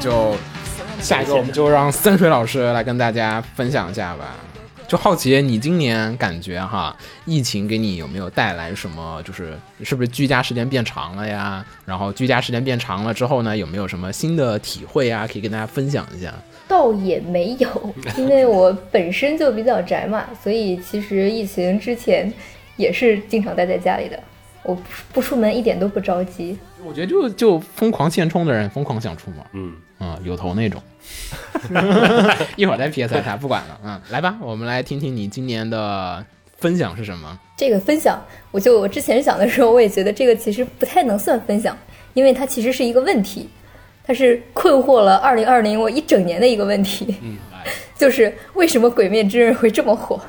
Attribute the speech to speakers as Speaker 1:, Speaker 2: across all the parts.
Speaker 1: 就下一个我们就让森水老师来跟大家分享一下吧。就好奇你今年感觉哈，疫情给你有没有带来什么？就是是不是居家时间变长了呀？然后居家时间变长了之后呢，有没有什么新的体会啊？可以跟大家分享一下。
Speaker 2: 倒也没有，因为我本身就比较宅嘛，所以其实疫情之前也是经常待在家里的。我不不出门一点都不着急。
Speaker 1: 我觉得就就疯狂现充的人，疯狂想出门，
Speaker 3: 嗯
Speaker 1: 嗯，有头那种。一会儿再 PS 他不管了，嗯，来吧，我们来听听你今年的分享是什么。
Speaker 2: 这个分享，我就我之前想的时候，我也觉得这个其实不太能算分享，因为它其实是一个问题，它是困惑了二零二零我一整年的一个问题，
Speaker 1: 嗯，来，
Speaker 2: 就是为什么《鬼灭之刃》会这么 火？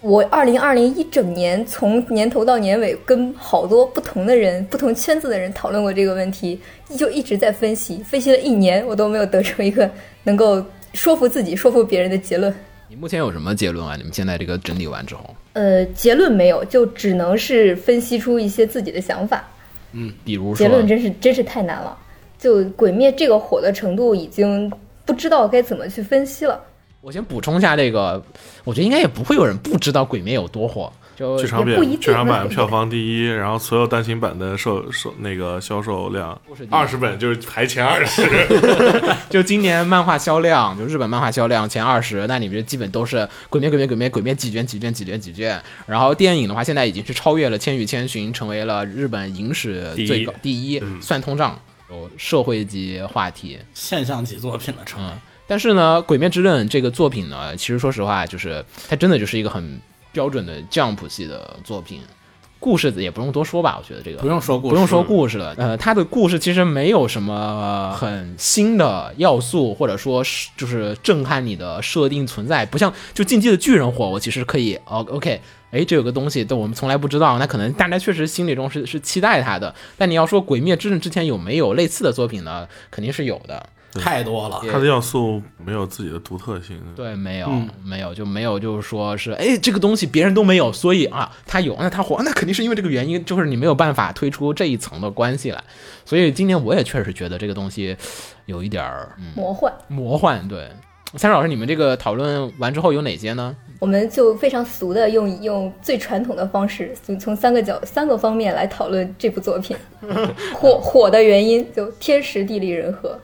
Speaker 2: 我二零二零一整年，从年头到年尾，跟好多不同的人、不同圈子的人讨论过这个问题，就一直在分析，分析了一年，我都没有得出一个能够说服自己、说服别人的结论。
Speaker 1: 你目前有什么结论啊？你们现在这个整理完之后，
Speaker 2: 呃，结论没有，就只能是分析出一些自己的想法。
Speaker 1: 嗯，比如说
Speaker 2: 结论真是真是太难了，就《鬼灭》这个火的程度，已经不知道该怎么去分析了。
Speaker 1: 我先补充一下这个，我觉得应该也不会有人不知道《鬼灭》有多火。就
Speaker 3: 剧场
Speaker 2: 也不一
Speaker 3: 版
Speaker 2: 定
Speaker 3: 剧场 版
Speaker 2: 呢
Speaker 3: 票房第一，然后所有单行版的售售那个销售量
Speaker 1: 都是第一
Speaker 3: 二十本就是排前二十，
Speaker 1: 就今年漫画销量，就日本漫画销量前二十，那里面基本都是《鬼灭》《鬼灭》《鬼灭》《鬼灭》几卷几卷几卷几卷。然后电影的话，现在已经是超越了《千与千寻》，成为了日本影史最高第一，算通胀，有社会级话题。
Speaker 4: 现象级作品了，成为
Speaker 1: 嗯，但是呢，《鬼灭之刃》这个作品呢，其实说实话，就是它真的就是一个很标准的 Jump 系的作品，故事也不用多说吧，我觉得这个
Speaker 4: 不用说故事，
Speaker 1: 不用说故事了。呃，它的故事其实没有什么呃很新的要素，或者说是就是震撼你的设定存在，不像就《进击的巨人》火，我其实可以哦，OK。哎，这有个东西，但我们从来不知道。那可能大家确实心里中是是期待它的，但你要说《鬼灭之刃》之前有没有类似的作品呢？肯定是有的。
Speaker 4: 太多了。
Speaker 3: 它的要素没有自己的独特性。
Speaker 1: 对，没有，没有，就没有，就是说是，哎，这个东西别人都没有，所以啊，他有，那他火，那肯定是因为这个原因，就是你没有办法推出这一层的关系来。所以今年我也确实觉得这个东西有一点儿、嗯、
Speaker 2: 魔幻，
Speaker 1: 魔幻。对，三水老师，你们这个讨论完之后有哪些呢？
Speaker 2: 我们就非常俗的用用最传统的方式，从从三个角三个方面来讨论这部作品火火的原因，就天时地利人和。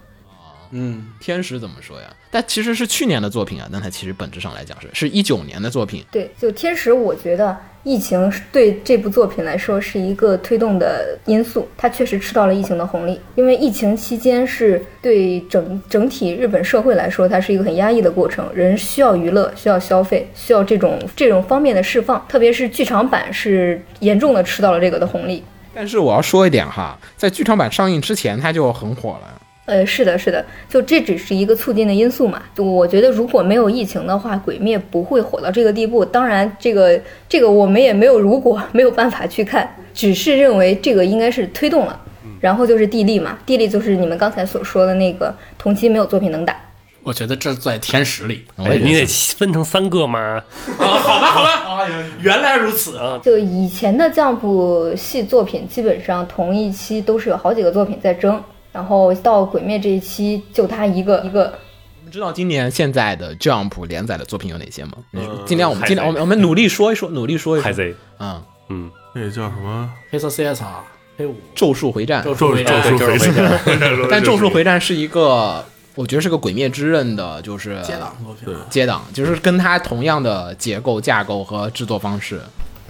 Speaker 4: 嗯，
Speaker 1: 天使怎么说呀？但其实是去年的作品啊，但它其实本质上来讲是是一九年的作品，
Speaker 2: 对，就天时，我觉得疫情是对这部作品来说是一个推动的因素，它确实吃到了疫情的红利。因为疫情期间是对整整体日本社会来说，它是一个很压抑的过程，人需要娱乐，需要消费，需要这种这种方面的释放，特别是剧场版是严重的吃到了这个的红利。
Speaker 1: 但是我要说一点哈，在剧场版上映之前，它就很火了。
Speaker 2: 呃，是的，是的，就这只是一个促进的因素嘛。就我觉得，如果没有疫情的话，《鬼灭》不会火到这个地步。当然，这个这个我们也没有如果没有办法去看，只是认为这个应该是推动了。然后就是地利嘛，地利就是你们刚才所说的那个同期没有作品能打。
Speaker 4: 我觉得这在天时里。
Speaker 1: 我
Speaker 5: 哎
Speaker 1: 也觉
Speaker 5: 你
Speaker 1: 得
Speaker 5: 得分成三个
Speaker 3: 啊
Speaker 5: 嘛。
Speaker 4: 哎原来如此啊！
Speaker 2: 就以前的 Jump 系作品，基本上同一期都是有好几个作品在争，然后到《鬼灭》这一期就它一个一个
Speaker 1: 你们知道今年现在的 Jump 连载的作品有哪些吗？
Speaker 4: 呃
Speaker 3: 嗯
Speaker 1: 尽量我们
Speaker 5: 海
Speaker 1: 尽量
Speaker 5: 贼
Speaker 1: 我们我们努力说一 说，努力说一
Speaker 5: 海
Speaker 1: 说。
Speaker 5: 贼，
Speaker 1: 嗯，
Speaker 5: 嗯，
Speaker 3: 那个叫什么？
Speaker 4: 黑色 CS 啊，黑五
Speaker 1: 咒术回战，
Speaker 4: 咒
Speaker 3: 咒
Speaker 4: 回
Speaker 3: 咒
Speaker 4: 战
Speaker 3: 术回 战，
Speaker 1: 但咒术回战是一个，我觉得是个鬼灭之刃的，就是
Speaker 4: 接档作品啊，
Speaker 1: 接档，就是跟它同样的结构架构和制作方式。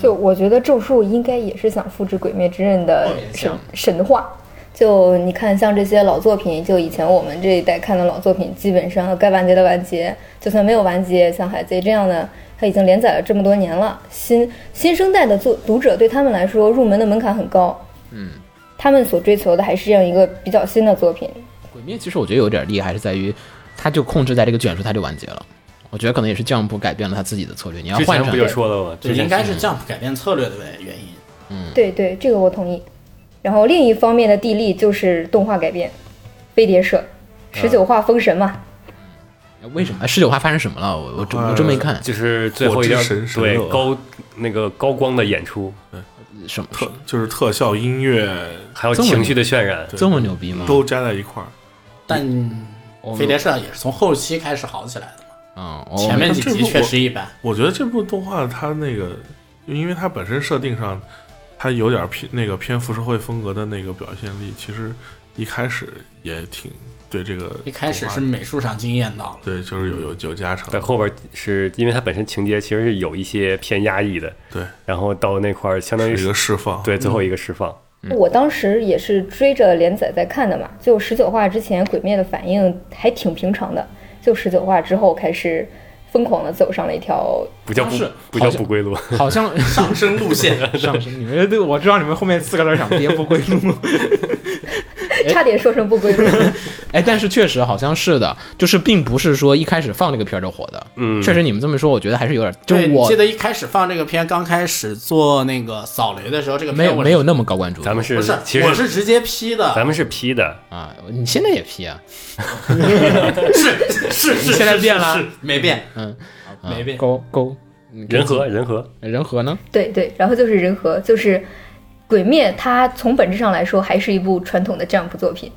Speaker 2: 就我觉得《咒术》应该也是想复制《鬼灭之刃》的
Speaker 1: 也
Speaker 2: 神
Speaker 1: 像
Speaker 2: 神话。就你看，像这些老作品，就以前我们这一代看的老作品，基本上该完结的完结，就算没有完结，像《海贼》这样的，它已经连载了这么多年了。新新生代的作读者对他们来说，入门的门槛很高。
Speaker 1: 嗯，
Speaker 2: 他们所追求的还是这样一个比较新的作品。
Speaker 1: 鬼灭其实我觉得有点厉害，是在于它就控制在这个卷数，它就完结了。我觉得可能也是 Jump 改变了它自己的策略。你要
Speaker 5: 之
Speaker 1: 换
Speaker 5: 前不
Speaker 1: 成
Speaker 5: 就说了吗？
Speaker 4: 这
Speaker 5: 之前嗯
Speaker 4: 应该是 Jump 改变策略的原原因。
Speaker 2: 对对，这个我同意。然后另一方面的地利就是动画改编，飞碟社，十九话封神嘛。
Speaker 1: 为什么十九话发生什么了？我我真我真没
Speaker 4: 呃
Speaker 1: 看
Speaker 5: 啊就是最后一
Speaker 3: 火
Speaker 5: 张
Speaker 3: 之神神啊嗯
Speaker 5: 对
Speaker 3: 乐
Speaker 5: 高那个高光的演出，
Speaker 1: 什么
Speaker 3: 特就是特效音乐
Speaker 5: 还有
Speaker 1: 这么
Speaker 5: 情绪的渲染，
Speaker 1: 这么牛逼吗？
Speaker 3: 都加在一块儿。
Speaker 4: 但
Speaker 1: 我
Speaker 4: 飞碟社也是从后期开始好起来的嘛，
Speaker 1: 嗯，我
Speaker 4: 前面几
Speaker 3: 这
Speaker 4: 集
Speaker 3: 部
Speaker 4: 确
Speaker 3: 我
Speaker 4: 实一般。
Speaker 3: 我觉得这部动画它那个，因为它本身设定上，它有点偏那个偏浮世绘风格的那个表现力，其实一开始也挺对这个
Speaker 4: 一开始
Speaker 3: 动画
Speaker 4: 是美术上惊艳到了，
Speaker 3: 对，就是有有有加成，
Speaker 5: 在后边是因为它本身情节其实是有一些偏压抑的，
Speaker 3: 对，
Speaker 5: 然后到那块儿相当于
Speaker 3: 是一个释放，
Speaker 5: 对最后一个释放，
Speaker 1: 嗯
Speaker 2: 我当时也是追着连载在看的嘛，就十九话之前，《鬼灭》的反应还挺平常的，就十九话之后开始疯狂的走上了一条，
Speaker 5: 不叫
Speaker 1: 啊
Speaker 5: 不
Speaker 1: 是
Speaker 5: 不叫
Speaker 1: 好像
Speaker 5: 不归路，
Speaker 1: 好 像
Speaker 4: 上升路线
Speaker 1: 上升，你们对我知道你们后面四个字儿想颠簸归 路。
Speaker 2: 差点说成不归路。
Speaker 1: 哎，但是确实好像是的，就是并不是说一开始放这个片儿就火的。
Speaker 5: 嗯
Speaker 1: 确实你们这么说，我觉得还是有点，就
Speaker 4: 对，你
Speaker 1: 我
Speaker 4: 记得一开始放这个片，刚开始做那个扫雷的时候，这个
Speaker 1: 没
Speaker 4: 片
Speaker 1: 有
Speaker 4: 我
Speaker 1: 没有那么高关注度。
Speaker 5: 咱们是
Speaker 4: 不是，
Speaker 5: 其
Speaker 4: 我
Speaker 5: 实
Speaker 4: 是直接批的，
Speaker 5: 咱们是 P 的，
Speaker 1: 啊，你现在也 批啊？
Speaker 4: 是是是，
Speaker 1: 你 现在
Speaker 4: 是
Speaker 1: 变了
Speaker 4: 是啊没变，
Speaker 1: 嗯，啊
Speaker 4: 没变。
Speaker 1: 勾勾
Speaker 5: 人和人和
Speaker 1: 人和呢？
Speaker 2: 对对，然后就是人和，就是《鬼灭》，它从本质上来说还是一部传统的 Jump 作品，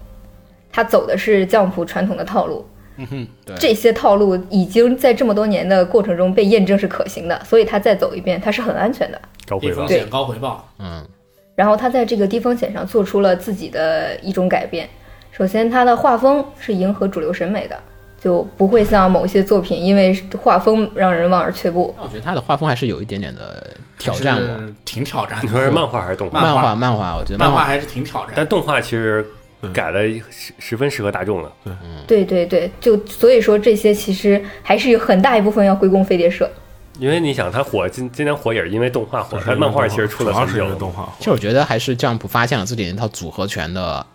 Speaker 2: 它走的是 Jump 传统的套路。
Speaker 1: 对
Speaker 2: 这些套路已经在这么多年的过程中被验证是可行的，所以它再走一遍，它是很安全的。
Speaker 5: 高
Speaker 4: 低
Speaker 5: 回报
Speaker 4: 风，险高回报，
Speaker 1: 嗯，
Speaker 2: 然后他在这个低风险上做出了自己的一种改变。首先，他的画风是迎合主流审美的，就不会像某些作品因为画风让人望而却步。
Speaker 1: 我觉得他的画风还是有一点点的挑战我。
Speaker 4: 是挺挑战
Speaker 5: 你说是
Speaker 4: 的。
Speaker 5: 漫画还是动画？
Speaker 1: 漫
Speaker 4: 漫
Speaker 1: 画
Speaker 4: 画
Speaker 1: 漫画，我觉得
Speaker 4: 漫
Speaker 1: 画
Speaker 4: 画还是挺挑战的
Speaker 5: 但，动画其实
Speaker 3: 对
Speaker 5: 改的十十分适合大众了，
Speaker 1: 嗯
Speaker 2: 对对对，就所以说这些其实还是有很大一部分要归功飞碟社。
Speaker 5: 因为你想它火今今年火也是因为动画火，它漫画其实出了
Speaker 3: 主要
Speaker 5: 很
Speaker 3: 是因为
Speaker 5: 久，
Speaker 3: 动画火
Speaker 1: 其实我觉得还是 Jump 发现了自己那套组合拳的，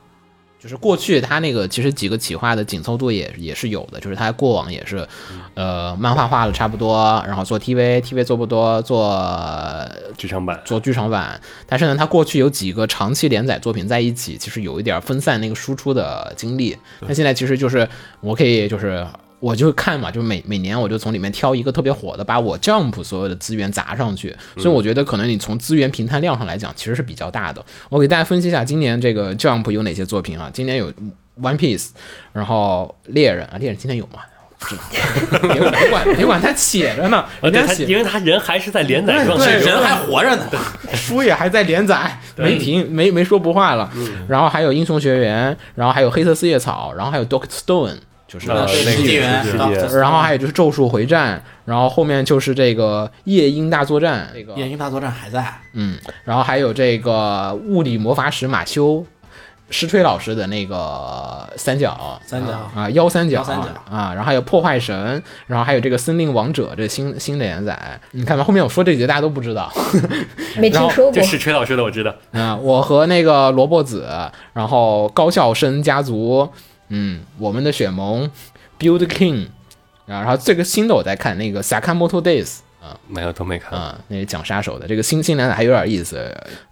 Speaker 1: 就是过去他那个其实几个企划的紧凑度也也是有的，就是他过往也是，呃，漫画画的差不多，然后做 TV，TV 做不多，做
Speaker 5: 剧场版
Speaker 1: 做剧场版，但是呢，他过去有几个长期连载作品在一起，其实有一点分散那个输出的精力。那现在其实就是我可以就是。我就看嘛，就每每年我就从里面挑一个特别火的，把我 Jump 所有的资源砸上去，所以我觉得可能你从资源平摊量上来讲，其实是比较大的。我给大家分析一下今年这个 Jump 有哪些作品啊？今年有 One Piece，然后猎人啊，猎人今年有吗？不知道 别别管别管，他写着呢，
Speaker 5: 呃，
Speaker 1: 人
Speaker 5: 对
Speaker 1: 家
Speaker 5: 他，
Speaker 1: 写
Speaker 5: 因为他人还是在连载状
Speaker 1: 对
Speaker 5: 态
Speaker 1: 对
Speaker 5: 中，
Speaker 4: 人还活着呢，
Speaker 1: 书也还在连载，没停，没没说不画了。然后还有英雄学员，然后还有黑色四叶草，然后还有 Doctor Stone，就是
Speaker 5: 啊
Speaker 1: 那
Speaker 5: 呃
Speaker 1: 个
Speaker 5: 那
Speaker 1: 世
Speaker 5: 个
Speaker 4: 纪
Speaker 1: 纪
Speaker 5: 是
Speaker 4: 元
Speaker 5: 世纪，
Speaker 4: Doctor
Speaker 5: 元
Speaker 4: Stone
Speaker 1: 然后还有就是咒术回战，然后后面就是这个夜鹰大作战，这个
Speaker 4: 《夜鹰大作战》还在，
Speaker 1: 嗯，然后还有这个物理魔法使马修。石锤老师的那个三角，
Speaker 4: 三角
Speaker 1: 啊啊，幺三角，
Speaker 4: 幺三角
Speaker 1: 啊，然后还有破坏神，然后还有这个森林王者，这新新的连载，你看吧，后面我说这几个大家都不知道，
Speaker 2: 没听说
Speaker 5: 这
Speaker 2: 过，
Speaker 5: 是崔老师的，我知道。
Speaker 1: 嗯，我和那个萝卜子，然后高校生家族，嗯，我们的雪盟，Build King，啊，然后这个新的我在看那个 Sakamoto Days 啊
Speaker 5: 没有，都没看。
Speaker 1: 啊，那个讲杀手的这个新新连载还有点意思，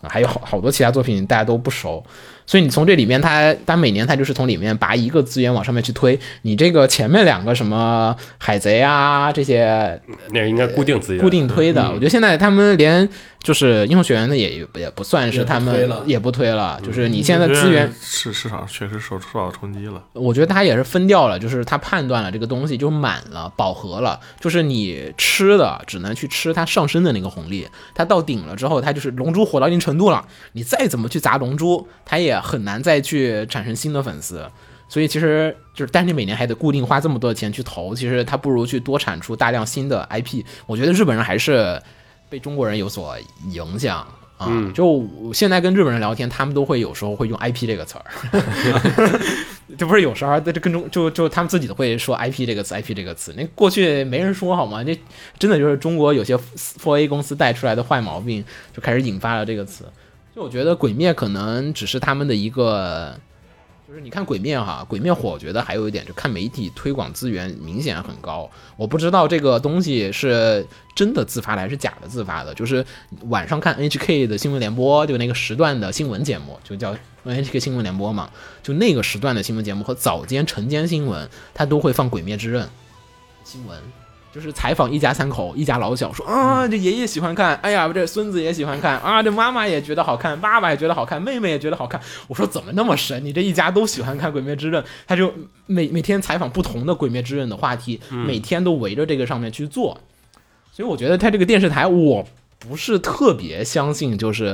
Speaker 1: 啊还有好好多其他作品大家都不熟，所以你从这里面它它每年它就是从里面拔一个资源往上面去推，你这个前面两个什么海贼啊这些
Speaker 5: 那是应该固定资源，嗯
Speaker 1: 固定推的。我觉得现在他们连就是英雄学院的也也不算是
Speaker 4: 也不
Speaker 1: 他们
Speaker 4: 推了
Speaker 1: 也不推了，啊就是你现在
Speaker 5: 嗯
Speaker 3: 我觉得
Speaker 1: 资源，
Speaker 3: 市市场确实受受到冲击了，
Speaker 1: 我觉得他也是分掉了，就是他判断了这个东西就满了饱和了，就是你吃的只能去吃它上升的那个红利，它到顶了之后，它就是龙珠火到一定程度了，你再怎么去砸龙珠，它也很难再去产生新的粉丝。所以其实就是，但是你每年还得固定花这么多钱去投，其实它不如去多产出大量新的 IP。我觉得日本人还是被中国人有所影响啊。就我现在跟日本人聊天，他们都会有时候会用 IP 这个词儿， 这不是有时候，这这跟中就就他们自己都会说 IP 这个词，IP 这个词。那过去没人说好吗？那真的就是中国有些 Four A 公司带出来的坏毛病，就开始引发了这个词。就我觉得《鬼灭》可能只是他们的一个，就是你看《鬼灭》哈，《鬼灭》火，我觉得还有一点就看媒体推广资源明显很高。我不知道这个东西是真的自发的还是假的自发的，就是晚上看 NHK 的新闻联播，就那个时段的新闻节目，就叫 NHK 新闻联播嘛，就那个时段的新闻节目和早间晨间新闻，它都会放《鬼灭之刃》新闻。就是采访一家三口，一家老小说啊，这爷爷喜欢看，哎呀，这孙子也喜欢看啊，这妈妈也觉得好看，爸爸也觉得好看，妹妹也觉得好看。我说怎么那么神？你这一家都喜欢看《鬼灭之刃》，他就每每天采访不同的《鬼灭之刃》的话题，每天都围着这个上面去做。所以我觉得他这个电视台，我不是特别相信，就是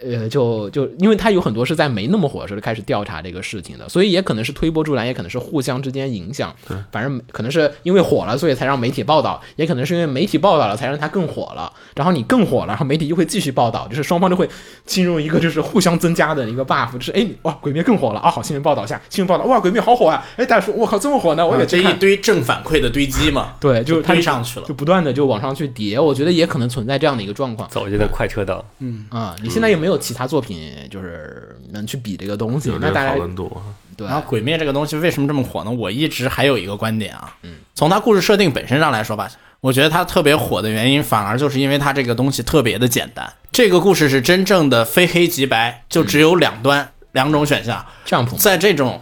Speaker 1: 呃，就就因为他有很多是在没那么火的时候就开始调查这个事情的，所以也可能是推波助澜，也可能是互相之间影响。反正可能是因为火了，所以才让媒体报道，也可能是因为媒体报道了，才让它更火了。然后你更火了，然后媒体就会继续报道，就是双方就会进入一个就是互相增加的一个 buff，就是哎哇，鬼灭更火了啊，好新闻报道一下，新闻报道哇，鬼灭好火啊，哎大家说我靠这么火呢，我也
Speaker 4: 这
Speaker 1: 去看
Speaker 4: 一堆正反馈的堆积嘛，
Speaker 1: 对，就是它
Speaker 4: 堆上去了
Speaker 1: 就。不断的就往上去叠，我觉得也可能存在这样的一个状况
Speaker 5: 走进了快车道，
Speaker 1: 啊、你现在也没有其他作品就是能去比这个东西
Speaker 3: 有，这
Speaker 1: 那
Speaker 3: 个
Speaker 1: 大
Speaker 3: 讨
Speaker 1: 家
Speaker 3: 论度，啊
Speaker 1: 对
Speaker 4: 然后《鬼灭》这个东西为什么这么火呢？我一直还有一个观点啊，从它故事设定本身上来说吧，我觉得它特别火的原因，反而就是因为它这个东西特别的简单。这个故事是真正的非黑即白，就只有两端、两种选项。
Speaker 1: jump
Speaker 4: 在这种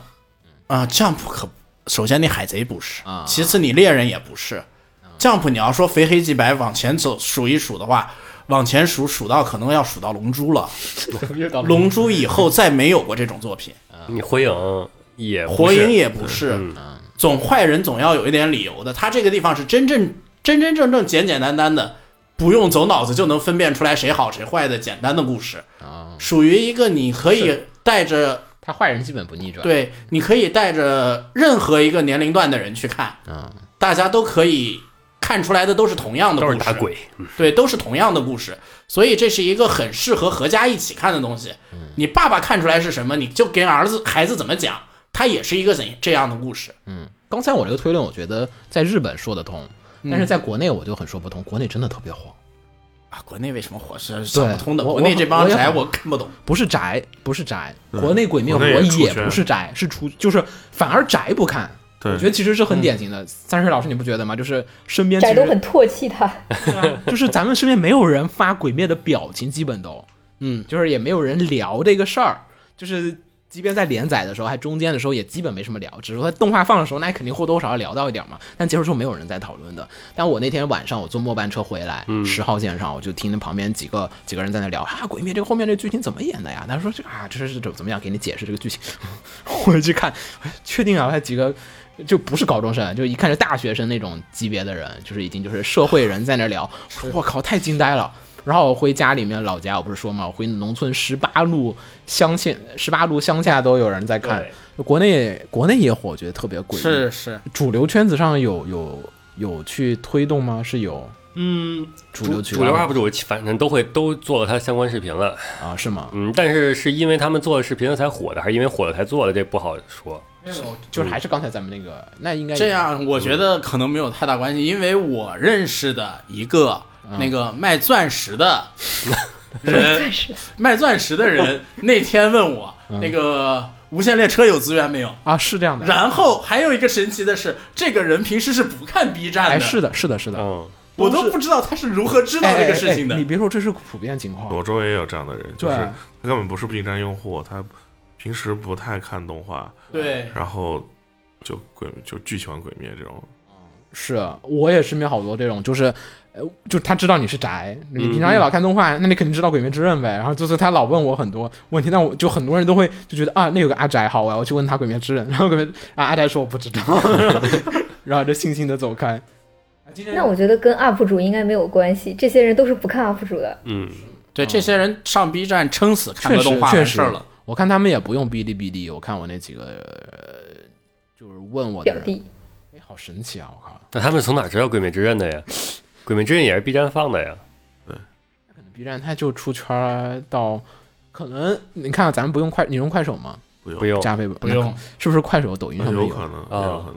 Speaker 4: 啊、j u m p 可首先你海贼不是，
Speaker 1: 啊
Speaker 4: 其次你猎人也不是。Jump 你要说非黑即白往前走数一数的话，往前数数到可能要数到龙 珠了。龙珠以后再没有过这种作品。
Speaker 5: 你火影也不
Speaker 4: 火
Speaker 5: 是嗯
Speaker 4: 影也不是，总坏人总要有一点理由的。他这个地方是真正真真正正简简单单的，不用走脑子就能分辨出来谁好谁坏的简单的故事，
Speaker 1: 啊，
Speaker 4: 属于一个你可以带着
Speaker 1: 他坏人基本不逆转，
Speaker 4: 对，你可以带着任何一个年龄段的人去看，
Speaker 1: 啊，
Speaker 4: 大家都可以看出来的都是同样的
Speaker 5: 都
Speaker 4: 故
Speaker 5: 是
Speaker 4: 事，
Speaker 5: 打鬼，
Speaker 4: 对，都是同样的故事，所以这是一个很适合合家一起看的东西。你爸爸看出来是什么，你就给儿子孩子怎么讲，他也是一个怎这样的故事。
Speaker 1: 嗯，刚才我这个推论，我觉得在日本说得通，但是在国内我就很说不通，国内真的特别慌。
Speaker 4: 啊，国内为什么火是想不通的？
Speaker 1: 我
Speaker 4: 国内这帮
Speaker 1: 我也
Speaker 4: 宅
Speaker 1: 很
Speaker 4: 我看不懂。
Speaker 1: 不是宅，不是宅，国内鬼灭
Speaker 3: 国
Speaker 1: 我
Speaker 3: 内也出
Speaker 1: 也
Speaker 3: 圈
Speaker 1: 不是宅，是出就是反而宅不看。
Speaker 3: 对
Speaker 1: 我觉得其实是很典型的。三水老师，你不觉得吗？就是身边其
Speaker 2: 宅
Speaker 1: 实
Speaker 2: 都很唾弃 他。
Speaker 1: 啊就是咱们身边没有人发鬼灭的表情，基本都，嗯，就是也没有人聊这个事儿，就是即便在连载的时候，还中间的时候也基本没什么聊，只是说动画放的时候，那肯定或多或少要聊到一点嘛，但结束之后没有人在讨论的。但我那天晚上我坐末班车回来，十、号线上我就听旁边几个几个人在那聊啊，鬼灭这个后面这剧情怎么演的呀？他说这啊，这是怎怎么样？给你解释这个剧情。 回去看，确定啊，还几个就不是高中生，就一看是大学生那种级别的人，就是已经就是社会人在那聊，我说我靠，太惊呆了。然后我回家里面老家，我不是说嘛，我回农村十八路乡县，十八路乡下都有人在看
Speaker 5: 对，
Speaker 1: 国内国内也火，我觉得特别诡异。
Speaker 4: 是，
Speaker 1: 主流圈子上有有有去推动吗？是有
Speaker 4: 嗯，
Speaker 1: 主流渠
Speaker 5: 主流
Speaker 1: 道
Speaker 5: UP 主反正都会都做了他相关视频了，
Speaker 1: 啊？是吗？
Speaker 5: 嗯，但是是因为他们做了视频了才火的，还是因为火了才做的，这不好说。
Speaker 1: 就是还是刚才咱们那个，那应该
Speaker 4: 这样我觉得可能没有太大关系，因为我认识的一个那个卖钻石的 人，卖钻石的人那天问我
Speaker 1: 嗯
Speaker 4: 那个《无限列车》有资源没有？
Speaker 1: 啊，是这样的。
Speaker 4: 然后还有一个神奇的是，这个人平时是不看 B 站
Speaker 1: 哎，
Speaker 4: 的，
Speaker 1: 是的，是的，是的。
Speaker 5: 嗯，
Speaker 4: 我都不知道他是如何知道这个事情的
Speaker 1: 哎哎哎你。别说，这是普遍情况。
Speaker 3: 我周围也有这样的人，就是
Speaker 1: 对
Speaker 3: 他根本不是 B 站用户，他平时不太看动画，
Speaker 4: 对，
Speaker 3: 然后就鬼就巨喜欢鬼灭这种，
Speaker 1: 是我也身边好多这种，就是，呃，就他知道你是宅，你平常也老看动画，那你肯定知道《鬼灭之刃》呗。然后就是他老问我很多问题，但我就很多人都会 就觉得啊，那有个阿宅，好，我要去问他《鬼灭之刃》。然 后鬼灭啊，阿宅说我不知道， 然后就悻悻的走开。啊今天
Speaker 2: 那我觉得跟 UP 主应该没有关系，这些人都是不看 UP 主的。
Speaker 4: 对，这些人上 B 站撑死看
Speaker 1: 嗯确
Speaker 4: 个
Speaker 1: 实
Speaker 4: 动画
Speaker 1: 确
Speaker 4: 完
Speaker 1: 实
Speaker 4: 事儿了。
Speaker 1: 我看他们也不用哔哩哔哩，我看我那几个、呃就是问我的
Speaker 2: 表
Speaker 1: 人，
Speaker 2: 弟，
Speaker 1: 哎，好神奇啊！我靠
Speaker 5: 那他们从哪知道《鬼灭之刃》的呀？《鬼灭之刃》也是 B 站放的呀。
Speaker 1: ，B 站它就出圈儿到，可能你看啊咱们不用快，你用快手吗？
Speaker 3: 不
Speaker 5: 不
Speaker 3: 用，啊
Speaker 5: 用，
Speaker 1: 加微博
Speaker 4: 不用，
Speaker 1: 是不是快手、抖音上面
Speaker 3: 有
Speaker 1: 有
Speaker 3: 可能，有可能，
Speaker 1: 嗯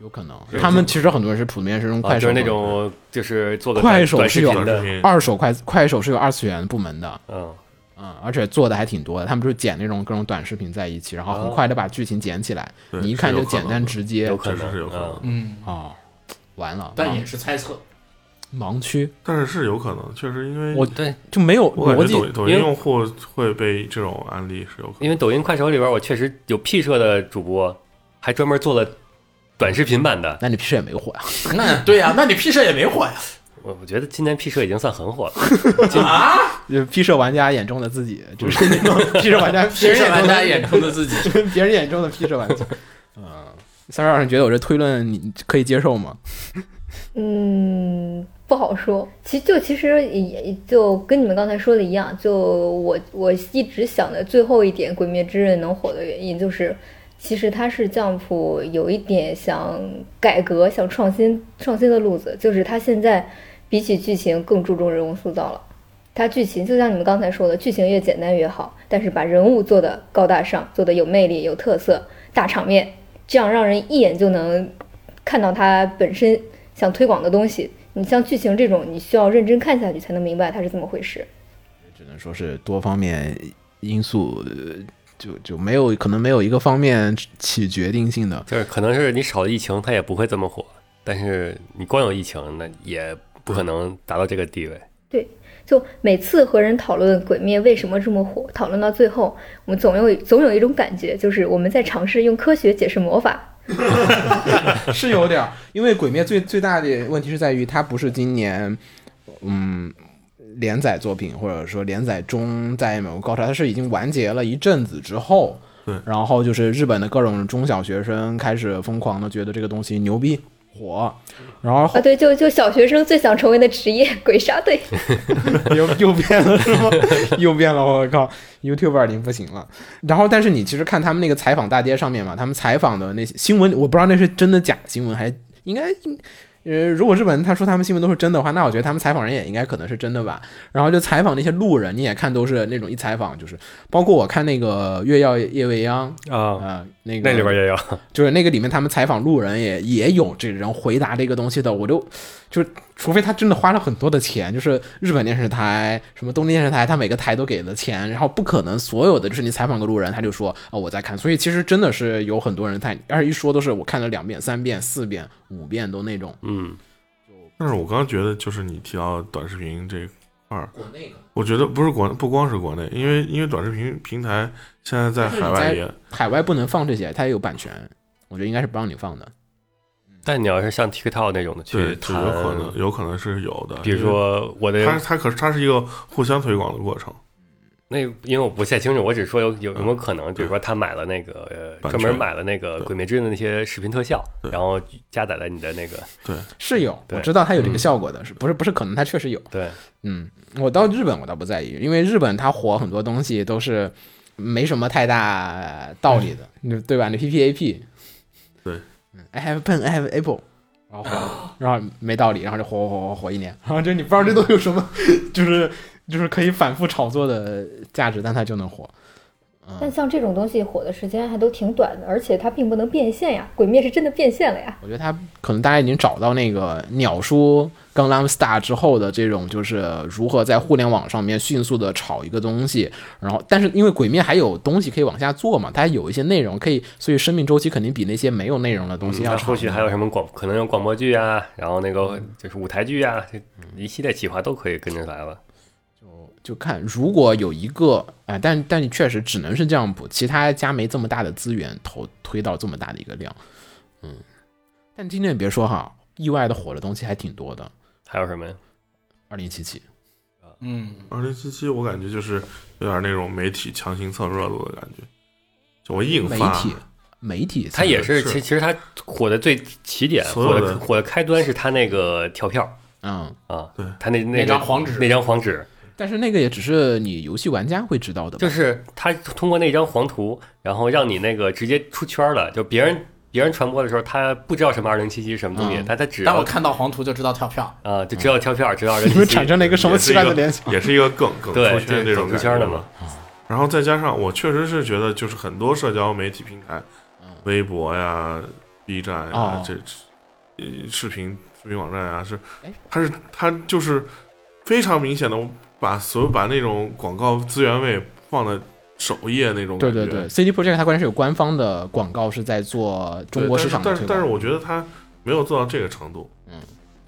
Speaker 1: 有可能，
Speaker 3: 对
Speaker 1: 他们其实很多人是普遍是用
Speaker 5: 啊，
Speaker 1: 快手
Speaker 5: 就是
Speaker 1: 的，
Speaker 5: 那种就是做个
Speaker 1: 快
Speaker 5: 短
Speaker 1: 手
Speaker 5: 短
Speaker 1: 是
Speaker 5: 视
Speaker 1: 有
Speaker 5: 频
Speaker 3: 短视
Speaker 5: 的，
Speaker 3: 频
Speaker 1: 二手快快手是有二次元部门的，
Speaker 5: 嗯，
Speaker 1: 嗯，而且做的还挺多的。他们就是剪那种各种短视频在一起，然后很
Speaker 5: 哦
Speaker 1: 快的把剧情剪起来，
Speaker 3: 对
Speaker 1: 你一看
Speaker 3: 是有
Speaker 1: 就
Speaker 3: 可能
Speaker 1: 简单直接
Speaker 5: 有。可
Speaker 3: 确
Speaker 5: 能
Speaker 3: 实是有可能
Speaker 4: 嗯，
Speaker 5: 嗯，
Speaker 1: 哦，完了，
Speaker 4: 但也
Speaker 1: 盲
Speaker 4: 是猜测。
Speaker 1: 盲区，
Speaker 3: 但是是有可能，确实因为
Speaker 1: 我
Speaker 5: 对，
Speaker 1: 就没有
Speaker 3: 我感觉抖
Speaker 1: 逻辑
Speaker 3: 音抖
Speaker 5: 因
Speaker 3: 音
Speaker 5: 为
Speaker 3: 用户会被这种案例是有可能，
Speaker 5: 因为抖音、快手里边，我确实有 P 社的主播还专门做了短视频版的，
Speaker 1: 那你屁事也没火 呀、
Speaker 4: 那对呀、那你 P 社也没火呀？
Speaker 5: 我我觉得今年 P 社已经算很火了。
Speaker 1: 就 P 社玩家眼中的自己，就是
Speaker 3: 嗯
Speaker 1: 那 种 P 社玩家，
Speaker 4: 别人玩家眼中的自己，
Speaker 1: 别人眼中的 P 社玩家。嗯，三十二，你觉得我这推论你可以接受吗？
Speaker 2: 嗯，不好说。其实就其实也也就跟你们刚才说的一样，就我我一直想的最后一点，《鬼灭之刃》能火的原因就是，其实它是降普有一点想改革、想创新、创新的路子，就是它现在比起剧情更注重人物塑造了。它剧情就像你们刚才说的，剧情越简单越好，但是把人物做得高大上，做得有魅力、有特色、大场面，这样让人一眼就能看到它本身想推广的东西。你像剧情这种，你需要认真看下去才能明白它是怎么回事。
Speaker 1: 只能说是多方面因素，呃就就没有可能没有一个方面起决定性的。
Speaker 5: 就是可能是你少了疫情，它也不会这么火。但是你光有疫情，那也不可能达到这个地位。
Speaker 2: 就每次和人讨论《鬼灭》为什么这么火，讨论到最后，我们总有总有一种感觉，就是我们在尝试用科学解释魔法。
Speaker 1: 是有点儿，因为《鬼灭最》最大的问题是在于它不是今年，嗯，连载作品或者说连载中在某个高潮，它是已经完结了一阵子之后，
Speaker 3: 对
Speaker 1: 然后就是日本的各种中小学生开始疯狂的觉得这个东西牛逼火，然后
Speaker 2: 啊，对，就就小学生最想成为的职业—— 鬼杀队。
Speaker 1: 又又变了是吗？ 又变了，我靠！YouTuber 已经不行了。然后，但是你其实看他们那个采访大街上面嘛，他们采访的那些新闻，我不知道那是真的假新闻，还应该。呃，如果日本人他说他们新闻都是真的话，那我觉得他们采访人也应该可能是真的吧。然后就采访那些路人，你也看都是那种一采访就是，包括我看那个月曜夜未央啊、
Speaker 5: 啊，
Speaker 1: 呃那个
Speaker 5: 那里边也有，
Speaker 1: 就是那个里面他们采访路人也也有这人回答这个东西的，我就就是除非他真的花了很多的钱，就是日本电视台、什么东京电视台，他每个台都给了钱，然后不可能所有的就是你采访个路人他就说啊、我在看，所以其实真的是有很多人在，而一说都是我看了两遍、三遍、四遍、五遍都那种。
Speaker 5: 嗯，
Speaker 3: 但是我刚刚觉得，就是你提到短视频这块儿，我觉得不是国不光是国内，因为因为短视频平台现在在
Speaker 1: 但是你
Speaker 3: 海外
Speaker 1: 嗯在
Speaker 3: 也，
Speaker 1: 海外不能放这些，它也有版权，我觉得应该是不让你放的。
Speaker 5: 但你要是像 TikTok 那种的去
Speaker 3: 对，就
Speaker 5: 谈
Speaker 3: 有，可能有可能是有的。
Speaker 5: 比如说我
Speaker 3: 因为它
Speaker 5: 的
Speaker 3: 它可它是一个互相推广的过程，
Speaker 5: 那，因为我不太清楚，我只说有有有没有可能，比如
Speaker 3: 嗯
Speaker 5: 说他买了那个呃
Speaker 3: 版
Speaker 5: 专
Speaker 3: 权
Speaker 5: 门买了那个
Speaker 3: 对
Speaker 5: 《鬼灭之刃》的那些视频特效，
Speaker 3: 对
Speaker 5: 然后加载在你的那个嗯
Speaker 3: 对，嗯
Speaker 1: 是有，我
Speaker 5: 对
Speaker 1: 知道它有这个效果的，是不是？不是可能，它确实有。
Speaker 5: 对，
Speaker 1: 嗯，我到日本我倒不在意，因为日本它火很多东西都是没什么太大道理的，你对吧？你 P P A P，
Speaker 3: 对
Speaker 1: 嗯，I have pen, I have apple，然后火，然后没道理，然后就火火火火火一年，然后就你不知道这都有什么，就是就是可以反复炒作的价值，但它就能火。
Speaker 2: 但像这种东西火的时间还都挺短的，而且它并不能变现呀。鬼灭是真的变现了呀。
Speaker 1: 我觉得他可能大家已经找到那个鸟叔《Gangnam Star》之后的这种，就是如何在互联网上面迅速的炒一个东西，然后但是因为《鬼灭》还有东西可以往下做嘛，它还有一些内容可以，所以生命周期肯定比那些没有内容的东西啊
Speaker 5: 嗯
Speaker 1: 要
Speaker 5: 那
Speaker 1: 长。
Speaker 5: 后续还有什么广，可能有广播剧啊，然后那个就是舞台剧啊，这一系列企划都可以跟着来了。
Speaker 1: 就看如果有一个啊、呃但但你确实只能是这样补，其他家没这么大的资源投推到这么大的一个量，嗯，但今天别说哈，意外的火的东西还挺多的，
Speaker 5: 还有什么呀？
Speaker 1: 二零七七。
Speaker 4: 嗯，
Speaker 3: 二零七七，我感觉就是有点那种媒体强行蹭热度的感觉，就我硬
Speaker 1: 媒
Speaker 3: 发，
Speaker 1: 体，媒体
Speaker 5: 他
Speaker 1: 才
Speaker 5: 也是，
Speaker 3: 是
Speaker 5: 其其实他火的最起点，
Speaker 3: 所有
Speaker 5: 火的
Speaker 3: 的
Speaker 5: 火的开端是他那个跳票
Speaker 1: 嗯，
Speaker 5: 啊，
Speaker 3: 对
Speaker 5: 他那那
Speaker 4: 那
Speaker 5: 个
Speaker 4: 张黄纸
Speaker 5: 那张黄纸，
Speaker 1: 但是那个也只是你游戏玩家会知道的吧，
Speaker 5: 就是他通过那张黄图，然后让你那个直接出圈了，就别人别人传播的时候，他不知道什么二零七七什么东西
Speaker 1: 嗯，
Speaker 5: 他他只
Speaker 4: 当我
Speaker 5: 要
Speaker 4: 看到黄图就知道跳票。
Speaker 5: 啊，就知道跳票，知道二零
Speaker 1: 你们
Speaker 5: 七七
Speaker 1: 产，生了一个什么
Speaker 3: 也是
Speaker 1: 奇
Speaker 3: 一
Speaker 1: 怪的
Speaker 3: 个
Speaker 1: 联想？
Speaker 3: 也是一个梗梗
Speaker 5: 对
Speaker 3: 出圈这
Speaker 5: 对
Speaker 3: 种
Speaker 5: 梗
Speaker 3: 感
Speaker 5: 出圈
Speaker 3: 觉
Speaker 5: 的
Speaker 3: 嘛
Speaker 5: 嘛。
Speaker 3: 然后再加上，我确实是觉得，就是很多社交媒体平台，微博呀、B 站呀
Speaker 1: 嗯哦，
Speaker 3: 这呃视频视频网站啊，是
Speaker 1: 哎，
Speaker 3: 它是它就是非常明显的把所有把那种广告资源位放在首页那种
Speaker 1: 对
Speaker 3: 感觉。
Speaker 1: 对对，CD Projekt 它关键是有官方的广告是在做中国市场的
Speaker 3: 但是
Speaker 1: 推
Speaker 3: 但是
Speaker 1: 广，
Speaker 3: 我觉得它没有做到这个程度，
Speaker 1: 嗯，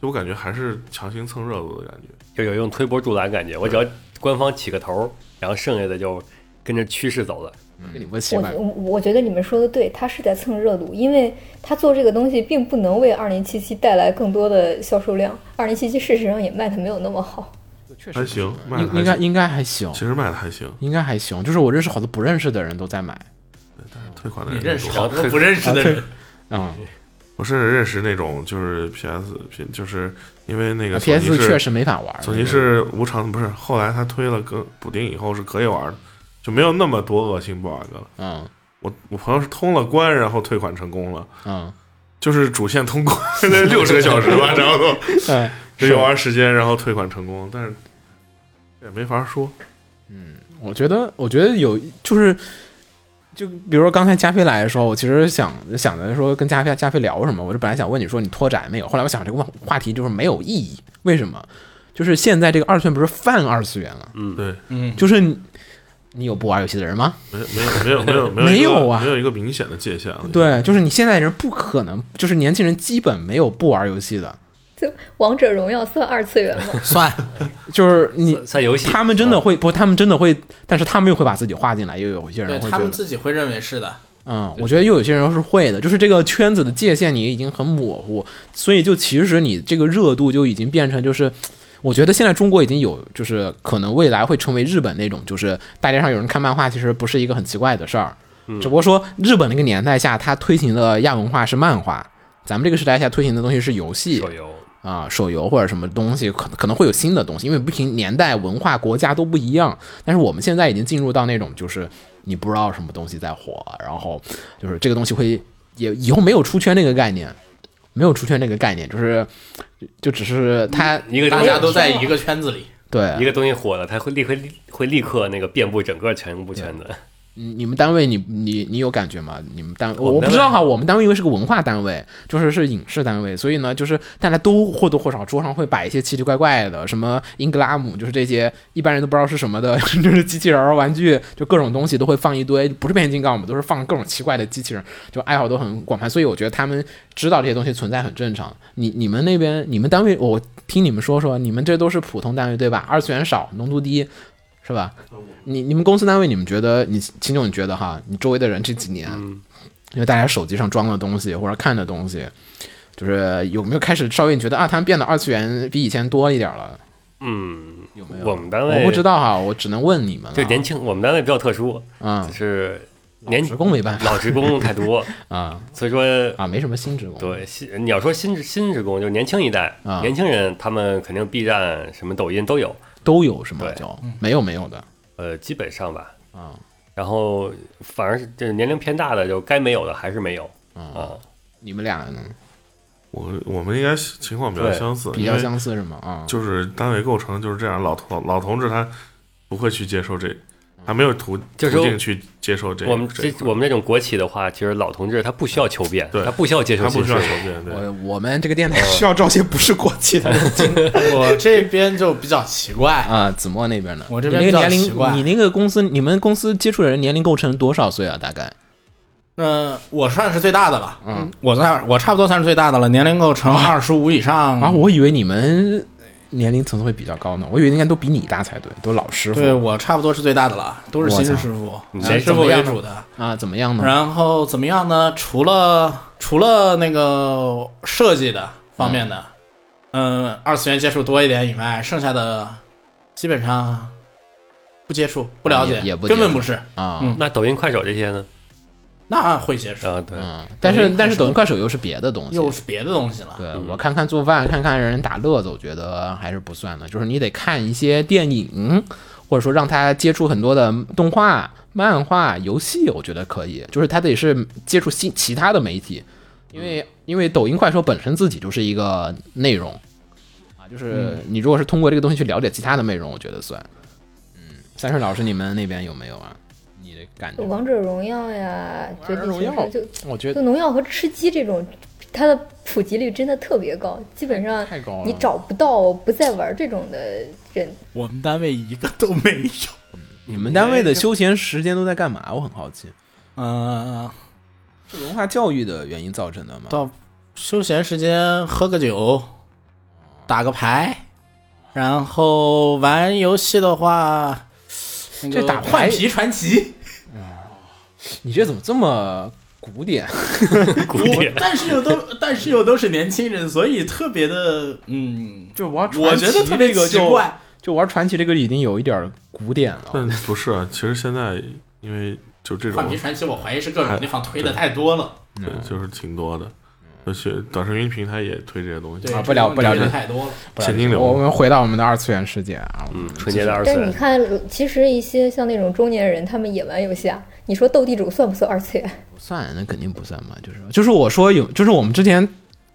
Speaker 3: 就我感觉还是强行蹭热度的感觉。
Speaker 5: 就有一种推波助澜感觉。我只要官方起个头，然后剩下的就跟着趋势走的。
Speaker 1: 你不奇
Speaker 2: 我
Speaker 1: 怪
Speaker 2: 觉。我我觉得你们说的对，他是在蹭热度，因为他做这个东西并不能为二零七七带来更多的销售量。二零七七事实上也卖的没有那么好，
Speaker 1: 确
Speaker 3: 还行，卖的
Speaker 1: 应应该
Speaker 3: 还行，
Speaker 1: 应该还行
Speaker 3: 其，实卖的还行，
Speaker 1: 应该还行。就是我认识好多不认识的人都在买，
Speaker 3: 退款的
Speaker 4: 你
Speaker 3: 人
Speaker 4: 认
Speaker 3: 也
Speaker 4: 识
Speaker 3: 多
Speaker 4: 好多不认 识的人，
Speaker 1: 嗯
Speaker 3: 我甚至认识那种就是 PS 品，就是因为那个索尼
Speaker 1: ，PS
Speaker 3: 是
Speaker 1: 啊确实没法玩。
Speaker 3: 索尼是无偿，不是后来他推了更补丁以后是可以玩的，就没有那么多恶心 bug 了。
Speaker 1: 嗯
Speaker 3: 我我朋友是通了关，然后退款成功了，
Speaker 1: 嗯，
Speaker 3: 就是主线通关那六十个小时吧，差不 多
Speaker 1: 对，
Speaker 3: 这游玩时间，然后退款成功，但是也没法说。
Speaker 1: 我觉得，我觉得有就是，就比如说刚才加菲来的时候，我其实想想着说跟加菲加菲聊什么，我就本来想问你说你拓展没有，后来我想这个话话题就是没有意义，为什么？就是现在这个二次元不是泛二次元了，
Speaker 5: 嗯，
Speaker 3: 对，
Speaker 4: 嗯，
Speaker 1: 就是你你有不玩游戏的人吗？
Speaker 3: 没没有没有没有
Speaker 1: 没
Speaker 3: 一个
Speaker 1: 有啊
Speaker 3: 没有一个明显的界限了。
Speaker 1: 对，就是你现在人不可能，就是年轻人基本没有不玩游戏的，
Speaker 2: 就王者荣耀算二次元吗？
Speaker 4: 算
Speaker 1: 就是你
Speaker 5: 算算游戏，
Speaker 1: 他们真的
Speaker 5: 啊
Speaker 1: 会不，他们真的会，但是他们又会把自己画进来，又有一些
Speaker 4: 对
Speaker 1: 人会
Speaker 4: 他
Speaker 1: 觉
Speaker 4: 们
Speaker 1: 得。
Speaker 4: 自己会认为是的。
Speaker 1: 嗯，我觉得又有些人是会的，就是这个圈子的界限你已经很模糊，所以就其实你这个热度就已经变成就是，我觉得现在中国已经有就是可能未来会成为日本那种，就是大街上有人看漫画，其实不是一个很奇怪的事儿，
Speaker 5: 嗯
Speaker 1: 只不过说日本那个年代下，它推行的亚文化是漫画，咱们这个时代下推行的东西是游戏
Speaker 5: 手游，
Speaker 1: 啊、手游或者什么东西，可能可能会有新的东西，因为不停年代、文化、国家都不一样。但是我们现在已经进入到那种就是你不知道什么东西在火，然后就是这个东西会也以后没有出圈那个概念，没有出圈那个概念，就是就只是它
Speaker 5: 嗯一个
Speaker 4: 大
Speaker 5: 东
Speaker 4: 家
Speaker 5: 西
Speaker 4: 都在一个圈子里，
Speaker 1: 对
Speaker 5: 一个东西火了，它会立刻会立刻那个遍布整个全部圈子。
Speaker 1: 你你们单位你你你有感觉吗？你们单
Speaker 5: 我
Speaker 1: 我
Speaker 5: 们单位
Speaker 1: 不知道哈，我们单位因为是个文化单位，就是是影视单位，所以呢，就是大家都或多或少桌上会摆一些奇奇怪怪的，什么英格拉姆，就是这些一般人都不知道是什么的， 就是机器人儿、玩具，就各种东西都会放一堆，不是变形金刚，我们都是放各种奇怪的机器人，就爱好都很广泛，所以我觉得他们知道这些东西存在很正常。你你们那边你们单位，我听你们说说，你们这都是普通单位对吧？二次元少，浓度低，是吧？你你们公司单位，你们觉得你秦总，你觉得哈，你周围的人这几年，
Speaker 5: 嗯
Speaker 1: 因为大家手机上装的东西或者看的东西，就是有没有开始稍微你觉得啊，他们变得二次元比以前多一点了？
Speaker 5: 嗯，
Speaker 1: 有没有？
Speaker 5: 我们单位
Speaker 1: 我不知道哈，我只能问你们了。
Speaker 5: 就年轻，我们单位比较特殊，
Speaker 1: 啊
Speaker 5: 就是年
Speaker 1: 职工没办法
Speaker 5: 老职工太多，
Speaker 1: 啊
Speaker 5: 所以说
Speaker 1: 啊，没什么新职工。
Speaker 5: 对新你要说新职新职工，就是年轻一代
Speaker 1: 啊，
Speaker 5: 年轻人他们肯定 B 站什么抖音都有，
Speaker 1: 都有什么
Speaker 5: 对
Speaker 1: 就没有没有的
Speaker 5: 呃，基本上吧。
Speaker 1: 啊
Speaker 5: 然后反而是就是年龄偏大的，就该没有的还是没有
Speaker 1: 啊！
Speaker 5: 啊。
Speaker 1: 你们俩呢
Speaker 3: 我我们应该情况比较
Speaker 5: 对
Speaker 3: 相似，
Speaker 1: 比
Speaker 3: 因
Speaker 1: 较
Speaker 3: 为
Speaker 1: 相似是吗？啊，
Speaker 3: 就是单位构成就是这样，老同老同志他不会去接受这，他没有途途
Speaker 5: 就是说
Speaker 3: 径去接受这，
Speaker 5: 我们
Speaker 3: 这
Speaker 5: 这
Speaker 3: 一块
Speaker 5: 我们这种国企的话，其实老同志他不需要求变，
Speaker 3: 对
Speaker 5: 他不需要接受
Speaker 3: 他不
Speaker 5: 新
Speaker 3: 需
Speaker 5: 事
Speaker 3: 要
Speaker 5: 物
Speaker 3: 求。变，对，
Speaker 1: 我呃我们这个电台需要招些不是国企的人进来
Speaker 4: 我这边就比较奇怪，
Speaker 1: 啊，子墨那边呢？
Speaker 4: 我这边
Speaker 1: 你那个
Speaker 4: 比较
Speaker 1: 年
Speaker 4: 奇怪
Speaker 1: 龄，你那个公司，你们公司接触的人年龄构成多少岁啊？大概？
Speaker 4: 嗯、我算是最大的了，
Speaker 1: 嗯，
Speaker 4: 我算我差不多算是最大的了，年龄构成二十五以上
Speaker 1: 啊啊，我以为你们年龄层次会比较高呢，我以为应该都比你大才对，都老师
Speaker 4: 对
Speaker 1: 傅
Speaker 4: 我差不多是最大的了，都是新式师傅，
Speaker 5: 你
Speaker 4: 以
Speaker 5: 这
Speaker 4: 师傅为主的。
Speaker 1: 啊，怎么样呢？
Speaker 4: 然后怎么样呢？除了除了那个设计的方面的，嗯、二次元接触多一点以外，剩下的基本上不接触、不了解，
Speaker 1: 啊也也不接
Speaker 4: 根
Speaker 1: 触
Speaker 4: 本不是。
Speaker 1: 啊，
Speaker 4: 嗯
Speaker 5: 那抖音、快手这些呢？
Speaker 4: 那会接触，
Speaker 5: 啊，对，
Speaker 1: 嗯，但是但是抖音快手又是别的东西。
Speaker 4: 又是别的东西了。
Speaker 1: 对
Speaker 5: 嗯
Speaker 1: 我看看做饭，看看人打乐子，我觉得还是不算的。就是你得看一些电影，或者说让他接触很多的动画、漫画、游戏，我觉得可以。就是他得是接触新其他的媒体，因为因为抖音、快手本身自己就是一个内容
Speaker 4: 嗯
Speaker 1: 啊，就是你如果是通过这个东西去了解其他的内容，我觉得算。嗯，三顺老师，你们那边有没有啊？你的感觉？
Speaker 2: 王者荣耀呀，绝地
Speaker 1: 荣
Speaker 2: 求
Speaker 1: 耀
Speaker 2: 生就
Speaker 1: 我觉
Speaker 2: 就
Speaker 1: 得
Speaker 2: 农药和吃鸡这种，它的普及率真的特别高，基本上
Speaker 1: 太高了
Speaker 2: 你找不到不再玩这种的人。
Speaker 4: 我们单位一个都没有。
Speaker 1: 你们单位的休闲时间都在干嘛？我很好奇。
Speaker 4: 嗯、
Speaker 1: 是文化教育的原因造成的吗？
Speaker 4: 到休闲时间喝个酒，打个牌，然后玩游戏的话，
Speaker 1: 这
Speaker 4: 这
Speaker 1: 打
Speaker 4: 打
Speaker 1: 牌嗯
Speaker 4: 换皮传奇，
Speaker 1: 你这怎么这么古典？
Speaker 5: 古典
Speaker 4: 但是又都但是又都是年轻人，所以特别的嗯，
Speaker 1: 就玩
Speaker 4: 我
Speaker 1: 传奇
Speaker 4: 觉得特别
Speaker 1: 这个
Speaker 4: 奇
Speaker 1: 就
Speaker 4: 怪。
Speaker 1: 就玩传奇这个已经有一点儿古典了。
Speaker 3: 但不是啊，其实现在因为就这种哎嗯
Speaker 4: 换皮传奇，我怀疑是各种地方推的太多了，
Speaker 3: 对，就是挺多的，而且短视频平台也推这些东西
Speaker 4: 对，
Speaker 1: 嗯啊不聊不聊
Speaker 4: 推的
Speaker 1: 这
Speaker 4: 太多了。
Speaker 1: 不
Speaker 3: 现金流
Speaker 1: 我们回到我们的二次元世界啊，我们
Speaker 5: 嗯，纯洁的二次
Speaker 2: 但是你
Speaker 5: 元，
Speaker 2: 看，其实一些像那种中年人，他们也玩游戏啊。你说斗地主算不算二次元？
Speaker 1: 不算，那肯定不算嘛。就是就是我说有，就是我们之前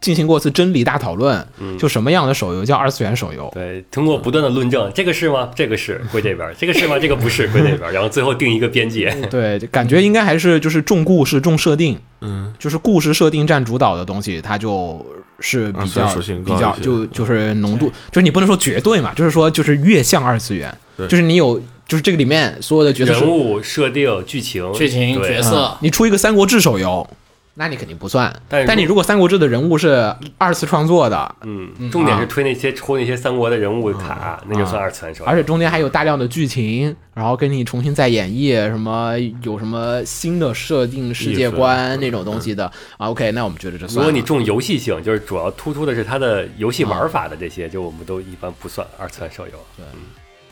Speaker 1: 进行过一次真理大讨论，
Speaker 5: 嗯
Speaker 1: 就什么样的手游叫二次元手游？
Speaker 5: 对，哎通过不断的论证，这个是吗？这个是归这边儿，这个是吗？这个不是归那边儿，然后最后定一个边界。
Speaker 1: 嗯 对，就感觉应该还是就是重故事、重设定，
Speaker 3: 嗯，
Speaker 1: 就是故事设定占主导的东西，它就是
Speaker 3: 二
Speaker 1: 比较
Speaker 3: 次元啊属性高
Speaker 1: 比较
Speaker 3: 一些
Speaker 1: 就就是浓度，就是你不能说绝对嘛，就是说就是越像二次元，
Speaker 3: 对
Speaker 1: 就是你有就是这个里面所有的角色
Speaker 5: 人
Speaker 1: 是嗯
Speaker 5: 物设定、剧情、
Speaker 4: 剧情
Speaker 5: 对
Speaker 4: 角色
Speaker 1: 你出一个《三国志》手游，那你肯定不算。
Speaker 5: 但是
Speaker 1: 但你如果《三国志》的人物是二次创作的，
Speaker 5: 嗯，重
Speaker 1: 啊
Speaker 5: 点是推那些抽那些三国的人物卡，那就算二次元手
Speaker 1: 嗯
Speaker 5: 游。
Speaker 1: 而且中间还有大量的剧情，然后跟你重新再演绎什么有什么新的设定、世界观那种东西的啊，OK，那我们觉得这
Speaker 5: 嗯如
Speaker 1: 算了。啊
Speaker 5: 果你重游戏性，就是主要突出的是它的游戏玩法的这些，就我们都一般不算二次元手游。嗯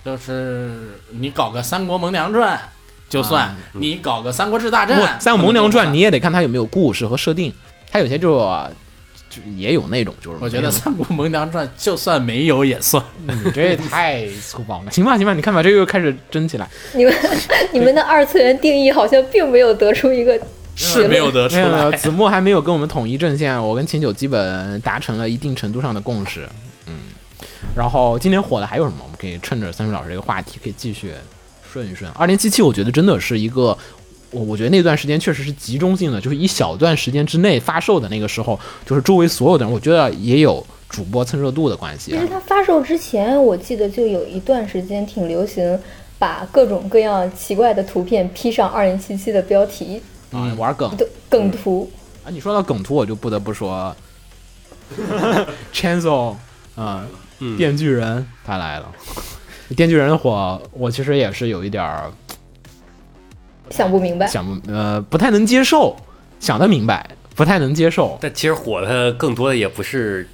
Speaker 4: 就是你搞个《三国萌娘传》就算，你搞个《三国志大
Speaker 1: 不
Speaker 4: 战》
Speaker 1: 《三国
Speaker 4: 可能就
Speaker 1: 萌娘
Speaker 4: 不
Speaker 1: 传》
Speaker 4: 算
Speaker 1: 你也得看它有没有故事和设定，它有些就就也有那种就是
Speaker 4: 我觉得
Speaker 1: 没有
Speaker 4: 《三国萌娘传》就算没有也算。
Speaker 1: 你这也太粗暴了。行吧，行吧，你看吧，这个又开始争起来。
Speaker 2: 你们你们的二次元定义好像并没有得出一个
Speaker 4: 是没有得出
Speaker 1: 没有没有，
Speaker 4: 来。
Speaker 1: 子墨还没有跟我们统一阵线，啊我跟秦九基本达成了一定程度上的共识。嗯，然后今年火的还有什么？我们可以趁着三水老师这个话题，可以继续顺一顺。二零七七，我觉得真的是一个。我我觉得那段时间确实是集中性的，就是一小段时间之内发售的那个时候，就是周围所有的人，我觉得也有主播蹭热度的关系啊
Speaker 5: 啊
Speaker 2: 其。实它发售之前，我记得就有一段时间挺流行，把各种各样奇怪的图片 P 上二零七七的标题
Speaker 1: 啊，玩梗
Speaker 2: 的梗
Speaker 5: 嗯
Speaker 2: 图。
Speaker 1: 啊，你说到梗图，我就不得不 说，Chancel，啊、
Speaker 5: 嗯
Speaker 1: 电锯人他来了。电锯人的火，我其实也是有一点儿
Speaker 2: 想不明白，
Speaker 1: 想不呃不太能接受，想得明白，不太能接受
Speaker 5: 但其实火的更多的也不是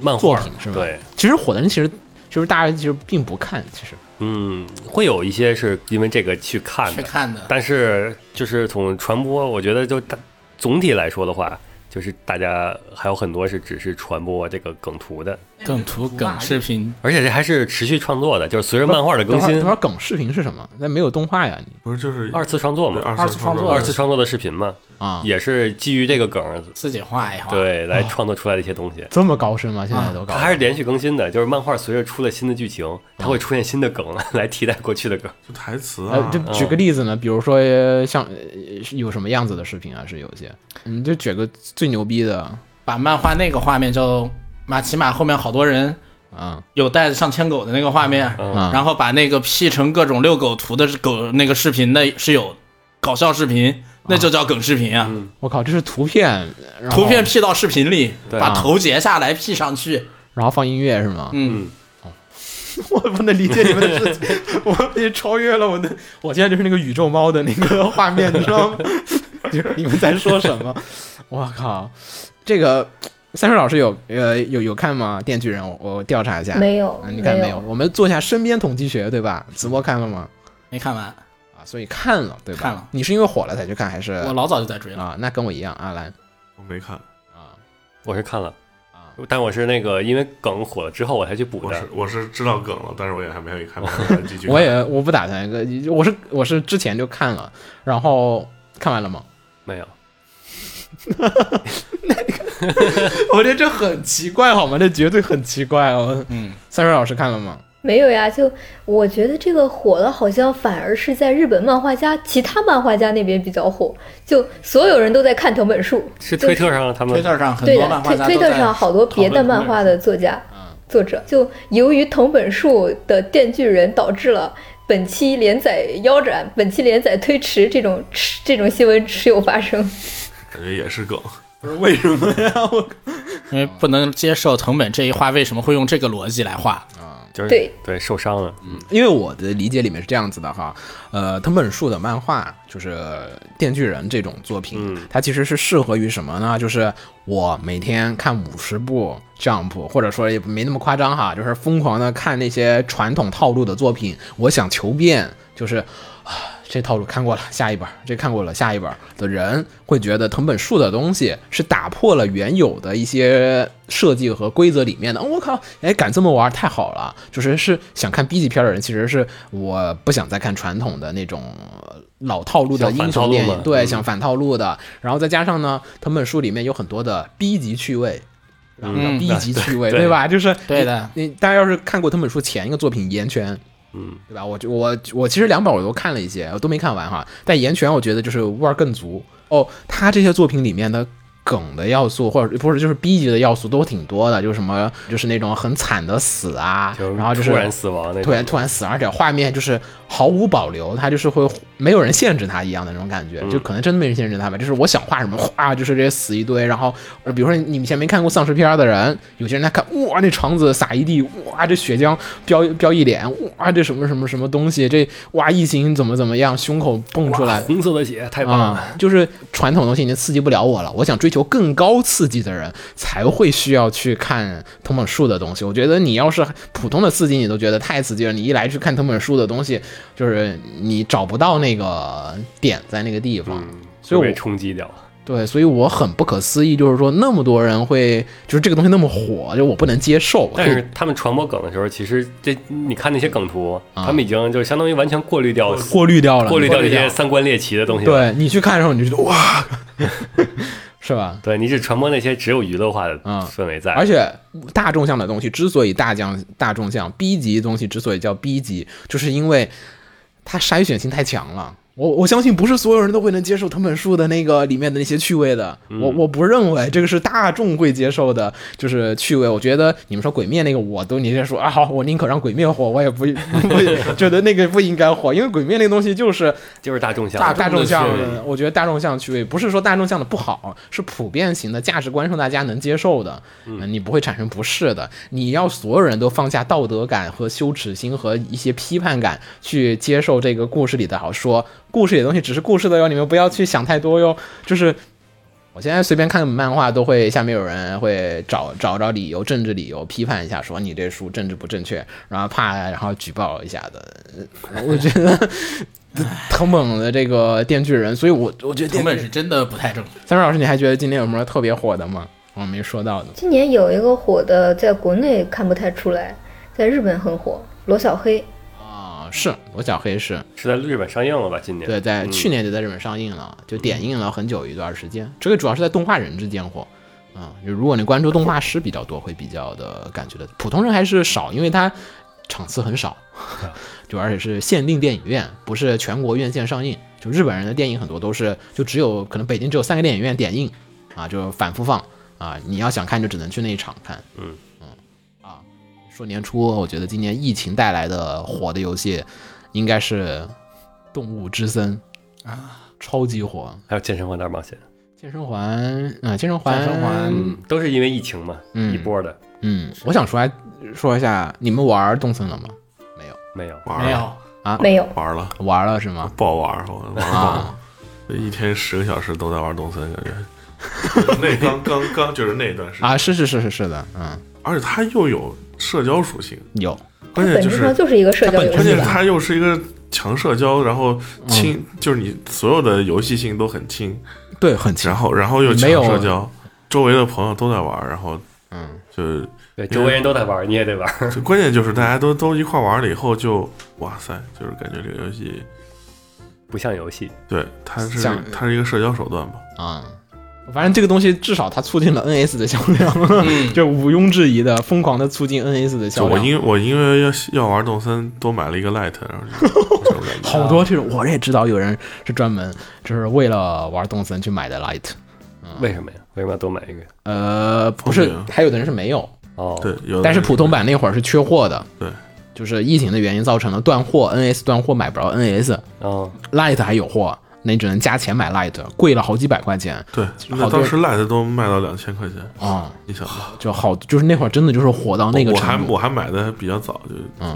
Speaker 5: 漫
Speaker 1: 作
Speaker 5: 画
Speaker 1: 品是吧？
Speaker 5: 对，，
Speaker 1: 其实火的人其实就是大家其实并不看，其实
Speaker 5: 嗯，会有一些是因为这个去看
Speaker 4: 去
Speaker 5: 的，
Speaker 4: 看的，
Speaker 5: 但是就是从传播，我觉得就大总体来说的话，就是大家还有很多是只是传播这个梗图的，
Speaker 4: 梗图、梗视频，
Speaker 5: 而且这还是持续创作的，就是随着漫画的更
Speaker 1: 等会儿
Speaker 5: 新
Speaker 1: 等会，儿梗视频是什么？那没有动画呀，你
Speaker 3: 不是就是
Speaker 5: 二次创作
Speaker 3: 对
Speaker 5: 嘛，
Speaker 3: 二
Speaker 1: 创
Speaker 3: 创
Speaker 1: 作
Speaker 5: 二次创作的视频嘛，
Speaker 1: 啊，
Speaker 5: 也是基于这个梗，
Speaker 4: 自己画一画。，啊
Speaker 5: 对，来创作出来的一些东西。
Speaker 1: 这么高深吗？现在
Speaker 3: 啊
Speaker 1: 都高
Speaker 5: 它还是连续更新的，就是漫画随着出了新的剧情，它会出现新的梗 来替代过去的梗。
Speaker 3: 就台词
Speaker 1: 呃
Speaker 4: 哎
Speaker 3: 啊，，
Speaker 4: 嗯
Speaker 1: 就举个例子呢，比如说呃像呃是有什么样子的视频啊，是有一些，你就举个最牛逼的
Speaker 4: 把漫画那个画面就马起码后面好多人
Speaker 1: 啊
Speaker 4: 有带着上千狗的那个画面，
Speaker 5: 嗯
Speaker 1: 啊，
Speaker 4: 然后把那个 P 成各种遛狗图的狗那个视频的是有搞笑视频，那就叫梗视频啊。
Speaker 5: 嗯
Speaker 1: 我靠，这是图片，然后
Speaker 4: 图片 P 到视频里，
Speaker 5: 对啊
Speaker 4: 把头截下来 P 上去。
Speaker 1: 然后放音乐是吗？
Speaker 4: 嗯，
Speaker 1: 我不能理解你们的事情，我也超越了我的，我现在就是那个宇宙猫的那个画面，你知道 吗？ 就是你们在说什么？我靠，这个三水老师有呃有有看吗？电锯人，我我调查一下，
Speaker 2: 没有
Speaker 1: 嗯，你看
Speaker 2: 没
Speaker 1: 没有？我们做一下身边统计学，对吧？子墨看了吗？
Speaker 4: 没看完，
Speaker 1: 啊，所以看了，对吧？
Speaker 4: 看了
Speaker 1: 你是因为火了才去看，还是
Speaker 4: 我老早就在追了。
Speaker 1: 啊？那跟我一样，阿兰
Speaker 3: 我没看，
Speaker 1: 啊
Speaker 5: 我是看了，
Speaker 1: 啊，
Speaker 5: 但我是那个因为梗火了之后我才去补
Speaker 3: 我是
Speaker 5: 的。
Speaker 3: 我是知道梗了，但是我也还没有 看完几句。
Speaker 1: 我也我不打算，呃我是我是之前就看了，然后看完了吗？
Speaker 5: 没有，
Speaker 1: 我觉得这很奇怪，好吗？这绝对很奇怪哦。
Speaker 4: 嗯，
Speaker 1: 三水老师看了吗？
Speaker 2: 没有呀，就我觉得这个火了，好像反而是在日本漫画家、其他漫画家那边比较火，就所有人都在看藤本树。
Speaker 5: 是推特上他们
Speaker 4: 推特上很
Speaker 2: 对
Speaker 4: 多
Speaker 2: 的
Speaker 4: 漫，画
Speaker 2: 推
Speaker 4: 家
Speaker 2: 推
Speaker 4: 都在
Speaker 2: 特上好多别的漫画的作家、作者，就由于藤本树的《电锯人》导致了。本期连载腰斩，本期连载推迟，这种这种新闻时有发生。
Speaker 3: 感觉也是梗，
Speaker 1: 不是为什么呀？我啊
Speaker 4: 因为不能接受藤本这一画为什么会用这个逻辑来画，
Speaker 5: 就是
Speaker 2: 对
Speaker 5: 对受伤了，
Speaker 1: 嗯因为我的理解里面是这样子的哈，呃，藤本树的漫画就是《电锯人》这种作品，
Speaker 5: 嗯
Speaker 1: 它其实是适合于什么呢？就是我每天看五十部 Jump，或者说也没那么夸张哈，就是疯狂的看那些传统套路的作品，我想求变，就是这套路看过了，下一本；这看过了，下一本的人会觉得藤本树的东西是打破了原有的一些设计和规则里面的。哦我靠，哎，敢这么玩，太好了！就是是想看 B 级片的人，其实是我不想再看传统的那种呃老套路的
Speaker 5: 想反
Speaker 1: 英
Speaker 5: 套
Speaker 1: 雄
Speaker 5: 路
Speaker 1: 电影
Speaker 5: 嘛，
Speaker 1: 对，
Speaker 5: 嗯
Speaker 1: 想反套路的。然后再加上呢，藤本树里面有很多的 B 级趣味。然后叫
Speaker 4: 嗯
Speaker 1: B 级趣味，
Speaker 5: 对
Speaker 1: 对吧？就是
Speaker 4: 对的
Speaker 1: 你你大家要是看过藤本树前一个作品《岩泉》，
Speaker 5: 嗯，
Speaker 1: 对吧？我就我我其实两本我都看了一些，我都没看完哈。但《岩泉》我觉得就是味儿更足哦。他这些作品里面的梗的要素，或者不是就是 B 级的要素都挺多的，就是什么就是那种很惨的死啊
Speaker 5: 就，
Speaker 1: 然后就是
Speaker 5: 突然死亡那
Speaker 1: 突然
Speaker 5: 种，
Speaker 1: 突然死，而且画面就是毫无保留，他就是会没有人限制他一样的那种感觉，
Speaker 5: 嗯
Speaker 1: 就可能真的没人限制他吧，就是我想画什么画，就是这些死一堆，然后呃比如说你们以前没看过丧尸片儿的人，有些人他看哇那肠子撒一地，哇这血浆飙飙一脸，哇这什么什么什么东西，这哇异形怎么怎么样，胸口蹦出来
Speaker 5: 哇，红色的血太棒了，
Speaker 1: 啊、就是传统东西已经刺激不了我了。我想追求更高刺激的人，才会需要去看藤本树的东西。我觉得你要是普通的刺激，你都觉得太刺激了。你一来去看藤本树的东西，就是你找不到那个点在那个地方。所以
Speaker 5: 就
Speaker 1: 我
Speaker 5: 嗯被冲击掉了，
Speaker 1: 对，所以我很不可思议，就是说那么多人会，就是这个东西那么火，就我不能接受。
Speaker 5: 但是他们传播梗的时候，其实这你看那些梗图，
Speaker 1: 啊
Speaker 5: 他们已经就相当于完全过滤掉
Speaker 1: 就过滤掉了，
Speaker 5: 过滤掉
Speaker 4: 过
Speaker 5: 这
Speaker 4: 滤掉
Speaker 5: 些三观猎奇的东西，
Speaker 1: 对你去看的时候，你就觉得 哇，是吧？
Speaker 5: 对，你只传播那些只有娱乐化的
Speaker 1: 嗯
Speaker 5: 氛围在，
Speaker 1: 而且大众向的东西之所以大将大众向 B 级东西之所以叫 B 级，就是因为它筛选性太强了。我我相信不是所有人都会能接受藤本树的那个里面的那些趣味的，
Speaker 5: 嗯
Speaker 1: 我我不认为这个是大众会接受的，就是趣味。我觉得你们说鬼灭那个，我都你这说啊，好，我宁可让鬼灭火，我也不 不觉得那个不应该火，因为鬼灭那个东西就是
Speaker 5: 就是大众向
Speaker 1: 大大众
Speaker 4: 的
Speaker 1: 向
Speaker 4: 趣味
Speaker 1: 的，我觉得大众向趣味不是说大众向的不好，是普遍型的价值观上大家能接受的，嗯，你不会产生不适的。你要所有人都放下道德感和羞耻心和一些批判感，去接受这个故事里的好说，故事里的东西只是故事的哟，你们不要去想太多哟，就是。我现在随便看个漫画，都会下面有人会找找找理由，政治理由批判一下，说你这书政治不正确，然后怕然后举报一下的。 呃我觉 得藤本的这个电锯人，所以我我觉得
Speaker 4: 成
Speaker 1: 电
Speaker 4: 本是真的不太正常。
Speaker 1: 三水老师，你还觉得今年有什么特别火的吗？我没说到的。
Speaker 2: 今年有一个火的，在国内看不太出来，在日本很火，罗小黑。
Speaker 1: 啊，是罗小黑是
Speaker 5: 是在日本上映了吧？今年
Speaker 1: 对，在
Speaker 5: 嗯
Speaker 1: 去年就在日本上映了，就点映了很久一段时间。这个主要是在动画人之间火，嗯，就如果你关注动画师比较多，会比较的感觉的，普通人还是少，因为它场次很少， 就而且是限定电影院，不是全国院线上映。就日本人的电影很多都是就只有可能北京只有三个电影院点映，啊，就反复放啊，你要想看就只能去那一场看。
Speaker 5: 嗯
Speaker 1: 嗯啊，说年初，我觉得今年疫情带来的火的游戏应该是《动物之森》啊，超级火。
Speaker 5: 还有健身环大冒险，
Speaker 1: 健身环，嗯、健身环，
Speaker 4: 健身环
Speaker 5: 嗯，都是因为疫情嘛，
Speaker 1: 嗯
Speaker 5: 一波的
Speaker 1: 嗯，我想说说一下，你们玩动森了吗？没有，啊
Speaker 5: 没有。
Speaker 3: 玩
Speaker 4: 没
Speaker 3: 了
Speaker 4: 有，
Speaker 2: 没有，
Speaker 3: 玩了，
Speaker 1: 玩了是吗？
Speaker 3: 不好玩，我玩不了，
Speaker 1: 啊，
Speaker 3: 一天十个小时都在玩动森，感觉。 那刚刚刚就是那段时间，
Speaker 1: 啊，是是是是是的，嗯，
Speaker 3: 而且它又有社交属性，
Speaker 1: 有，
Speaker 2: 它
Speaker 3: 关键
Speaker 2: 本
Speaker 3: 就
Speaker 2: 质
Speaker 3: 是
Speaker 2: 上就是一个社交游
Speaker 3: 关
Speaker 2: 戏
Speaker 3: 键是
Speaker 2: 吧。
Speaker 3: 它又是一个强社交，然后轻，
Speaker 1: 嗯
Speaker 3: 就是你所有的游戏性都很轻，
Speaker 1: 对，很强，
Speaker 3: 然后然后又强
Speaker 1: 没有
Speaker 3: 社交，周围的朋友都在玩，然后
Speaker 1: 嗯，
Speaker 3: 就
Speaker 5: 对，周围人都在玩，你也得玩。
Speaker 3: 就关键就是大家都都一块玩了以后就，哇塞，就是感觉这个游戏，
Speaker 5: 不像游戏，
Speaker 3: 对，它是
Speaker 1: 像
Speaker 3: 它是一个社交手段吧。
Speaker 1: 啊、反正这个东西至少它促进了 NS 的销量，
Speaker 4: 嗯，
Speaker 1: 就毋庸置疑的，疯狂的促进 NS 的
Speaker 3: 就
Speaker 1: 销
Speaker 3: 我
Speaker 1: 量。
Speaker 3: 因我因为要要玩动森，多买了一个 Light，然后就这种感觉。
Speaker 1: 好多这种，我也知道有人是专门就是为了玩动森去买的 Light，
Speaker 5: 为什么呀？为什么要多买一个？
Speaker 1: 呃，不是
Speaker 3: 方便，
Speaker 1: 还有的人是没有，
Speaker 5: 哦，
Speaker 3: 啊对，，有的
Speaker 1: 但是普通版那会儿是缺货的，
Speaker 3: 对，
Speaker 4: 嗯
Speaker 1: 就是疫情的原因造成了断货，NS 断货买不着 NS，Lite
Speaker 5: 哦，
Speaker 1: 还有货，那你只能加钱买 Light，贵了好几百块钱
Speaker 3: 对，
Speaker 1: 好
Speaker 3: 那
Speaker 1: 多
Speaker 3: 当时 Light 都卖到两千块钱，
Speaker 1: 啊、
Speaker 3: 你想吧，
Speaker 1: 就好，就是那会儿真的就是火哦到那个
Speaker 3: 哦我还
Speaker 1: 程度嗯
Speaker 3: 我还买的比较早，就就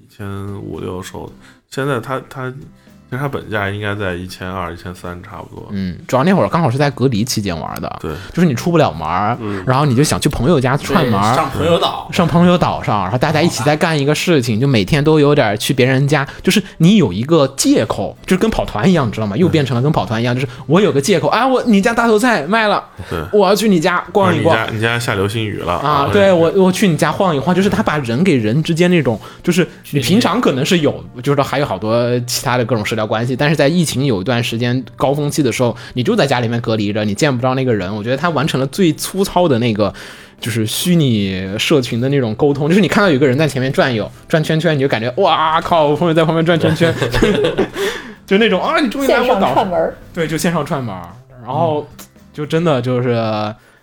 Speaker 3: 一千五六收的，现在它它其实它本价应该在一千二、一千三差不多。
Speaker 1: 嗯，主要那会儿刚好是在隔离期间玩的，
Speaker 3: 对，
Speaker 1: 就是你出不了门儿，
Speaker 5: 嗯
Speaker 1: 然后你就想去朋友家串门儿，
Speaker 4: 上朋友岛，
Speaker 1: 上朋友岛上，然后大家一起在干一个事情，就每天都有点去别人家，就是你有一个借口，就是跟跑团一样，你知道吗？又变成了跟跑团一样，就是我有个借口啊，我你家大头菜卖了，
Speaker 3: 对
Speaker 1: 我要去啊你家逛一
Speaker 3: 你
Speaker 1: 逛。
Speaker 3: 家你家下流星雨了
Speaker 1: 啊，对我，我去你家晃一晃，就是他把人给人之间那种，就是你平常可能是有，就是说还有好多其他的各种社交关系，但是在疫情有一段时间高峰期的时候，你就在家里面隔离着，你见不着那个人。我觉得他完成了最粗糙的那个，就是虚拟社群的那种沟通，就是你看到有个人在前面转悠转圈圈，你就感觉哇靠，我朋友在旁边转圈 圈，就那种啊，你终于来
Speaker 2: 线
Speaker 1: 我
Speaker 2: 上
Speaker 1: 岛
Speaker 2: 串门儿，
Speaker 1: 对，就线上串门儿，然后就真的就是。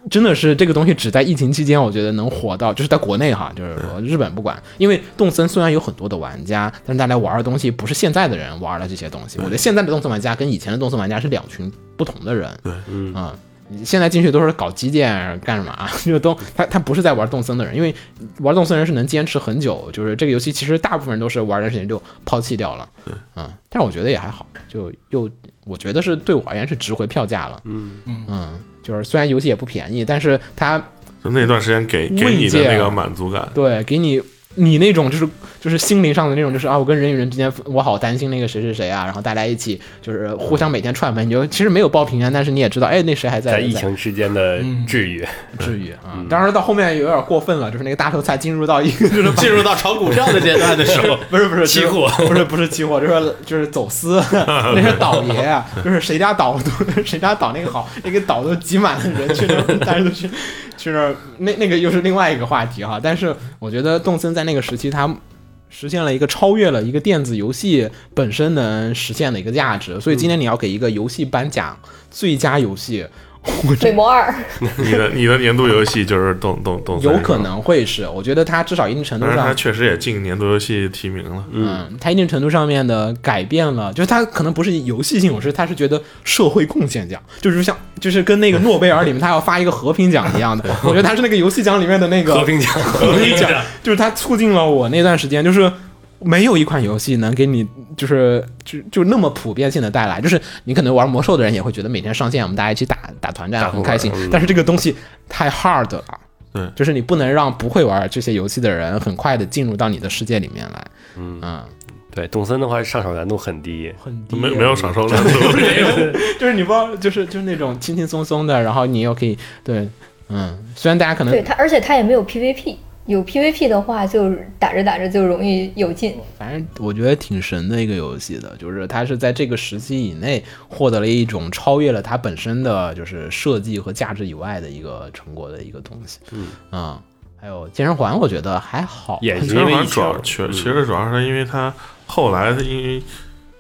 Speaker 1: 真的是这个东西只在疫情期间，我觉得能火到，就是在国内哈，就是说日本不管，因为动森虽然有很多的玩家，但是大家玩的东西不是现在的人玩的这些东西。我觉得现在的动森玩家跟以前的动森玩家是两群不同的人。
Speaker 5: 嗯，
Speaker 1: 嗯，你现在进去都是搞基建干什么啊？ 就都他他不是在玩动森的人，因为玩动森人是能坚持很久，就是这个游戏其实大部分人都是玩一段时间就抛弃掉了。嗯，但是我觉得也还好，就又我觉得是对我而言是值回票价了。嗯嗯，就是虽然游戏也不便宜，但是它
Speaker 3: 就那段时间给给
Speaker 1: 慰
Speaker 3: 你的
Speaker 1: 藉
Speaker 3: 那
Speaker 1: 啊
Speaker 3: 个满足感，
Speaker 1: 对，给你你那种就是就是心灵上的那种，就是啊，我跟人与人之间，我好担心那个谁谁谁啊，然后大家一起就是互相每天串门，你就其实没有报平安，但是你也知道，哎，那谁还在
Speaker 5: 在疫情之间的治愈，
Speaker 1: 至于啊，当然到后面有点过分了，就是那个大头菜进入到一个就是
Speaker 4: 进入到炒股票的阶段的时候，
Speaker 1: 不是不是
Speaker 5: 期货，
Speaker 1: 不是不是期货，就是就是走私， 那是倒爷啊，就是谁家倒 都谁家倒那个好，那个倒都挤满了人去那儿，但是都去去那儿，那那个又是另外一个话题哈。但是我觉得动森在那个时期他。实现了一个超越了一个电子游戏本身能实现的一个价值，所以今天你要给一个游戏颁奖最佳游戏，我
Speaker 2: 美魔二，
Speaker 3: 你的你的年度游戏就是动动动，
Speaker 1: 有可，能会是，我觉得它至少一定程度
Speaker 3: 但是
Speaker 1: 上
Speaker 3: 它，确实也进年度游戏提名了。
Speaker 1: 嗯，它一定程度上面的改变了，就是它可能不是游戏性有失，它是觉得社会贡献奖，就是像就是跟那个诺贝尔里面他要发一个和平奖一 样的，我觉得它是那个游戏奖里面的那个
Speaker 5: 和平奖，
Speaker 1: 和平奖，就是它促进了我那段时间就是。没有一款游戏能给你就是就就那么普遍性的带来，就是你可能玩魔兽的人也会觉得每天上线我们大家一起打打团战
Speaker 5: 打
Speaker 1: 很开心
Speaker 5: 会儿嗯，
Speaker 1: 但是这个东西太 hard 了，啊
Speaker 3: 对
Speaker 1: 就是你不能让不会玩这些游戏的人很快的进入到你的世界里面来，嗯
Speaker 5: 对，动森的话上手难度很低，
Speaker 1: 很低，
Speaker 3: 没没有少收难度，
Speaker 1: 就是你不知道，就是就是那种轻轻松松的，然后你又可以对，嗯，虽然大家可能
Speaker 2: 对它，而且它也没有 PVP，有 PVP 的话，就是打着打着就容易有劲。
Speaker 1: 反正我觉得挺神的一个游戏的，就是它是在这个时期以内获得了一种超越了它本身的就是设计和价值以外的一个成果的一个东西。嗯还有健身环，我觉得还好，啊
Speaker 5: 也
Speaker 3: 其
Speaker 5: 是
Speaker 3: 实
Speaker 5: 因为
Speaker 3: 好像
Speaker 5: 疫
Speaker 3: 主
Speaker 5: 情嗯
Speaker 3: 要，确其
Speaker 1: 嗯
Speaker 3: 实主要是因为它后来因为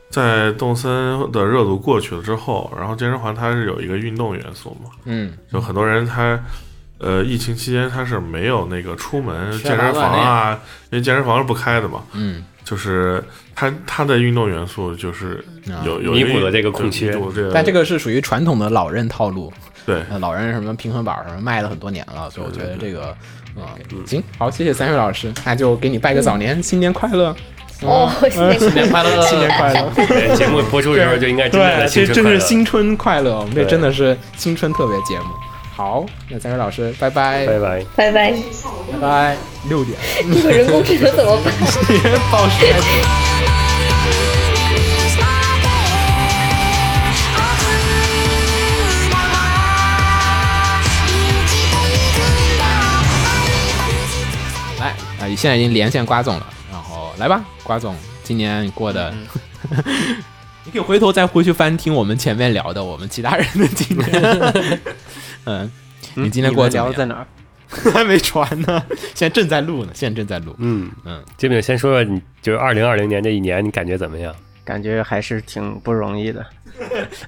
Speaker 3: 在动森的热度过去了之后，然后健身环它是有一个运动元素嘛，
Speaker 1: 嗯，
Speaker 3: 就很多人他呃疫情期间他是没有那个出门
Speaker 4: 缺乏
Speaker 3: 健身房
Speaker 4: 锻
Speaker 3: 啊，因为健身房是不开的嘛，
Speaker 1: 嗯，
Speaker 3: 就是它它的运动元素就是
Speaker 1: 啊
Speaker 3: 有有
Speaker 5: 弥
Speaker 3: 一
Speaker 5: 补了这个空缺
Speaker 3: 弥补这个
Speaker 1: 但这个是属于传统的老任套路，
Speaker 3: 对
Speaker 1: 呃老人什么平衡板什么卖了很多年了，所以我觉得这个，嗯，行，好，谢谢三水老师，那就给你拜个早年，新年快乐，嗯
Speaker 2: 哦，那个
Speaker 4: 新年快乐，
Speaker 1: 新年快乐。
Speaker 5: 对节目播出的时候就应该真正的
Speaker 1: 对，
Speaker 5: 新
Speaker 1: 这
Speaker 5: 春
Speaker 1: 真
Speaker 5: 快
Speaker 1: 是
Speaker 5: 乐
Speaker 1: 新春快乐，我们这
Speaker 5: 对
Speaker 1: 真的是新春特别节目。好，那三位老师，拜拜，
Speaker 5: 拜拜。
Speaker 2: 拜拜，
Speaker 1: 拜拜，六点，
Speaker 2: 这个人工智能怎么 办？
Speaker 1: 报时开始。来，啊、现在已经连线瓜总了，然后来吧，瓜总，今年过的， 你可以回头再回去翻听我们前面聊的我们其他人的经历。嗯，你今天过得怎
Speaker 6: 聊
Speaker 1: 么
Speaker 6: 的在
Speaker 1: 样？
Speaker 6: 哪儿？
Speaker 1: 还没传呢，现在正在录呢，现在正在录。
Speaker 5: 嗯
Speaker 1: 嗯，
Speaker 5: 这边先说说你，就是二零二零年这一年，你感觉怎么样？
Speaker 6: 感觉还是挺不容易的。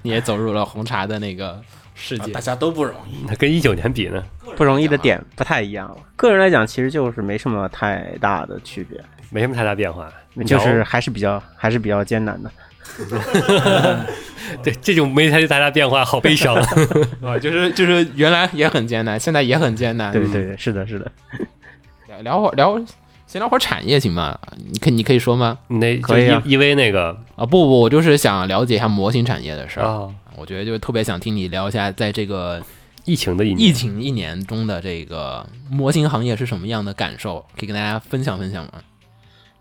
Speaker 1: 你也走入了红茶的那个世界
Speaker 4: 大。家都不容易，
Speaker 5: 那跟一九年比 呢，
Speaker 6: 不容易的点不太一样了。个人来讲，其实就是没什么太大的区别，
Speaker 5: 没什么太大变化，
Speaker 6: 就是
Speaker 5: 聊
Speaker 6: 还是比较还是比较艰难的。
Speaker 5: 对这种没太大家变化，好悲伤。
Speaker 1: 啊，就是就是原来也很艰难，现在也很艰难。
Speaker 6: 对对对，是的，是的，
Speaker 1: 聊 聊会儿聊，先聊会儿产业行吗？你可你可以说吗？
Speaker 5: 你那就
Speaker 6: 可以啊
Speaker 5: 因因为那个
Speaker 1: 啊，不不，我就是想了解一下模型产业的事儿。
Speaker 5: 啊，
Speaker 1: 我觉得就特别想听你聊一下，在这个
Speaker 5: 疫情的一
Speaker 1: 疫
Speaker 5: 年，
Speaker 1: 情一年中的这个模型行业是什么样的感受，可以跟大家分享分享吗？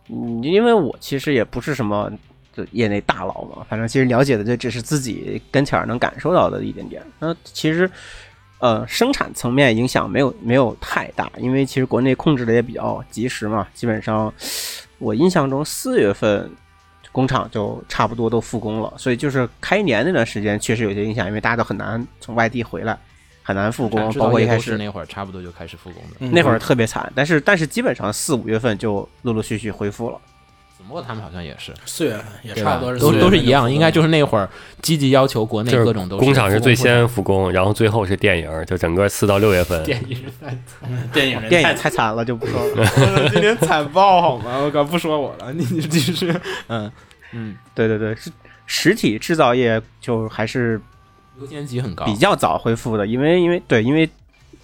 Speaker 6: 嗯，因为我其实也不是什么就业内大佬嘛，反正其实了解的就只是自己跟前儿能感受到的一点点。那其实，呃，生产层面影响没有没有太大，因为其实国内控制的也比较及时嘛，基本上我印象中四月份。工厂就差不多都复工了，所以就是开年那段时间确实有些影响，因为大家都很难从外地回来，很难复工，
Speaker 1: 制
Speaker 6: 包
Speaker 1: 造
Speaker 6: 括一
Speaker 1: 业
Speaker 6: 开
Speaker 1: 都
Speaker 6: 始嗯
Speaker 1: 市那会儿，差不多就开始复工了。
Speaker 6: 那会儿特别惨，但是但是基本上四五月份就陆陆续续恢复了。
Speaker 1: 子墨他们好像也是，
Speaker 4: 四月份也
Speaker 1: 对
Speaker 4: 差
Speaker 1: 吧
Speaker 4: 不多是
Speaker 1: 都
Speaker 4: 四月份
Speaker 1: 都是
Speaker 4: 就
Speaker 1: 一样，
Speaker 4: 复
Speaker 1: 应该
Speaker 4: 工
Speaker 1: 就是那会儿积极要求国内
Speaker 5: 就是
Speaker 1: 各种都
Speaker 5: 工厂
Speaker 1: 是
Speaker 5: 是最先复工，然后最后是电影，就整个四到六月份，
Speaker 1: 电影，
Speaker 4: 电影人
Speaker 6: 电
Speaker 4: 太
Speaker 6: 影太惨了，就不说 了。
Speaker 1: 今天惨爆好吗？我靠，不说我了，你你继续。嗯，
Speaker 6: 对对对，是实体制造业就还是
Speaker 1: 优先级很高，
Speaker 6: 比较早恢复的，因为因为对因为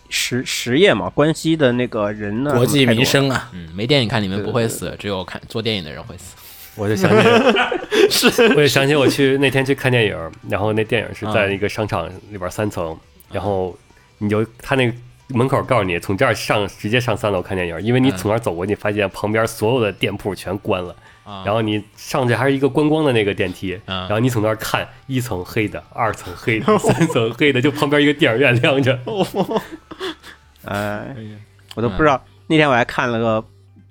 Speaker 6: 实实业嘛，关系的那个人呢，
Speaker 4: 国际
Speaker 6: 什么太多
Speaker 4: 民生啊，
Speaker 1: 嗯，没电影看你们不会死，只有看做电影的人会死。
Speaker 5: 我就想起， 我就想起我去那天去看电影，然后那电影是
Speaker 1: 嗯
Speaker 5: 在一个商场里边三层，然后你就他那个门口告诉你从这儿上直接上三楼看电影，因为你
Speaker 1: 嗯
Speaker 5: 从那儿走过，你发现旁边所有的店铺全关了，
Speaker 1: 啊
Speaker 5: 然后你上去还是一个观光的那个电梯，
Speaker 1: 嗯
Speaker 5: 然后你从那儿看一层黑的，二层 黑的，三层黑的，就旁边一个电影院亮着，
Speaker 1: 哦
Speaker 6: 哎，我都不知道。那天我还看了个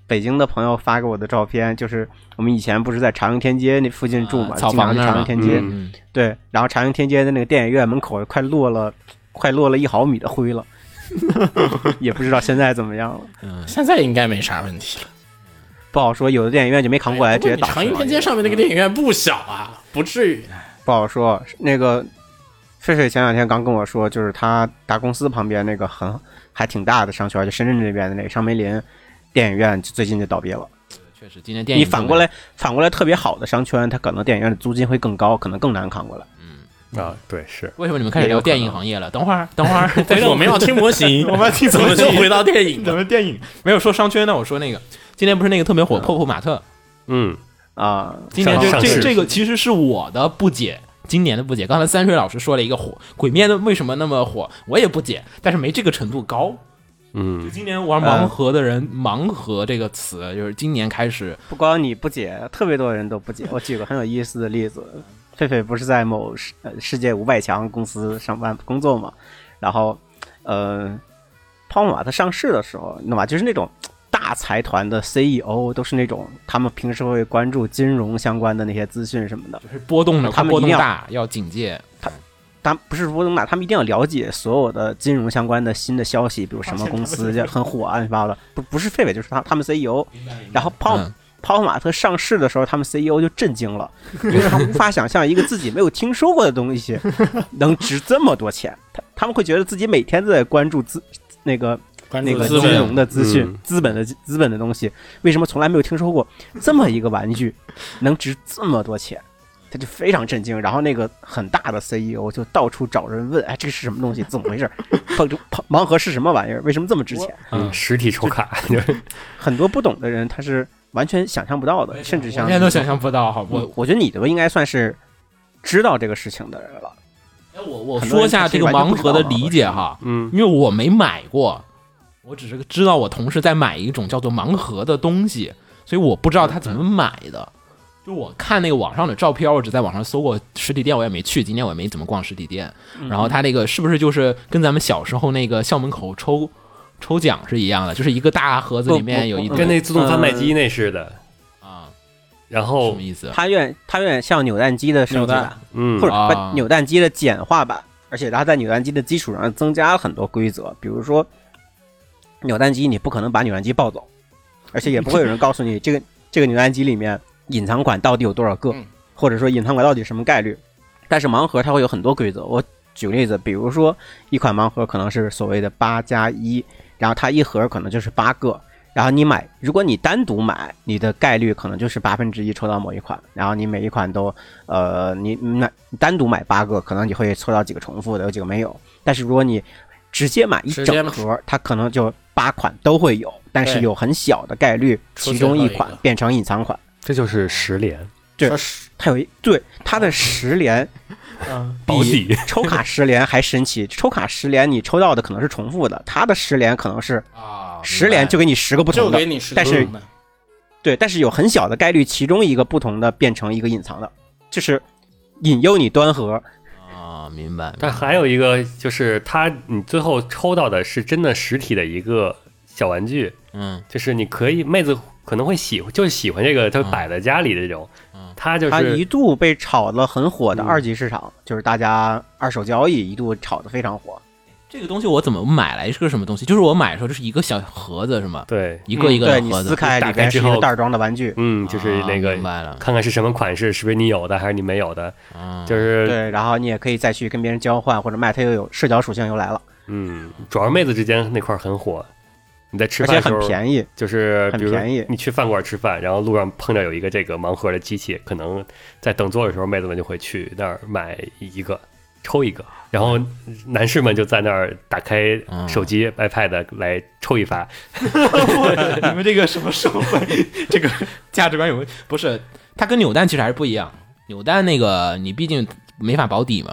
Speaker 6: 北京的朋友发给我的照片，就是我们以前不是在长安天街那附近住嘛，
Speaker 1: 啊草
Speaker 6: 经常
Speaker 1: 房
Speaker 6: 去
Speaker 1: 那儿
Speaker 6: 长
Speaker 1: 嘛
Speaker 6: 安天街，
Speaker 5: 嗯
Speaker 1: 嗯，
Speaker 6: 对，然后长安天街的那个电影院门口快落了，快落了一毫米的灰了， 也不知道现在怎么样了，
Speaker 1: 嗯
Speaker 4: 现在应该没啥问题了。
Speaker 6: 不好说。有的电影院就没扛过来，
Speaker 4: 哎
Speaker 6: 直接
Speaker 4: 不
Speaker 6: 倒
Speaker 4: 过你
Speaker 6: 了。
Speaker 4: 长安
Speaker 1: 啊
Speaker 4: 天街上面那个电影院不小啊，不至于。
Speaker 6: 不好说。那个狒狒前两天刚跟我说，就是他大公司旁边那个很还挺大的商圈，就深圳这边的那个商梅林电影院，最近就倒闭了。
Speaker 1: 确实，今天电影
Speaker 6: 你反过来反过来特别好的商圈，它可能电影院的租金会更高，可能更难扛过来。
Speaker 5: 啊，对，是
Speaker 1: 嗯为什么你们开始聊电影行业了？等会儿，等会儿再
Speaker 4: 但是
Speaker 1: 说
Speaker 4: 我们要听模 型，我们听怎么就回到电影了？
Speaker 1: 们电影没有说商圈呢？我说那个，今天不是那个特别火《泡泡玛特》，
Speaker 5: 嗯，
Speaker 6: 啊、
Speaker 1: 今年这
Speaker 5: 上
Speaker 1: 这
Speaker 5: 市
Speaker 1: 这个其实是我的不解，今年的不解。刚才三水老师说了一个火，鬼灭的为什么那么火，我也不解，但是没这个程度高。
Speaker 5: 嗯，
Speaker 1: 今年玩盲盒的人，
Speaker 6: 嗯
Speaker 1: 盲盒这个词就是今年开始，
Speaker 6: 不光你不解，特别多人都不解。我举个很有意思的例子，狒狒不是在某世呃世界五百强公司上班工作嘛，然后呃，泡沫玛特上市的时候，那么就是那种大财团的 CEO 都是那种他们平时会关注金融相关的那些资讯什么的，
Speaker 1: 就是波动的，
Speaker 6: 他们
Speaker 1: 波动
Speaker 6: 一定要
Speaker 1: 大，要警戒。
Speaker 6: 他不是波动大，他们一定要了解所有的金融相关的新的消息，比如什么公司就很火啊，乱七八糟的，不不是狒狒就是他他们 CEO，然后泡
Speaker 1: 嗯
Speaker 6: 泡泡玛特上市的时候，他们 CEO 就震惊了，因为他无法想象一个自己没有听说过的东西能值这么多钱，他他们会觉得自己每天都在关注资那个
Speaker 4: 关
Speaker 6: 那
Speaker 4: 注
Speaker 6: 个
Speaker 4: 资
Speaker 6: 金
Speaker 4: 本
Speaker 6: 融的资讯
Speaker 5: 嗯、
Speaker 6: 资本的资本的东西，为什么从来没有听说过这么一个玩具能值这么多钱？他就非常震惊，然后那个很大的 CEO 就到处找人问：“哎，这是什么东西？怎么回事？碰碰盲盒是什么玩意儿？为什么这么值钱
Speaker 5: 嗯，实体抽卡，就是？”
Speaker 6: 很多不懂的人他是完全想象不到的，甚至
Speaker 1: 我
Speaker 6: 像
Speaker 1: 现在都想象不到，好不？
Speaker 6: 我，我觉得你都应该算是知道这个事情的人了。
Speaker 1: 哎我我
Speaker 6: 很多
Speaker 1: 说
Speaker 6: 人
Speaker 1: 一下
Speaker 6: 其
Speaker 1: 这
Speaker 6: 实
Speaker 1: 个
Speaker 6: 完全不
Speaker 1: 盲
Speaker 6: 知
Speaker 1: 盒的
Speaker 6: 道
Speaker 1: 理解哈，
Speaker 5: 嗯
Speaker 1: 因为我没买过，我只是知道我同事在买一种叫做盲盒的东西，所以我不知道他怎么买的。
Speaker 6: 嗯
Speaker 1: 就我看那个网上的照片，我只在网上搜过实体店，我也没去。今年我也没怎么逛实体店。
Speaker 6: 嗯
Speaker 1: 然后他那个是不是就是跟咱们小时候那个校门口抽抽奖是一样的？就是一个大盒子里面有一
Speaker 5: 跟
Speaker 1: 堆
Speaker 5: 那自动贩卖机那似的，
Speaker 1: 啊，嗯
Speaker 5: 然
Speaker 1: 什
Speaker 5: 后
Speaker 1: 么意思？
Speaker 6: 它有点它有点像扭蛋机的升级
Speaker 4: 扭蛋
Speaker 6: 版，
Speaker 5: 嗯
Speaker 6: 或者
Speaker 1: 啊
Speaker 6: 把扭蛋机的简化版，而且它在扭蛋机的基础上增加了很多规则，比如说扭蛋机你不可能把扭蛋机抱走，而且也不会有人告诉你这个这个扭蛋机里面隐藏款到底有多少个
Speaker 4: 嗯，
Speaker 6: 或者说隐藏款到底什么概率。但是盲盒它会有很多规则，我举个例子，比如说一款盲盒可能是所谓的八加一，然后它一盒可能就是八个，然后你买，如果你单独买，你的概率可能就是八分之一抽到某一款，然后你每一款都，呃，你买单独买八个，可能你会抽到几个重复的，有几个没有。但是如果你直接买一
Speaker 4: 直接
Speaker 6: 整
Speaker 4: 买
Speaker 6: 盒，它可能就八款都会有，但是
Speaker 4: 对
Speaker 6: 有很小的概率，
Speaker 4: 抽
Speaker 6: 其
Speaker 4: 选
Speaker 6: 中
Speaker 4: 到
Speaker 6: 一
Speaker 4: 一
Speaker 6: 款
Speaker 4: 个
Speaker 6: 变成隐藏款。
Speaker 5: 这就是十连
Speaker 6: 对
Speaker 4: 说是
Speaker 6: 它有一对它的十连
Speaker 5: 保底，
Speaker 6: 抽卡十连还神奇，抽卡十连你抽到的可能是重复的，它的十连可能是
Speaker 1: 啊，
Speaker 6: 十连就给你十个不
Speaker 4: 就
Speaker 6: 同的
Speaker 4: 给，你十个
Speaker 6: 但是
Speaker 4: 不同的
Speaker 6: 对，但是有很小的概率，其中一个不同的变成一个隐藏的，就是引诱你端盒。
Speaker 1: 啊，明白。
Speaker 5: 但还有一个就是它，你最后抽到的是真的实体的一个小玩具，
Speaker 1: 嗯，
Speaker 5: 就是你可以妹子可能会喜就是喜欢这个，
Speaker 1: 嗯
Speaker 5: 就摆在家里这种，它就
Speaker 6: 它一
Speaker 5: 是
Speaker 6: 度被炒得很火
Speaker 4: 嗯
Speaker 6: 的二级市场，就是大家二手交易一度炒得非常火。
Speaker 1: 这个东西我怎么买来是个什么东西？就是我买的时候，这是一个小盒子是吗？
Speaker 5: 对，
Speaker 1: 一个一
Speaker 6: 嗯
Speaker 1: 个
Speaker 6: 对
Speaker 1: 的
Speaker 6: 你
Speaker 1: 盒
Speaker 6: 撕
Speaker 1: 子，
Speaker 6: 开
Speaker 5: 打
Speaker 6: 里
Speaker 5: 开
Speaker 6: 边是
Speaker 5: 之
Speaker 6: 一个
Speaker 5: 后
Speaker 6: 袋儿装的玩具，
Speaker 5: 嗯，就是那
Speaker 1: 啊
Speaker 5: 个
Speaker 1: 明白了
Speaker 5: 看看是什么款式，是不是你有的还是你没有的，
Speaker 1: 啊，
Speaker 5: 嗯就是
Speaker 6: 对，然后你也可以再去跟别人交换或者卖，它又有社交属性又来了，
Speaker 5: 嗯，主要是妹子之间那块儿很火。你在吃
Speaker 6: 而且
Speaker 5: 饭的时
Speaker 6: 很
Speaker 5: 候，
Speaker 6: 便宜。
Speaker 5: 就是
Speaker 6: 很
Speaker 5: 比如说
Speaker 6: 便宜
Speaker 5: 你去饭馆吃饭，然后路上碰着有一个这个盲盒的机器，可能在等座的时候，妹子们就会去那儿买一个，抽一
Speaker 6: 嗯
Speaker 5: 个，然后男士们就在那儿打开
Speaker 1: 嗯
Speaker 5: 手机、iPad 来抽一发。
Speaker 1: 你们这个什么社会， 这个价值观有问不是？它跟扭蛋其实还是不一样。扭蛋那个你毕竟没法保底嘛，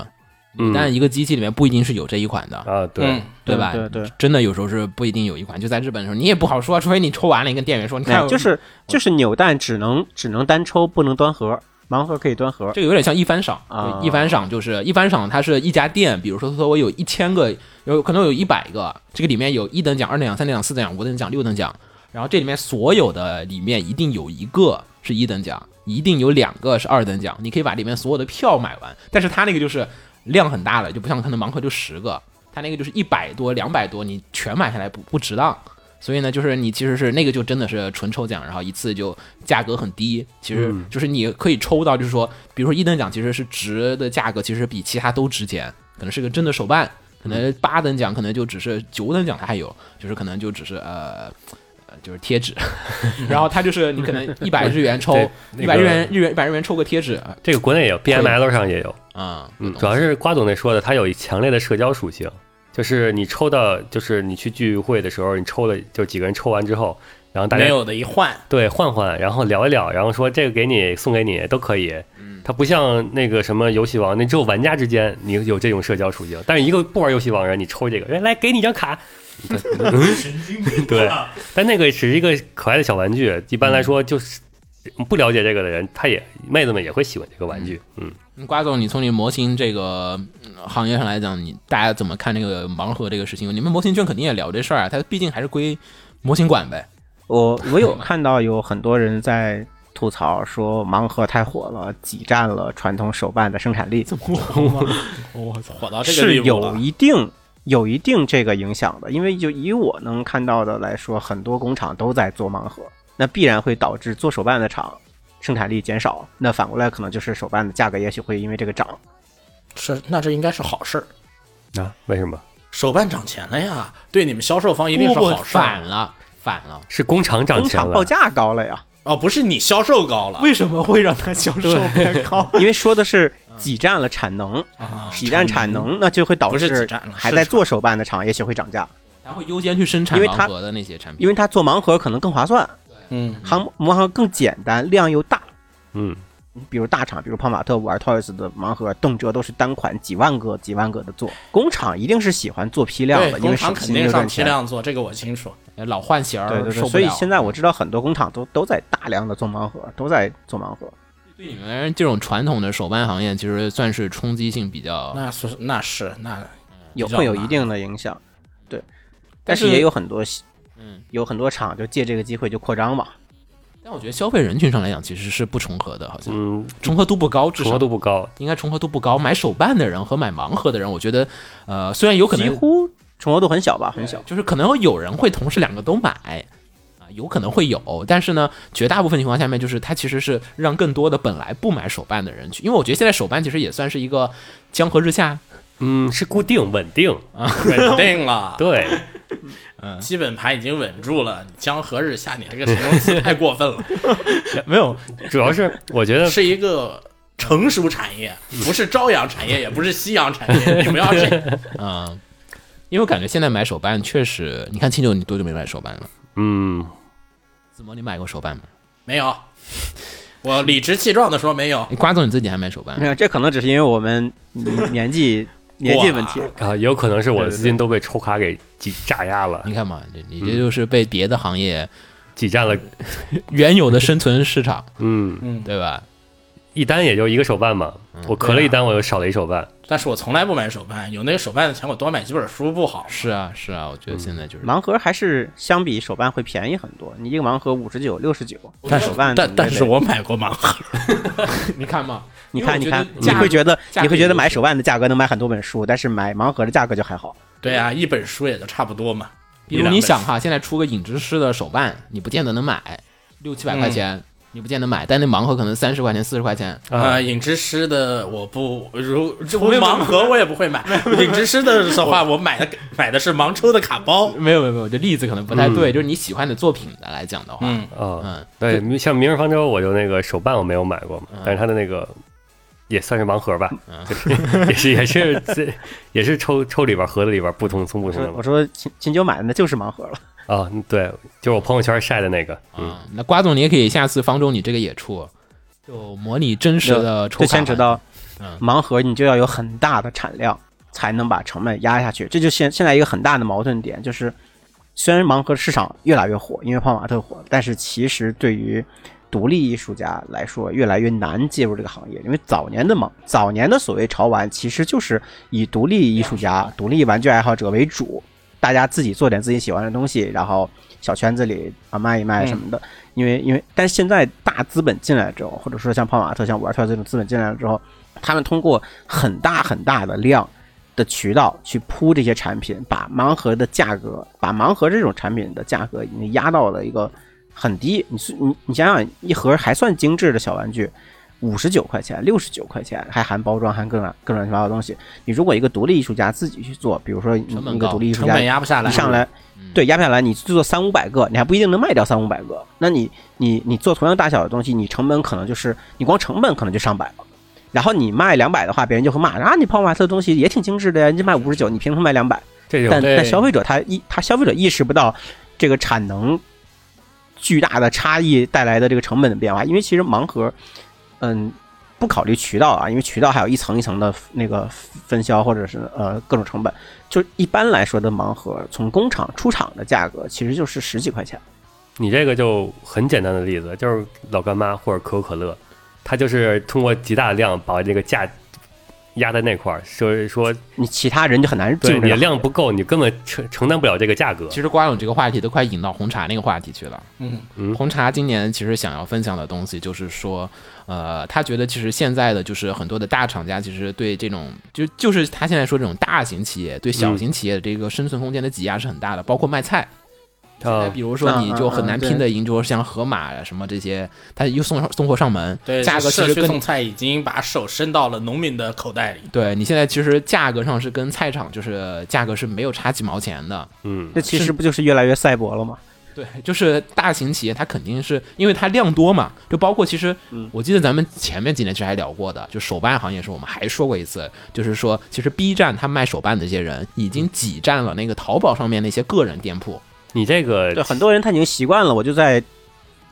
Speaker 5: 嗯
Speaker 1: 扭蛋一个机器里面不一定是有这一款的，
Speaker 5: 啊，对，
Speaker 4: 嗯
Speaker 1: 对吧？
Speaker 6: 对对对
Speaker 1: 真的有时候是不一定有一款。就在日本的时候，你也不好说，除非你抽完了，你跟店员说，你看
Speaker 6: 哎，就是就是扭蛋只能只能单抽，不能端盒，盲盒可以端盒。
Speaker 1: 这个有点像一番赏
Speaker 6: 啊
Speaker 1: 一番赏就是一番赏，它是一家店，比如说说我有一千个，有可能有一百个，这个里面有一等奖、二等奖、三等奖、四等奖、五等奖、六等奖，然后这里面所有的里面一定有一个是一等奖，一定有两个是二等奖，你可以把里面所有的票买完，但是它那个就是量很大的，就不像可能盲盒就十个，它那个就是一百多、两百多，你全买下来不不值当。所以呢，就是你其实是那个就真的是纯抽奖，然后一次就价格很低，其实
Speaker 5: 嗯
Speaker 1: 就是你可以抽到，就是说，比如说一等奖其实是值的价格，其实比其他都值钱，可能是个真的手办，可能八等奖可能就只是九等奖它还有，就是可能就只是呃。呃就是贴纸， 然后它就是你可能一百日元抽
Speaker 5: 对，
Speaker 1: 一
Speaker 5: 那
Speaker 1: 百
Speaker 5: 个
Speaker 1: 日元日元一百日元抽个贴纸啊
Speaker 5: 这个国内也有，BML 上也有，，
Speaker 1: 啊
Speaker 5: 嗯，主要是瓜总那说的，它有一强烈的社交属性，就是你抽到，就是你去聚会的时候，你抽了，就几个人抽完之后，然后大家
Speaker 4: 没有的一 换，
Speaker 5: 对，换换，然后聊一聊，然后说这个给你，送给你都可以。
Speaker 4: 嗯
Speaker 5: 它不像那个什么游戏王，那只有玩家之间你有这种社交属性，但是一个不玩游戏王人，你抽这个，哎人来给你一张 卡。
Speaker 4: 啊
Speaker 5: 对，但那个只是一个可爱的小玩具，一般来说就是不了解这个的人，他也妹子们也会喜欢这个玩具。嗯，
Speaker 1: 嗯瓜总，你从你模型这个嗯行业上来讲，你大家怎么看这个盲盒这个事情？你们模型圈肯定也聊这事儿啊，它毕竟还是归模型馆呗。
Speaker 6: 我我有看到有很多人在吐槽说盲盒太火了，挤占了传统手办的生产力，
Speaker 4: 火
Speaker 5: 啊
Speaker 4: 到这个
Speaker 6: 是
Speaker 4: 地步
Speaker 6: 有
Speaker 4: 了。
Speaker 6: 一定有一定这个影响的。因为就以我能看到的来说，很多工厂都在做盲盒，那必然会导致做手办的厂生产力减少，那反过来可能就是手办的价格也许会因为这个涨。
Speaker 4: 是，那这应该是好事儿。
Speaker 5: 啊，为什么？
Speaker 4: 手办涨钱了哎呀，对你们销售方一
Speaker 1: 一
Speaker 4: 定是好事
Speaker 1: 反
Speaker 4: 儿。
Speaker 1: 了，反了。
Speaker 5: 是工厂涨
Speaker 6: 工
Speaker 5: 钱
Speaker 6: 厂报
Speaker 5: 了，
Speaker 6: 价高了呀，
Speaker 4: 哦，不是你销售高了，
Speaker 1: 为什么会让它销售变 高？
Speaker 6: 因为说的是挤占了产能，挤占产能，那就会导
Speaker 4: 啊不是挤
Speaker 6: 致
Speaker 4: 占了
Speaker 6: 还
Speaker 4: 市
Speaker 6: 在
Speaker 4: 场
Speaker 6: 做手办的厂也许会涨价。
Speaker 1: 它会优先去生产
Speaker 6: 因为
Speaker 1: 盲
Speaker 6: 它
Speaker 1: 盒的那些产品。
Speaker 6: 因为它做盲盒可能更划算，
Speaker 4: 嗯，
Speaker 6: 航盲盒更简单，量又大。
Speaker 5: 嗯，
Speaker 6: 比如大厂，比如泡玛特、玩 Toys 的盲盒，动辄都是单款几万个、几万个的做。工厂一定是喜欢做批量
Speaker 4: 对，
Speaker 6: 的，因为
Speaker 4: 工
Speaker 6: 省
Speaker 4: 厂肯
Speaker 6: 心
Speaker 4: 定
Speaker 6: 又
Speaker 4: 上
Speaker 6: 赚
Speaker 4: 批
Speaker 6: 钱。
Speaker 4: 量做，这个我清楚。
Speaker 1: 哎老换型儿
Speaker 6: 对对
Speaker 1: 受不
Speaker 6: 对，
Speaker 1: 了。
Speaker 6: 所以 现在我知道很多工厂都都在大量的做盲盒，都在做盲盒。
Speaker 1: 对你们这种传统的手办行业，其实算是冲击性比较。
Speaker 4: 那是那是那
Speaker 6: 有
Speaker 4: 比较
Speaker 6: 会有
Speaker 4: 难
Speaker 6: 一定的影响，对，
Speaker 1: 但
Speaker 6: 但
Speaker 1: 是
Speaker 6: 是也有很多，
Speaker 1: 嗯，
Speaker 6: 有很多厂就借这个机会就扩张嘛。
Speaker 1: 但我觉得消费人群上来讲，其实是不重合的，好像
Speaker 5: 嗯，
Speaker 1: 重合度不高，至
Speaker 5: 重合
Speaker 1: 少
Speaker 5: 度不高，
Speaker 1: 应该重合度不高。买手办的人和买盲盒的人，我觉得，呃，虽然有可能
Speaker 6: 几乎重合度很小吧，很小。
Speaker 1: 就是可能有人会同时两个都买，啊，有可能会有，但是呢，绝大部分情况下面就是它其实是让更多的本来不买手办的人去，因为我觉得现在手办其实也算是一个江河日下，啊
Speaker 5: 嗯，是固定稳定，
Speaker 4: 稳定了。
Speaker 5: 对，
Speaker 1: 嗯
Speaker 4: 基本盘已经稳住了，你江河日下，你这个形容词太过分 了，
Speaker 1: 没有，
Speaker 5: 主 要是我觉得
Speaker 4: 是一个成熟产业，不是朝阳产业，也不是夕阳产业，你不要 这，
Speaker 1: 嗯，因为我感觉现在买手办确实，你看清酒，你多久没买手办了？
Speaker 5: 嗯，
Speaker 1: 怎么你买过手办吗？
Speaker 4: 没有，我理直气壮的说没 有，
Speaker 1: 你瓜总你自己还买手办
Speaker 6: 没？有，这可能只是因为我们嗯年纪年纪问题。
Speaker 5: 啊，也有可能是我的资金都被抽卡给挤榨压了，嗯
Speaker 1: 你看嘛，你你这就是被别的行业
Speaker 5: 挤占了，
Speaker 1: 原有的生存市场，
Speaker 5: 嗯，
Speaker 1: 对吧？嗯啊
Speaker 5: 一单也就一个手办嘛，我咳了一单，我又少了一手办，
Speaker 4: 但是我从来不买手办，有那个手办的钱，我多买几本书不好吗？嗯
Speaker 1: 是啊，是啊，我觉得现在就是，
Speaker 6: 盲盒还是相比手办会便宜很多，你一个盲盒五十九、六十九，手办
Speaker 1: 嗯
Speaker 4: 但但是我买过盲盒，
Speaker 1: 你看嘛，
Speaker 6: 嗯 你看你看，你
Speaker 1: 价
Speaker 6: 会觉得
Speaker 1: 价格
Speaker 6: 你会觉得买
Speaker 1: 优势
Speaker 6: 手办的价格能买很多本书，但是买盲盒的价格就还好。
Speaker 4: 对啊，一本书也就差不多嘛。
Speaker 1: 比如你想哈，现在出个影之师的手办，你不见得能买，六七百块钱。你不见得买，但那盲盒可能三十块钱、四十块钱，
Speaker 5: 啊
Speaker 4: 嗯啊，影之师的我不如这我盲盒我也不会买，影之师的的话，我买的买的是盲抽的卡包，
Speaker 1: 没有没有没有，这例子可能不太对。就是你喜欢的作品的来讲的话，
Speaker 4: 嗯
Speaker 5: 啊
Speaker 1: 嗯，
Speaker 5: 对，像《明日方舟》，我就那个手办我没有买过嘛，但是它的那个也算是盲盒吧，
Speaker 1: 嗯
Speaker 5: 就是也是也是这也是抽抽里边盒子里边不同从不
Speaker 6: 我
Speaker 5: 同
Speaker 6: 说
Speaker 5: 的嘛
Speaker 6: 我说秦秦九买的那就是盲盒了，
Speaker 5: 啊，对，就是我朋友圈晒的那个，嗯，
Speaker 1: 啊，那瓜总，你也可以下次方舟你这个也出，就模拟真实的抽
Speaker 6: 就
Speaker 1: 卡，
Speaker 6: 牵扯到
Speaker 1: 嗯
Speaker 6: 盲盒，你就要有很大的产量才能把成本压下去。这就现现在一个很大的矛盾点，就是虽然盲盒市场越来越火，因为泡泡玛特火，但是其实对于独立艺术家来说，越来越难介入这个行业，因为早年的盲早年的所谓潮玩，其实就是以独立艺术家、独立玩具爱好者为主，大家自己做点自己喜欢的东西，然后小圈子里啊卖一卖什么的。因为因为，但是现在大资本进来之后，或者说像泡玛特、像五二跳这种资本进来了之后，他们通过很大很大的量的渠道去铺这些产品，把盲盒的价格，把盲盒这种产品的价格已经压到了一个很低。你是你你想想，一盒还算精致的小玩具，五十九块钱、六十九块钱，还含包装、含各种各种乱七八糟的东西。你如果一个独立艺术家自己去做，比如说你
Speaker 1: 成本
Speaker 6: 一个
Speaker 1: 高
Speaker 6: 独立艺术
Speaker 4: 成
Speaker 6: 家
Speaker 4: 本压不下来。
Speaker 6: 你上来，对，压不下来，你做三五百个，你还不一定能卖掉三五百个。那你你你做同样大小的东西，你成本可能就是你光成本可能就上百了。然后你卖两百的话，别人就会骂啊，你泡泡玛特的东西也挺精致的呀，你就卖五十九，你凭什么卖两百？
Speaker 5: 这
Speaker 6: 但
Speaker 5: 种
Speaker 6: 但消费者他意他消费者意识不到这个产能巨大的差异带来的这个成本的变化，因为其实盲盒，嗯，不考虑渠道啊，因为渠道还有一层一层的那个分销或者是呃各种成本，就一般来说的盲盒从工厂出厂的价格其实就是十几块钱，
Speaker 5: 你这个就很简单的例子，就是老干妈或者可口可乐，它就是通过极大的量把这个价压在那块儿，所以说
Speaker 6: 你其他人就很难
Speaker 5: 对
Speaker 6: 进
Speaker 5: 你的
Speaker 6: 这个
Speaker 5: 量不够，你根本承承担不了这个价格。
Speaker 1: 其实瓜总这个话题都快引到红茶那个话题去了。
Speaker 4: 嗯
Speaker 5: 嗯
Speaker 1: 红茶今年其实想要分享的东西就是说，呃，他觉得其实现在的就是很多的大厂家其实对这种就就是他现在说这种大型企业对小型企业的这个生存空间的挤压是很大的，包括卖菜。
Speaker 5: 啊
Speaker 1: 那比如说，你就很
Speaker 6: 嗯
Speaker 1: 难
Speaker 6: 嗯嗯
Speaker 1: 拼得赢，就是像盒马啊什么这些，它又送送货上门，
Speaker 4: 对，
Speaker 1: 价格其
Speaker 4: 社
Speaker 1: 实
Speaker 4: 区
Speaker 1: 跟
Speaker 4: 送菜已经把手伸到了农民的口袋里。
Speaker 1: 对你现在其实价格上是跟菜场就是价格是没有差几毛钱的，
Speaker 5: 嗯
Speaker 6: 这其实不就是越来越赛博了吗？
Speaker 1: 对，就是大型企业它肯定是因为它量多嘛，就包括其实
Speaker 6: 嗯
Speaker 1: 我记得咱们前面几年其实还聊过的，就手办行业是我们还说过一次，就是说其实 B 站它卖手办的这些人已经挤占了那个淘宝上面那些个人店铺，
Speaker 5: 你这个
Speaker 6: 对，很多人他已经习惯了，我就在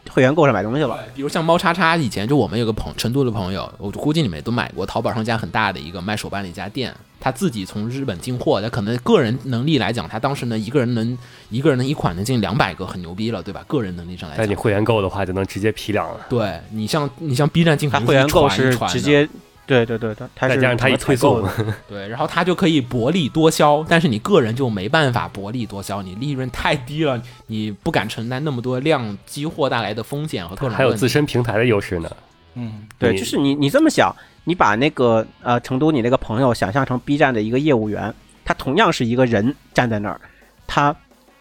Speaker 6: 会员购上买东西了。
Speaker 1: 比如像猫叉叉，以前就我们有个朋成都的朋友，我估计你们也都买过，淘宝上一家很大的一个卖手办的一家店，他自己从日本进货，他可能个人能力来讲，他当时能一个人能一个人能一款能进两百个，很牛逼了，对吧？个人能力上来
Speaker 5: 但你
Speaker 1: 讲，
Speaker 5: 会员购的话，就能直接批量了。
Speaker 1: 对你像你像 B 站进
Speaker 6: 他
Speaker 1: 款
Speaker 6: 会员购
Speaker 1: 一传一
Speaker 6: 是
Speaker 1: 传的
Speaker 6: 直接，对对对，他他是
Speaker 5: 再加上他一
Speaker 6: 怎么
Speaker 5: 推
Speaker 6: 采购
Speaker 5: 送
Speaker 6: 的，
Speaker 1: 对，然后他就可以薄利多销，但是你个人就没办法薄利多销，你利润太低了，你不敢承担那么多量激货带来的风险和各种
Speaker 5: 还有
Speaker 1: 问
Speaker 5: 自
Speaker 1: 题
Speaker 5: 身平台的优势呢。
Speaker 4: 嗯，
Speaker 6: 对，
Speaker 5: 你
Speaker 6: 就是你你这么想，你把那个呃成都你那个朋友想象成 B 站的一个业务员，他同样是一个人站在那儿，他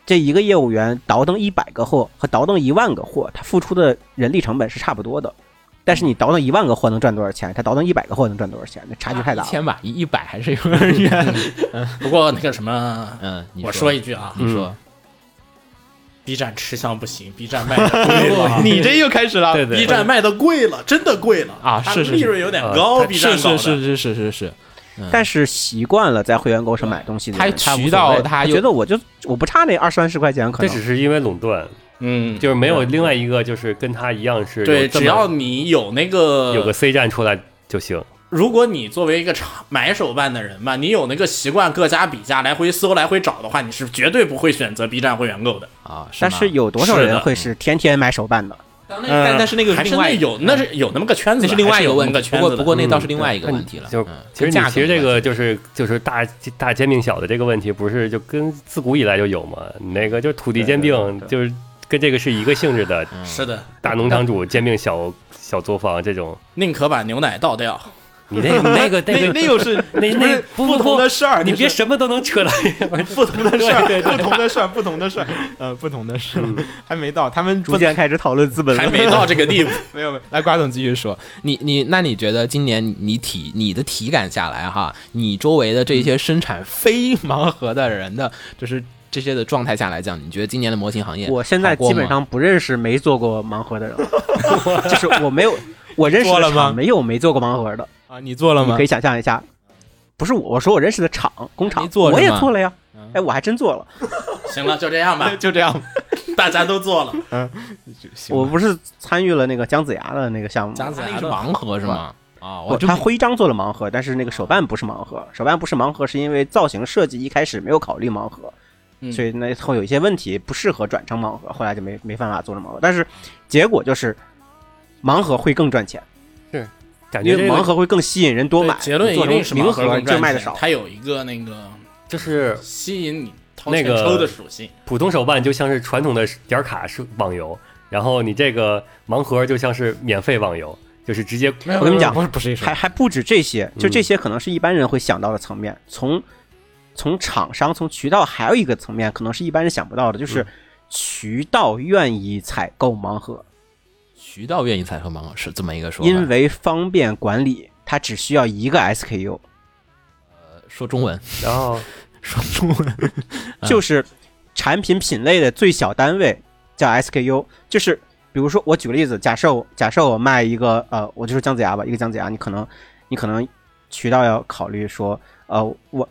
Speaker 6: 这一个业务员倒腾一百个货和倒腾一万个货，他付出的人力成本是差不多的。但是你倒腾一万个货能赚多少钱？他倒腾一百个货能赚多少钱？那差距太大
Speaker 1: 一
Speaker 6: 了。
Speaker 1: 千吧，一一百还是 有点远。
Speaker 4: 不过那个什么，
Speaker 1: 嗯，你
Speaker 4: 我
Speaker 1: 说
Speaker 4: 说一句啊
Speaker 1: 你说，，
Speaker 4: ，B 站吃香不行，B 站卖的贵了
Speaker 1: 你这又开始了。
Speaker 5: 对对
Speaker 4: ，B 站卖的贵了，真的贵了
Speaker 1: 啊
Speaker 4: 它
Speaker 1: 是是是
Speaker 4: 利润有点
Speaker 5: 呃
Speaker 4: 高
Speaker 1: 它
Speaker 4: ，B 站
Speaker 1: 是
Speaker 4: 搞
Speaker 1: 是
Speaker 4: 的
Speaker 1: 是是是是是，
Speaker 6: 但是习惯了在会员购上买东西的人，
Speaker 1: 他
Speaker 6: 他无所
Speaker 1: 渠道
Speaker 6: 谓
Speaker 1: 他
Speaker 6: 他
Speaker 1: 又
Speaker 6: 觉得我就我不差那二三十块钱，可
Speaker 5: 这
Speaker 6: 能
Speaker 5: 只是因为垄断，
Speaker 4: 嗯，
Speaker 5: 就是没有另外一个就是跟他一样是有
Speaker 4: 对，
Speaker 5: 这么
Speaker 4: 只要你有那个
Speaker 5: 有个 C 站出来就行。
Speaker 4: 如果你作为一个常买手办的人吧，你有那个习惯各家比价来回搜来回找的话，你是绝对不会选择 B 站会员购的。
Speaker 1: 啊，
Speaker 6: 但是
Speaker 1: 是吗
Speaker 6: 有多少
Speaker 4: 是
Speaker 6: 人
Speaker 4: 的呃
Speaker 6: 会是天天买手办的？
Speaker 1: 但那但但是那个
Speaker 4: 还是
Speaker 1: 另外
Speaker 4: 那有那是有那么个圈子的，
Speaker 1: 那是另外一
Speaker 4: 还是有
Speaker 1: 问
Speaker 4: 那么个
Speaker 1: 题，不
Speaker 4: 圈子
Speaker 1: 过
Speaker 4: 的。
Speaker 1: 不过那倒是
Speaker 5: 嗯
Speaker 1: 另外一个
Speaker 5: 看
Speaker 1: 问题了。
Speaker 5: 就
Speaker 1: 嗯
Speaker 5: 其实
Speaker 1: 跟
Speaker 5: 你
Speaker 1: 价格
Speaker 5: 其实这
Speaker 1: 有关
Speaker 5: 个
Speaker 1: 系
Speaker 5: 就是就是大大兼并小的这个问题，不是就跟自古以来就有嘛？你那个就是土地兼并，就是跟这个是一个性质的。
Speaker 1: 嗯
Speaker 4: 是的，
Speaker 5: 大农场主兼并小小作坊 这种，
Speaker 4: 宁可把牛奶倒掉。
Speaker 5: 你那那 个那个那又是那那不不同的事儿，你别什么都能扯到一块儿不同的事儿，
Speaker 1: 不同的事儿，不同的事儿，呃，不同的事儿还没到，他们
Speaker 6: 逐渐开始讨论资本
Speaker 4: 还
Speaker 6: 了。
Speaker 4: 没到这个 地步。
Speaker 1: 没有没有。来，瓜总继续说，你你那你觉得今年你体你的体感下来哈，你周围的这些生产非盲盒的人的，就是这些的状态下来讲，你觉得今年的模型行业
Speaker 6: 我现在
Speaker 1: 好过
Speaker 6: 基本
Speaker 1: 吗
Speaker 6: 上不认识没做过盲盒的人了， 就是我没有，我认识
Speaker 1: 做
Speaker 6: 的
Speaker 1: 了吗
Speaker 6: 厂没有没做过盲盒的，
Speaker 1: 啊，你做了
Speaker 6: 你
Speaker 1: 吗
Speaker 6: 可？以想象一下。不是我，我说我认识的厂工厂
Speaker 1: 你，做是
Speaker 6: 我也
Speaker 1: 吗，
Speaker 6: 做了呀。哎，我还真做了。
Speaker 4: 嗯行了，就这样 吧
Speaker 1: 就这样，
Speaker 4: 大家都做了。
Speaker 1: 行
Speaker 6: 嗯我不是参与了那个姜子牙的那个项目，
Speaker 4: 姜子
Speaker 1: 那
Speaker 4: 牙
Speaker 1: 个是
Speaker 4: 的
Speaker 1: 盲盒是吗？啊，
Speaker 6: 不
Speaker 1: 我真
Speaker 6: 他徽章做了盲盒，但是那个手办不是盲盒。手办不是盲盒，是因为造型设计一开始没有考虑盲盒，
Speaker 4: 嗯
Speaker 6: 所以那后有一些问题不适合转成盲盒，后来就没没办法做成盲盒。但是结果就是，盲盒会更赚钱，
Speaker 5: 感觉
Speaker 6: 因
Speaker 5: 这
Speaker 6: 为
Speaker 5: 个
Speaker 6: 盲盒会更吸引人多买。
Speaker 4: 结论
Speaker 6: 做
Speaker 4: 一
Speaker 6: 成
Speaker 4: 定是盲
Speaker 6: 盲
Speaker 4: 盒更
Speaker 6: 就
Speaker 4: 赚
Speaker 6: 卖的
Speaker 4: 钱
Speaker 6: 少。
Speaker 4: 它有一个那个
Speaker 5: 就是
Speaker 4: 吸引你掏
Speaker 5: 那
Speaker 4: 钱
Speaker 5: 个
Speaker 4: 抽的属性。
Speaker 5: 普通手办就像是传统的点儿卡是网游，然后你这个盲盒就像是免费网游，就是直接
Speaker 6: 我跟你讲
Speaker 1: 不是不是一说
Speaker 6: 还还不止这些，就
Speaker 5: 嗯
Speaker 6: 这些可能是一般人会想到的层面。从从厂商、从渠道，还有一个层面，可能是一般人想不到的，
Speaker 1: 嗯
Speaker 6: 就是渠道愿意采购盲盒，
Speaker 1: 渠道愿意采购盲盒是这么一个说法，
Speaker 6: 因为方便管理，它只需要一个 SKU，
Speaker 1: 呃说中文，
Speaker 5: 然后
Speaker 1: 说中文，
Speaker 6: 就是产品品类的最小单位叫 SKU，就是比如说我举个例子，假设我假设我卖一个呃，我就说姜子牙吧，一个姜子牙，你可能你可能渠道要考虑说，呃，我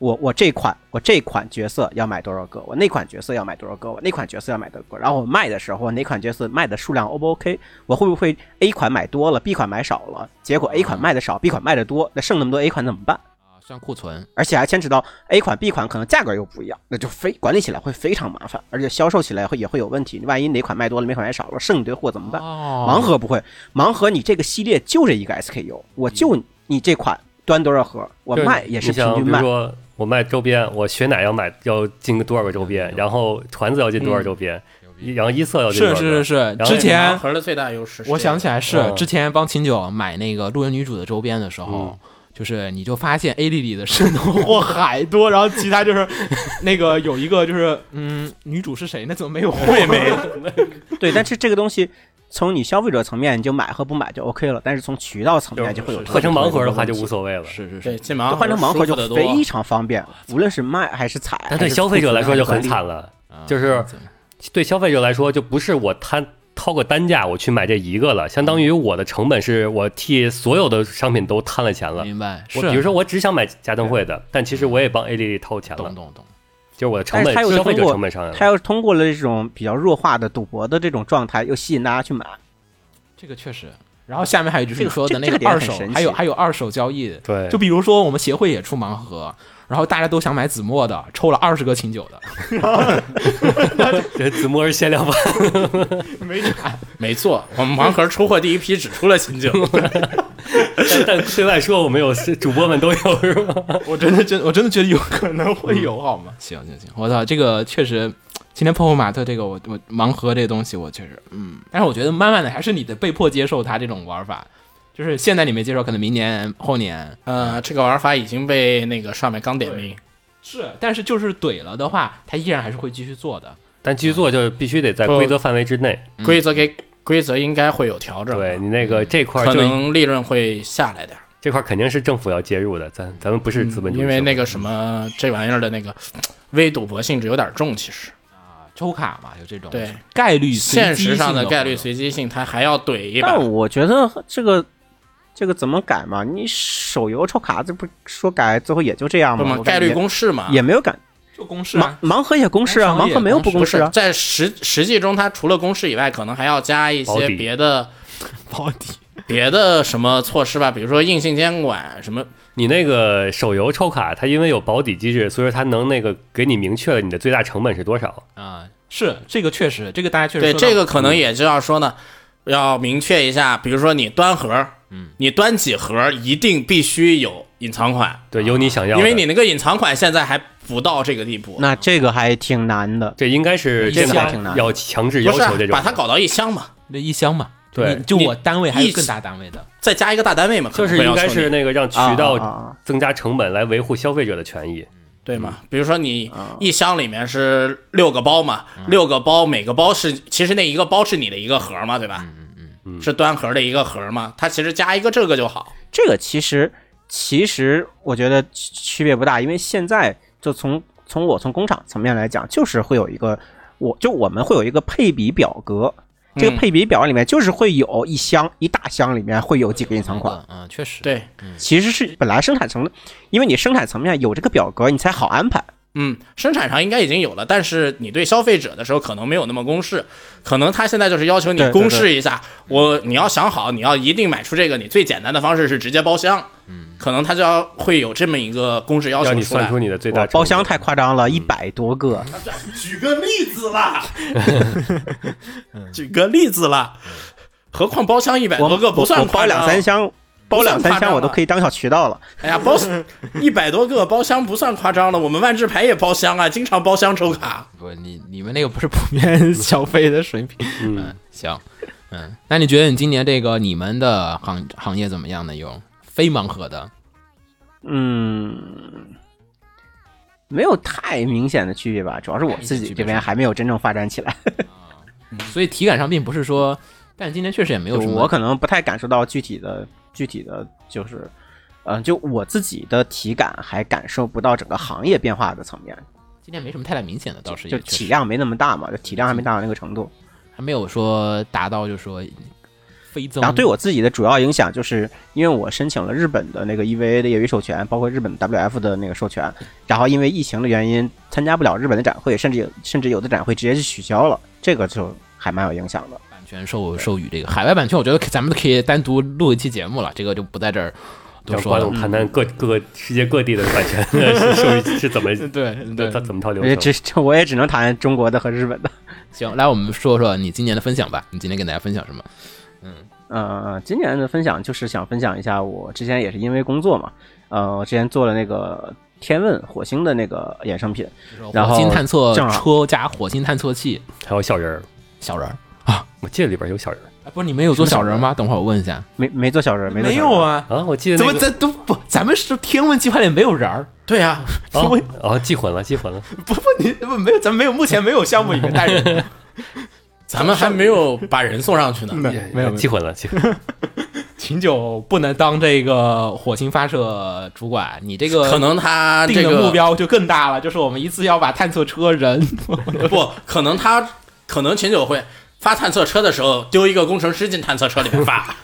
Speaker 6: 我我这款我这款角色要买多少个，我那款角色要买多少个，我那款角色要买多少个，然后我卖的时候，我哪款角色卖的数量 O 不 OK，我会不会 A 款买多了，B 款买少了，结果 A 款卖的少，B 款卖的多，那剩那么多 A 款怎么办？
Speaker 1: 啊算库存，
Speaker 6: 而且还牵扯到 A 款、B 款可能价格又不一样，那就非管理起来会非常麻烦，而且销售起来会也会有问题。万一哪款卖多了，哪款卖少了，剩一堆货怎么办？
Speaker 1: 哦
Speaker 6: 盲盒不会，盲盒你这个系列就这一个 SKU，我就你这款端多少盒，我
Speaker 5: 嗯就是
Speaker 6: 卖也是
Speaker 5: 你
Speaker 6: 平
Speaker 5: 想
Speaker 6: 均
Speaker 5: 比如
Speaker 6: 卖。
Speaker 5: 说我卖周边，我雪奶要买要进多少个周
Speaker 1: 嗯
Speaker 5: 边，然后团子要进多
Speaker 6: 嗯
Speaker 5: 少周边，然后一色要进
Speaker 1: 是
Speaker 5: 多少
Speaker 1: 是是
Speaker 5: 个，
Speaker 1: 是，
Speaker 5: 然后
Speaker 1: 之前
Speaker 4: 盲盒的最大优势，
Speaker 1: 我想起
Speaker 4: 来，
Speaker 1: 来是
Speaker 5: 嗯
Speaker 1: 之前帮秦九买那个路人女主的周边的时候。就是你就发现 A 丽丽的渗透货海多，然后其他就是 那个有一个就是嗯，女主是谁？那怎么没有惠美？
Speaker 6: 对，但是这个东西从你消费者层面你就买和不买就 OK 了，但是从渠道层面就会有
Speaker 5: 换成盲盒的话就
Speaker 6: 问
Speaker 5: 无
Speaker 6: 题。
Speaker 5: 所谓了。
Speaker 1: 是是是，
Speaker 4: 对，进盲盒
Speaker 6: 换成盲盒就
Speaker 4: 舒服得多
Speaker 6: 非常方便，无论是卖还是采，
Speaker 5: 但对
Speaker 6: 还是
Speaker 5: 消费者来说就很
Speaker 6: 管理
Speaker 5: 惨了，
Speaker 1: 啊
Speaker 5: 就是对消费者来说就不是我摊掏个单价我去买这一个了，相当
Speaker 1: 嗯
Speaker 5: 于我的成本是我替所有的商品都摊了钱了。
Speaker 1: 明白。是
Speaker 5: 我比如说我只想买家登会的，但其实我也帮 A 丽丽掏钱了
Speaker 1: 懂，懂懂，
Speaker 5: 就是我的成
Speaker 6: 但
Speaker 5: 本
Speaker 6: 是它有
Speaker 5: 消费者
Speaker 6: 通过
Speaker 5: 成本上来
Speaker 6: 他
Speaker 5: 了。
Speaker 6: 要是通过了这种比较弱化的赌博的这种状态，又吸引大家去买，
Speaker 1: 这个确实。然后下面还有就是
Speaker 6: 这
Speaker 1: 你
Speaker 6: 个
Speaker 1: 说的
Speaker 6: 这
Speaker 1: 那
Speaker 6: 这个点
Speaker 1: 二
Speaker 6: 很
Speaker 1: 手，
Speaker 6: 神
Speaker 1: 还有
Speaker 6: 奇
Speaker 1: 还有二手交易。
Speaker 5: 对
Speaker 1: 就比如说我们协会也出盲盒，然后大家都想买子墨的，抽了二十个秦九的，
Speaker 5: 这子墨是限量版，
Speaker 1: 没买。
Speaker 4: 没错，我们盲盒出货第一批只出了秦九，
Speaker 5: 但但对外说我们有，是主播们都有是吗？
Speaker 1: 我真的真我真的觉得有 可能会有，啊好吗？行行行，我操，这个确实，今天泡泡玛特这个我我盲盒这东西，我确实嗯，但是我觉得慢慢的还是你得被迫接受它这种玩法，就是现在你没接受，可能明年后年
Speaker 4: 呃，这个玩法已经被那个上面刚点名，
Speaker 1: 是，但是就是怼了的话，它依然还是会继续做的。嗯
Speaker 5: 但继续做就必须得在规则范围之内，
Speaker 4: 规则给规则应该会有调整，啊
Speaker 5: 对，你那个这块
Speaker 4: 可
Speaker 5: 儿就
Speaker 4: 能利润会下来点儿，嗯
Speaker 5: 这块儿肯定是政府要介入的，咱咱们不是资本主义社会，
Speaker 4: 因为那个什么这玩意儿的那个微赌博性质有点重，其实
Speaker 1: 啊抽卡嘛，就这种
Speaker 4: 对
Speaker 1: 概率随
Speaker 4: 现
Speaker 1: 机性
Speaker 4: 实上
Speaker 1: 的
Speaker 4: 概率
Speaker 1: 活动
Speaker 4: 随机性，它还要怼一把
Speaker 6: 但。我觉得这个这个怎么改嘛？你手游抽卡，这不说改，最后也就这样
Speaker 4: 不
Speaker 6: 嘛
Speaker 4: 嘛，。
Speaker 6: 我
Speaker 4: 概
Speaker 6: 感觉
Speaker 4: 率公式嘛，
Speaker 6: 也没有改，
Speaker 1: 就公式
Speaker 6: 盲
Speaker 1: 啊，
Speaker 6: 盲盒也公式啊，
Speaker 1: 盲盒
Speaker 6: 盲
Speaker 1: 也
Speaker 6: 盒没有不
Speaker 4: 不
Speaker 6: 公式
Speaker 4: 是
Speaker 6: 啊。
Speaker 4: 在实实际中，它除了公式以外，可能还要加一
Speaker 5: 保
Speaker 4: 些
Speaker 5: 底
Speaker 4: 别的
Speaker 1: 保底
Speaker 4: 别的什么措施吧，比如说硬性监管什么。
Speaker 5: 你那个手游抽卡，它因为有保底机制，所以说它能那个给你明确了你的最大成本是多少。
Speaker 1: 啊，是这个确实，这个大家确实
Speaker 4: 对，
Speaker 1: 说嗯到
Speaker 4: 这个可
Speaker 5: 嗯
Speaker 4: 能也就要说呢，要明确一下，比如说你端盒，嗯，你端几盒一定必须有隐藏款，啊
Speaker 5: 对，有你想要的，
Speaker 4: 因为你那个隐藏款现在还不到这个地步。
Speaker 6: 那这个还挺难的，
Speaker 5: 这应该是
Speaker 6: 这个
Speaker 5: 家
Speaker 6: 还挺难
Speaker 5: 要强制
Speaker 4: 不
Speaker 5: 要
Speaker 4: 是啊
Speaker 5: 求这种，
Speaker 4: 把它搞到一箱嘛，
Speaker 1: 那一箱嘛，
Speaker 5: 对
Speaker 1: 你就
Speaker 4: 你
Speaker 1: 我单位还
Speaker 4: 一
Speaker 1: 有更大单位的，
Speaker 4: 再加一个大单位嘛，可
Speaker 5: 就
Speaker 4: 能
Speaker 5: 是
Speaker 4: 会
Speaker 5: 应
Speaker 4: 要
Speaker 5: 该
Speaker 4: 求
Speaker 5: 是
Speaker 4: 你
Speaker 5: 那个让渠
Speaker 6: 啊啊
Speaker 5: 道
Speaker 6: 啊
Speaker 5: 增加成本来维护消费者的权益。
Speaker 4: 对嘛？比如说你一箱里面是六个包嘛，六个包每个包是其实那一个包是你的一个盒嘛，对吧？嗯嗯嗯，是端盒的一个盒嘛，它其实加一个这个就好。
Speaker 6: 这个其实其实我觉得区区别不大，因为现在就从从我从工厂层面来讲，就是会有一个，我就我们会有一个配比表格，这个配比表里面就是会有一箱一大箱里面会有几个隐藏款，
Speaker 4: 啊
Speaker 1: 嗯，嗯，确实，
Speaker 4: 对，
Speaker 6: 其实是本来生产层面，因为你生产层面有这个表格，你才好安排。
Speaker 4: 嗯，生产上应该已经有了，但是你对消费者的时候可能没有那么公示，可能他现在就是要求你
Speaker 6: 对对
Speaker 4: 公示一下，我你要想好，你要一定买出这个，你最简单的方式是直接包厢，嗯，可能他就要会有这么一个公示要求
Speaker 5: 让你
Speaker 4: 出来。
Speaker 5: 算出你的最大嗯
Speaker 6: 哇
Speaker 5: 成本
Speaker 6: 包厢太夸张了，一百多个，
Speaker 4: 举个例子啦， 举个例子啦，何况包厢一百
Speaker 6: 我
Speaker 4: 多 个不算
Speaker 6: 我包
Speaker 4: 夸张啊
Speaker 6: 两三箱，包两三箱我都可以当小渠道了。
Speaker 4: 哎呀，包 一百多个包厢不算夸张了，我们万智牌也包厢啊，经常包厢抽卡。
Speaker 1: 不，你你们那个不是普遍消费的水平，嗯，行，嗯，那你觉得你今年这个你们的行行业怎么样呢？有非盲盒的，
Speaker 6: 嗯，没有太明显的区别吧，主要是我自己这边还没有真正发展起来，
Speaker 1: 所以体感上并不是说，但今年确实也 没有什么，
Speaker 6: 我可能不太感受到具体的具体的就是，嗯、就我自己的体感还感受不到整个行业变化的层面，
Speaker 1: 今年没什么太大明显的，倒是
Speaker 6: 就
Speaker 1: 也确
Speaker 6: 体
Speaker 1: 实嗯
Speaker 6: 量没那么大嘛，就体量还没大到那个程度。
Speaker 1: 还没有说达到就是说飞增，
Speaker 6: 啊然后对我自己的主要影响，就是因为我申请了日本的那个 EVA 的业余授权，包括日本 WF 的那个授权，然后因为疫情的原因，参加不了日本的展会，甚至有甚至有的展会直接就取消了，这个就还蛮有影响的。
Speaker 1: 版权授授予这个海外版权，我觉得可咱们可以单独录一期节目了，这个就不在这儿多
Speaker 5: 让
Speaker 1: 说
Speaker 5: 瓜
Speaker 1: 了嗯
Speaker 5: 总。谈谈各各个世界各地的版权 是是是怎么
Speaker 1: 对对
Speaker 5: 它怎么套流
Speaker 1: 哎
Speaker 6: 我觉得
Speaker 5: 程
Speaker 6: 这。这我也只能谈中国的和日本的。
Speaker 1: 行，来我们嗯说说你今年的分享吧，你今天给大家分享什么？
Speaker 6: 呃，今年的分享就是想分享一下，我之前也是因为工作嘛，呃，我之前做了那个天问火星的那个衍生品，然后
Speaker 1: 火星探测
Speaker 6: 正好
Speaker 1: 车加火星探测器
Speaker 5: 还有小人儿，啊
Speaker 1: 小人儿。
Speaker 5: 我记得里边有小人儿
Speaker 1: 哎，不是你们有做小人儿吗？等会儿我问一下。
Speaker 6: 没没做小人，没做小人
Speaker 1: 啊，
Speaker 5: 啊，我记得
Speaker 1: 怎
Speaker 5: 那
Speaker 1: 么
Speaker 5: 个
Speaker 1: 咱都不？咱们是天文计划里没有人儿，
Speaker 4: 对呀、
Speaker 5: 啊啊，记混了，记混了。
Speaker 1: 不不，你不没有，咱们没有，目前没有项目里面带人。
Speaker 4: 咱们还没有把人送上去呢。
Speaker 1: 没有没有
Speaker 5: 记混了，记混了。
Speaker 1: 秦九不能当这个火星发射主管，你这个
Speaker 4: 可能他这
Speaker 1: 定的
Speaker 4: 个
Speaker 1: 目标就更大了，就是我们一次要把探测车人
Speaker 4: 不可能他，可能秦九会发探测车的时候丢一个工程师进探测车里面 发。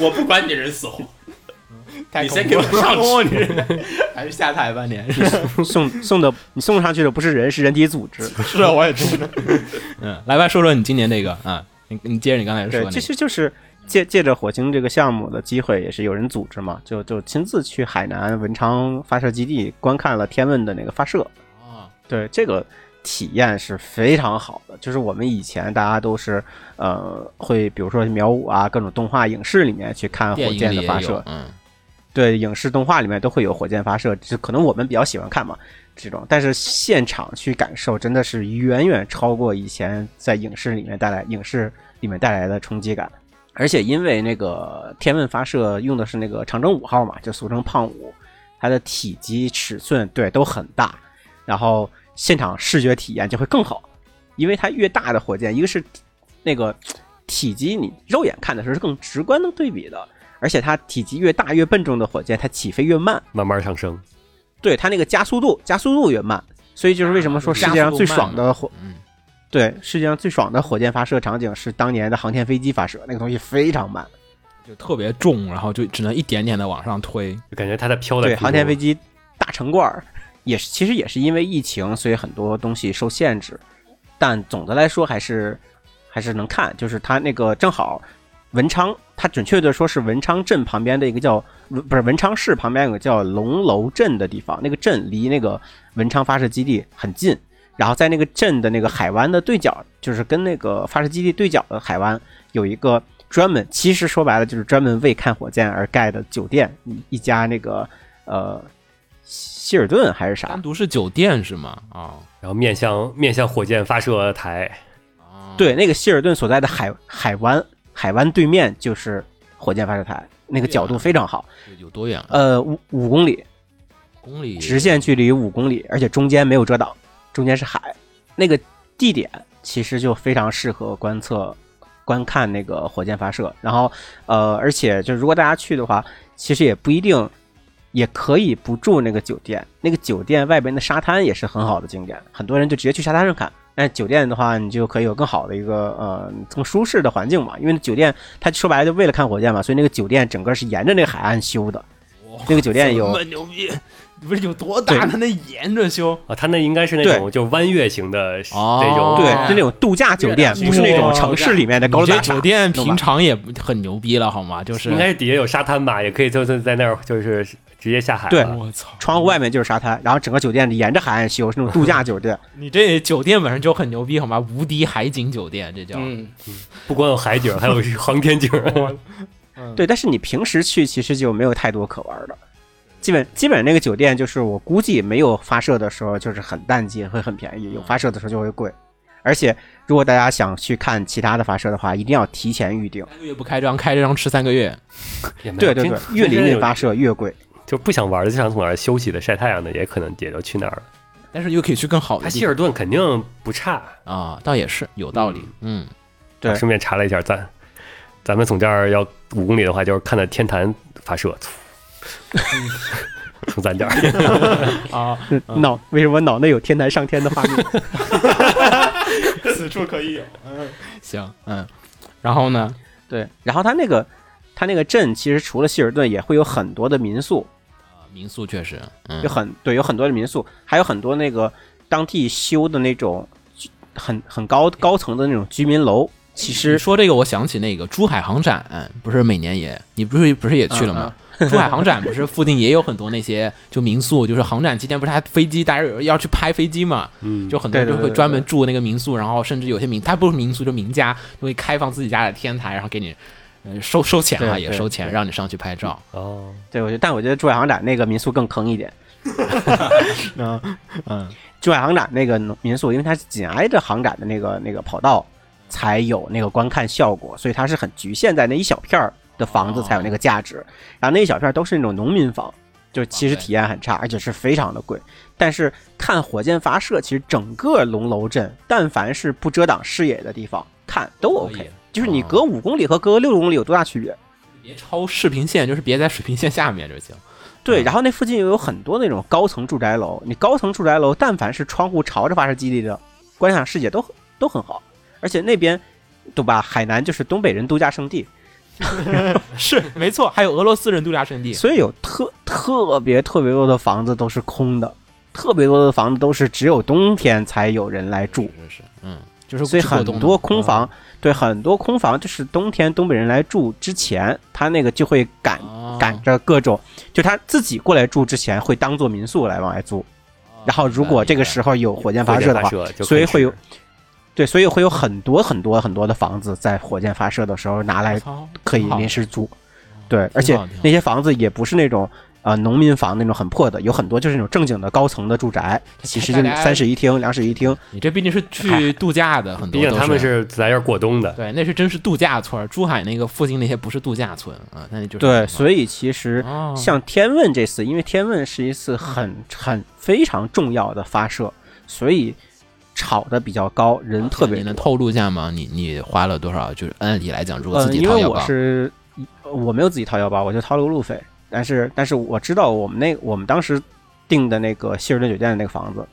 Speaker 4: 我不管你人死活，
Speaker 1: 太
Speaker 4: 你先给我
Speaker 1: 恐怖了
Speaker 4: 上去
Speaker 1: 你还是下台吧你？
Speaker 6: 送送的你送上去的不是人，是人体组织。
Speaker 1: 是啊，我也知道。 嗯，来吧，说说你今年这个啊，你你接着你刚才说
Speaker 6: 对，
Speaker 1: 那
Speaker 6: 其
Speaker 1: 个
Speaker 6: 实就是借借着火星这个项目的机会，也是有人组织嘛，就就亲自去海南文昌发射基地观看了天问的那个发射。
Speaker 1: 哦
Speaker 6: 对，这个体验是非常好的。就是我们以前大家都是呃会，比如说秒五啊，各种动画影视里面去看啊火
Speaker 1: 电影
Speaker 6: 箭
Speaker 1: 里
Speaker 6: 的
Speaker 1: 也
Speaker 6: 发
Speaker 1: 有
Speaker 6: 射，
Speaker 1: 嗯，
Speaker 6: 对，影视动画里面都会有火箭发射，就可能我们比较喜欢看嘛这种，但是现场去感受真的是远远超过以前在影视里面带来影视里面带来的冲击感。而且因为那个天问发射用的是那个长征五号嘛，就俗称胖五，它的体积尺寸对都很大，然后现场视觉体验就会更好，因为它越大的火箭，一个是那个体积，你肉眼看的时候是更直观能对比的。而且它体积越大越笨重的火箭，它起飞越慢，
Speaker 5: 慢慢上升。
Speaker 6: 对它那个加速度，加速度越慢。所以就是为什么说世界上最爽的火，
Speaker 1: 嗯，
Speaker 6: 对世界上最爽的火箭发射场景是当年的航天飞机发射，那个东西非常慢。
Speaker 1: 就特别重，然后就只能一点点的往上推。
Speaker 5: 就感觉它在飘在
Speaker 6: 对，
Speaker 5: 空中
Speaker 6: 航天飞机大城罐儿也是，其实也是因为疫情，所以很多东西受限制。但总的来说还是还是能看，就是它那个正好文昌，它准确的说是文昌镇旁边的一个叫不是文昌市旁边有个叫龙楼镇的地方，那个镇离那个文昌发射基地很近。然后在那个镇的那个海湾的对角，就是跟那个发射基地对角的海湾有一个专门，其实说白了就是专门为看火箭而盖的酒店，一一家那个呃希尔顿还是啥
Speaker 1: 单？独是酒店是吗？啊、
Speaker 5: 然后面向面向火箭发射台，
Speaker 1: 啊
Speaker 6: 对，那个希尔顿所在的海海湾，海湾对面就是火箭发射台，那个角度非常好，
Speaker 1: 有多远啊？
Speaker 6: 呃五五公里，
Speaker 1: 公里
Speaker 6: 直线距离五公里，而且中间没有遮挡，中间是海。那个地点其实就非常适合观测、观看那个火箭发射。然后，呃，而且就如果大家去的话，其实也不一定，也可以不住那个酒店。那个酒店外边的沙滩也是很好的景点，很多人就直接去沙滩上看。但酒店的话，你就可以有更好的一个呃更舒适的环境嘛，因为酒店它说白了就为了看火箭嘛，所以那个酒店整个是沿着那个海岸修的。 那个酒店有
Speaker 1: 这么牛逼，不是有多大？
Speaker 6: 对
Speaker 1: 它那沿着修，
Speaker 5: 啊，它那应该是那种就弯月形的
Speaker 1: 哦
Speaker 5: 那种，
Speaker 6: 对，
Speaker 1: 哦
Speaker 6: 就那种度假酒店，不是那种城市里面的高楼
Speaker 1: 你这
Speaker 6: 大厦。
Speaker 1: 酒店
Speaker 6: 懂
Speaker 1: 平
Speaker 6: 吧
Speaker 1: 常也不很牛逼了好吗？就是
Speaker 5: 应该是底下有沙滩吧，也可以就是在那儿就是直接下海
Speaker 6: 对
Speaker 5: 了。
Speaker 1: 啊我操，
Speaker 6: 窗户外面就是沙滩，然后整个酒店沿着海岸修，是那种度假酒店。
Speaker 1: 你这酒店本身就很牛逼好吗？无敌海景酒店，这叫。
Speaker 4: 嗯，
Speaker 5: 不光有海景，还有航天景。
Speaker 1: 哦
Speaker 6: 对，但是你平时去其实就没有太多可玩的，基本基本那个酒店就是我估计没有发射的时候就是很淡季，会很便宜；有发射的时候就会贵。而且如果大家想去看其他的发射的话，一定要提前预 定。
Speaker 1: 三个月不开张，开张吃三个月。
Speaker 5: 也没
Speaker 6: 对
Speaker 5: 有
Speaker 6: 对
Speaker 5: 听
Speaker 6: 对，越临近发
Speaker 5: 听
Speaker 6: 射越贵。
Speaker 5: 就不想玩的，就想从哪儿休息的、晒太阳的，也可能也就去那儿了。
Speaker 1: 但是又可以去更好
Speaker 5: 它
Speaker 1: 的
Speaker 5: 希
Speaker 1: 地
Speaker 5: 尔顿肯定不差。
Speaker 1: 方啊，倒也是有道理。嗯，
Speaker 6: 对
Speaker 5: 啊顺便查了一下，咱咱们从这儿要五公里的话，就是看到天坛发射，从咱这儿
Speaker 1: 啊，
Speaker 5: 嗯
Speaker 4: 嗯
Speaker 6: 脑为什么脑内有天坛上天的画面？
Speaker 1: 此处可以有。嗯，行，嗯，然后呢？
Speaker 6: 对，然后它那个它那个镇其实除了希尔顿，也会有很多的民宿，
Speaker 1: 啊民宿确实，嗯
Speaker 6: 有，很对，有很多的民宿，还有很多那个当地修的那种居很很高高层的那种居民楼。其
Speaker 1: 你
Speaker 6: 实
Speaker 1: 说这个，我想起那个珠海航展，不是每年也，你不是不是也去了吗？啊 珠海航展不是附近也有很多那些就民宿，就是航展期间不是还飞机，大家有要去拍飞机嘛，
Speaker 5: 嗯
Speaker 1: 就很多
Speaker 6: 对
Speaker 1: 人
Speaker 6: 对
Speaker 1: 就会
Speaker 6: 对
Speaker 1: 专
Speaker 6: 对
Speaker 1: 门住那个民宿，然后甚至有些民，他不是民宿就民家，就会开放自己家的天台，然后给你。呃 收收钱啊，
Speaker 6: 对
Speaker 1: 也
Speaker 6: 对
Speaker 1: 收钱，
Speaker 6: 对
Speaker 1: 让 你上去拍照。
Speaker 5: 哦，
Speaker 6: 对我觉得，但我觉得珠海航展那个民宿更坑一 点。
Speaker 1: 嗯，
Speaker 6: 珠海航展那个民宿，因为它是紧挨着航展的那个那个跑道，才有那个观看效果，所以它是很局限在那一小片儿的房子才有那个
Speaker 1: 哦
Speaker 6: 价值。然后那一小片儿都是那种农民房，就其实
Speaker 1: 哦
Speaker 6: 体验很差，而且是非常的贵。但是看火箭发射，其实整个龙楼镇，但凡是不遮挡视野的地方看都
Speaker 1: 可以哦
Speaker 6: OK。就是你隔五公里和隔六公里有多大区别？
Speaker 1: 别超视频线，就是别在水平线下面就行。
Speaker 6: 对，
Speaker 1: 嗯
Speaker 6: 然后那附近又有很多那种高层住宅楼，你高层住宅楼，但凡是窗户朝着发射基地的，观赏视野都很都很好，而且那边，对吧？海南就是东北人度假胜地，
Speaker 1: 是，没错，还有俄罗斯人度假胜地。
Speaker 6: 所以有特特别特别多的房子都是空的，特别多的房子都是只有冬天才有人来住，
Speaker 1: 是是，嗯，就是
Speaker 6: 所以
Speaker 1: 只过
Speaker 6: 很
Speaker 1: 冬
Speaker 6: 多
Speaker 1: 的
Speaker 6: 空房，对，很多空房就是冬天东北人来住之前，他那个就会赶
Speaker 1: 哦
Speaker 6: 赶着各种，就他自己过来住之前会当做民宿来往外租。
Speaker 1: 啊
Speaker 6: 然后如果这个时候有火箭发射的
Speaker 5: 火
Speaker 6: 话，
Speaker 5: 箭发射就
Speaker 6: 所以
Speaker 5: 开始
Speaker 6: 会有对，所以会有很多很多很多的房子在火箭发射的时候拿来可以临时租。对，而且
Speaker 1: 啊挺好
Speaker 6: 那些房子也不是那种呃农民房那种很破的，有很多就是那种正经的高层的住宅，其实就
Speaker 1: 大家
Speaker 6: 三室一厅、两室一厅。
Speaker 1: 你这毕竟是去度假的，很多
Speaker 5: 毕竟
Speaker 1: 都
Speaker 5: 他们是在这儿过冬的，
Speaker 1: 对，那是真是度假村儿。珠海那个附近那些不是度假村啊，那就是
Speaker 6: 对，所以其实
Speaker 1: 哦
Speaker 6: 像天问这次，因为天问是一次很很非常重要的发射，所以炒的比较高，人特别
Speaker 1: 啊
Speaker 6: 多
Speaker 1: 你能。透露一下吗？你你花了多少？就是按理来讲，如果自
Speaker 6: 呃，
Speaker 1: 己
Speaker 6: 因
Speaker 1: 掏
Speaker 6: 为
Speaker 1: 腰
Speaker 6: 我
Speaker 1: 包，
Speaker 6: 是我没有自己掏腰包，我就掏了个路费。但是但是我知道我们那我们当时订的那个希尔顿酒店的那个房子，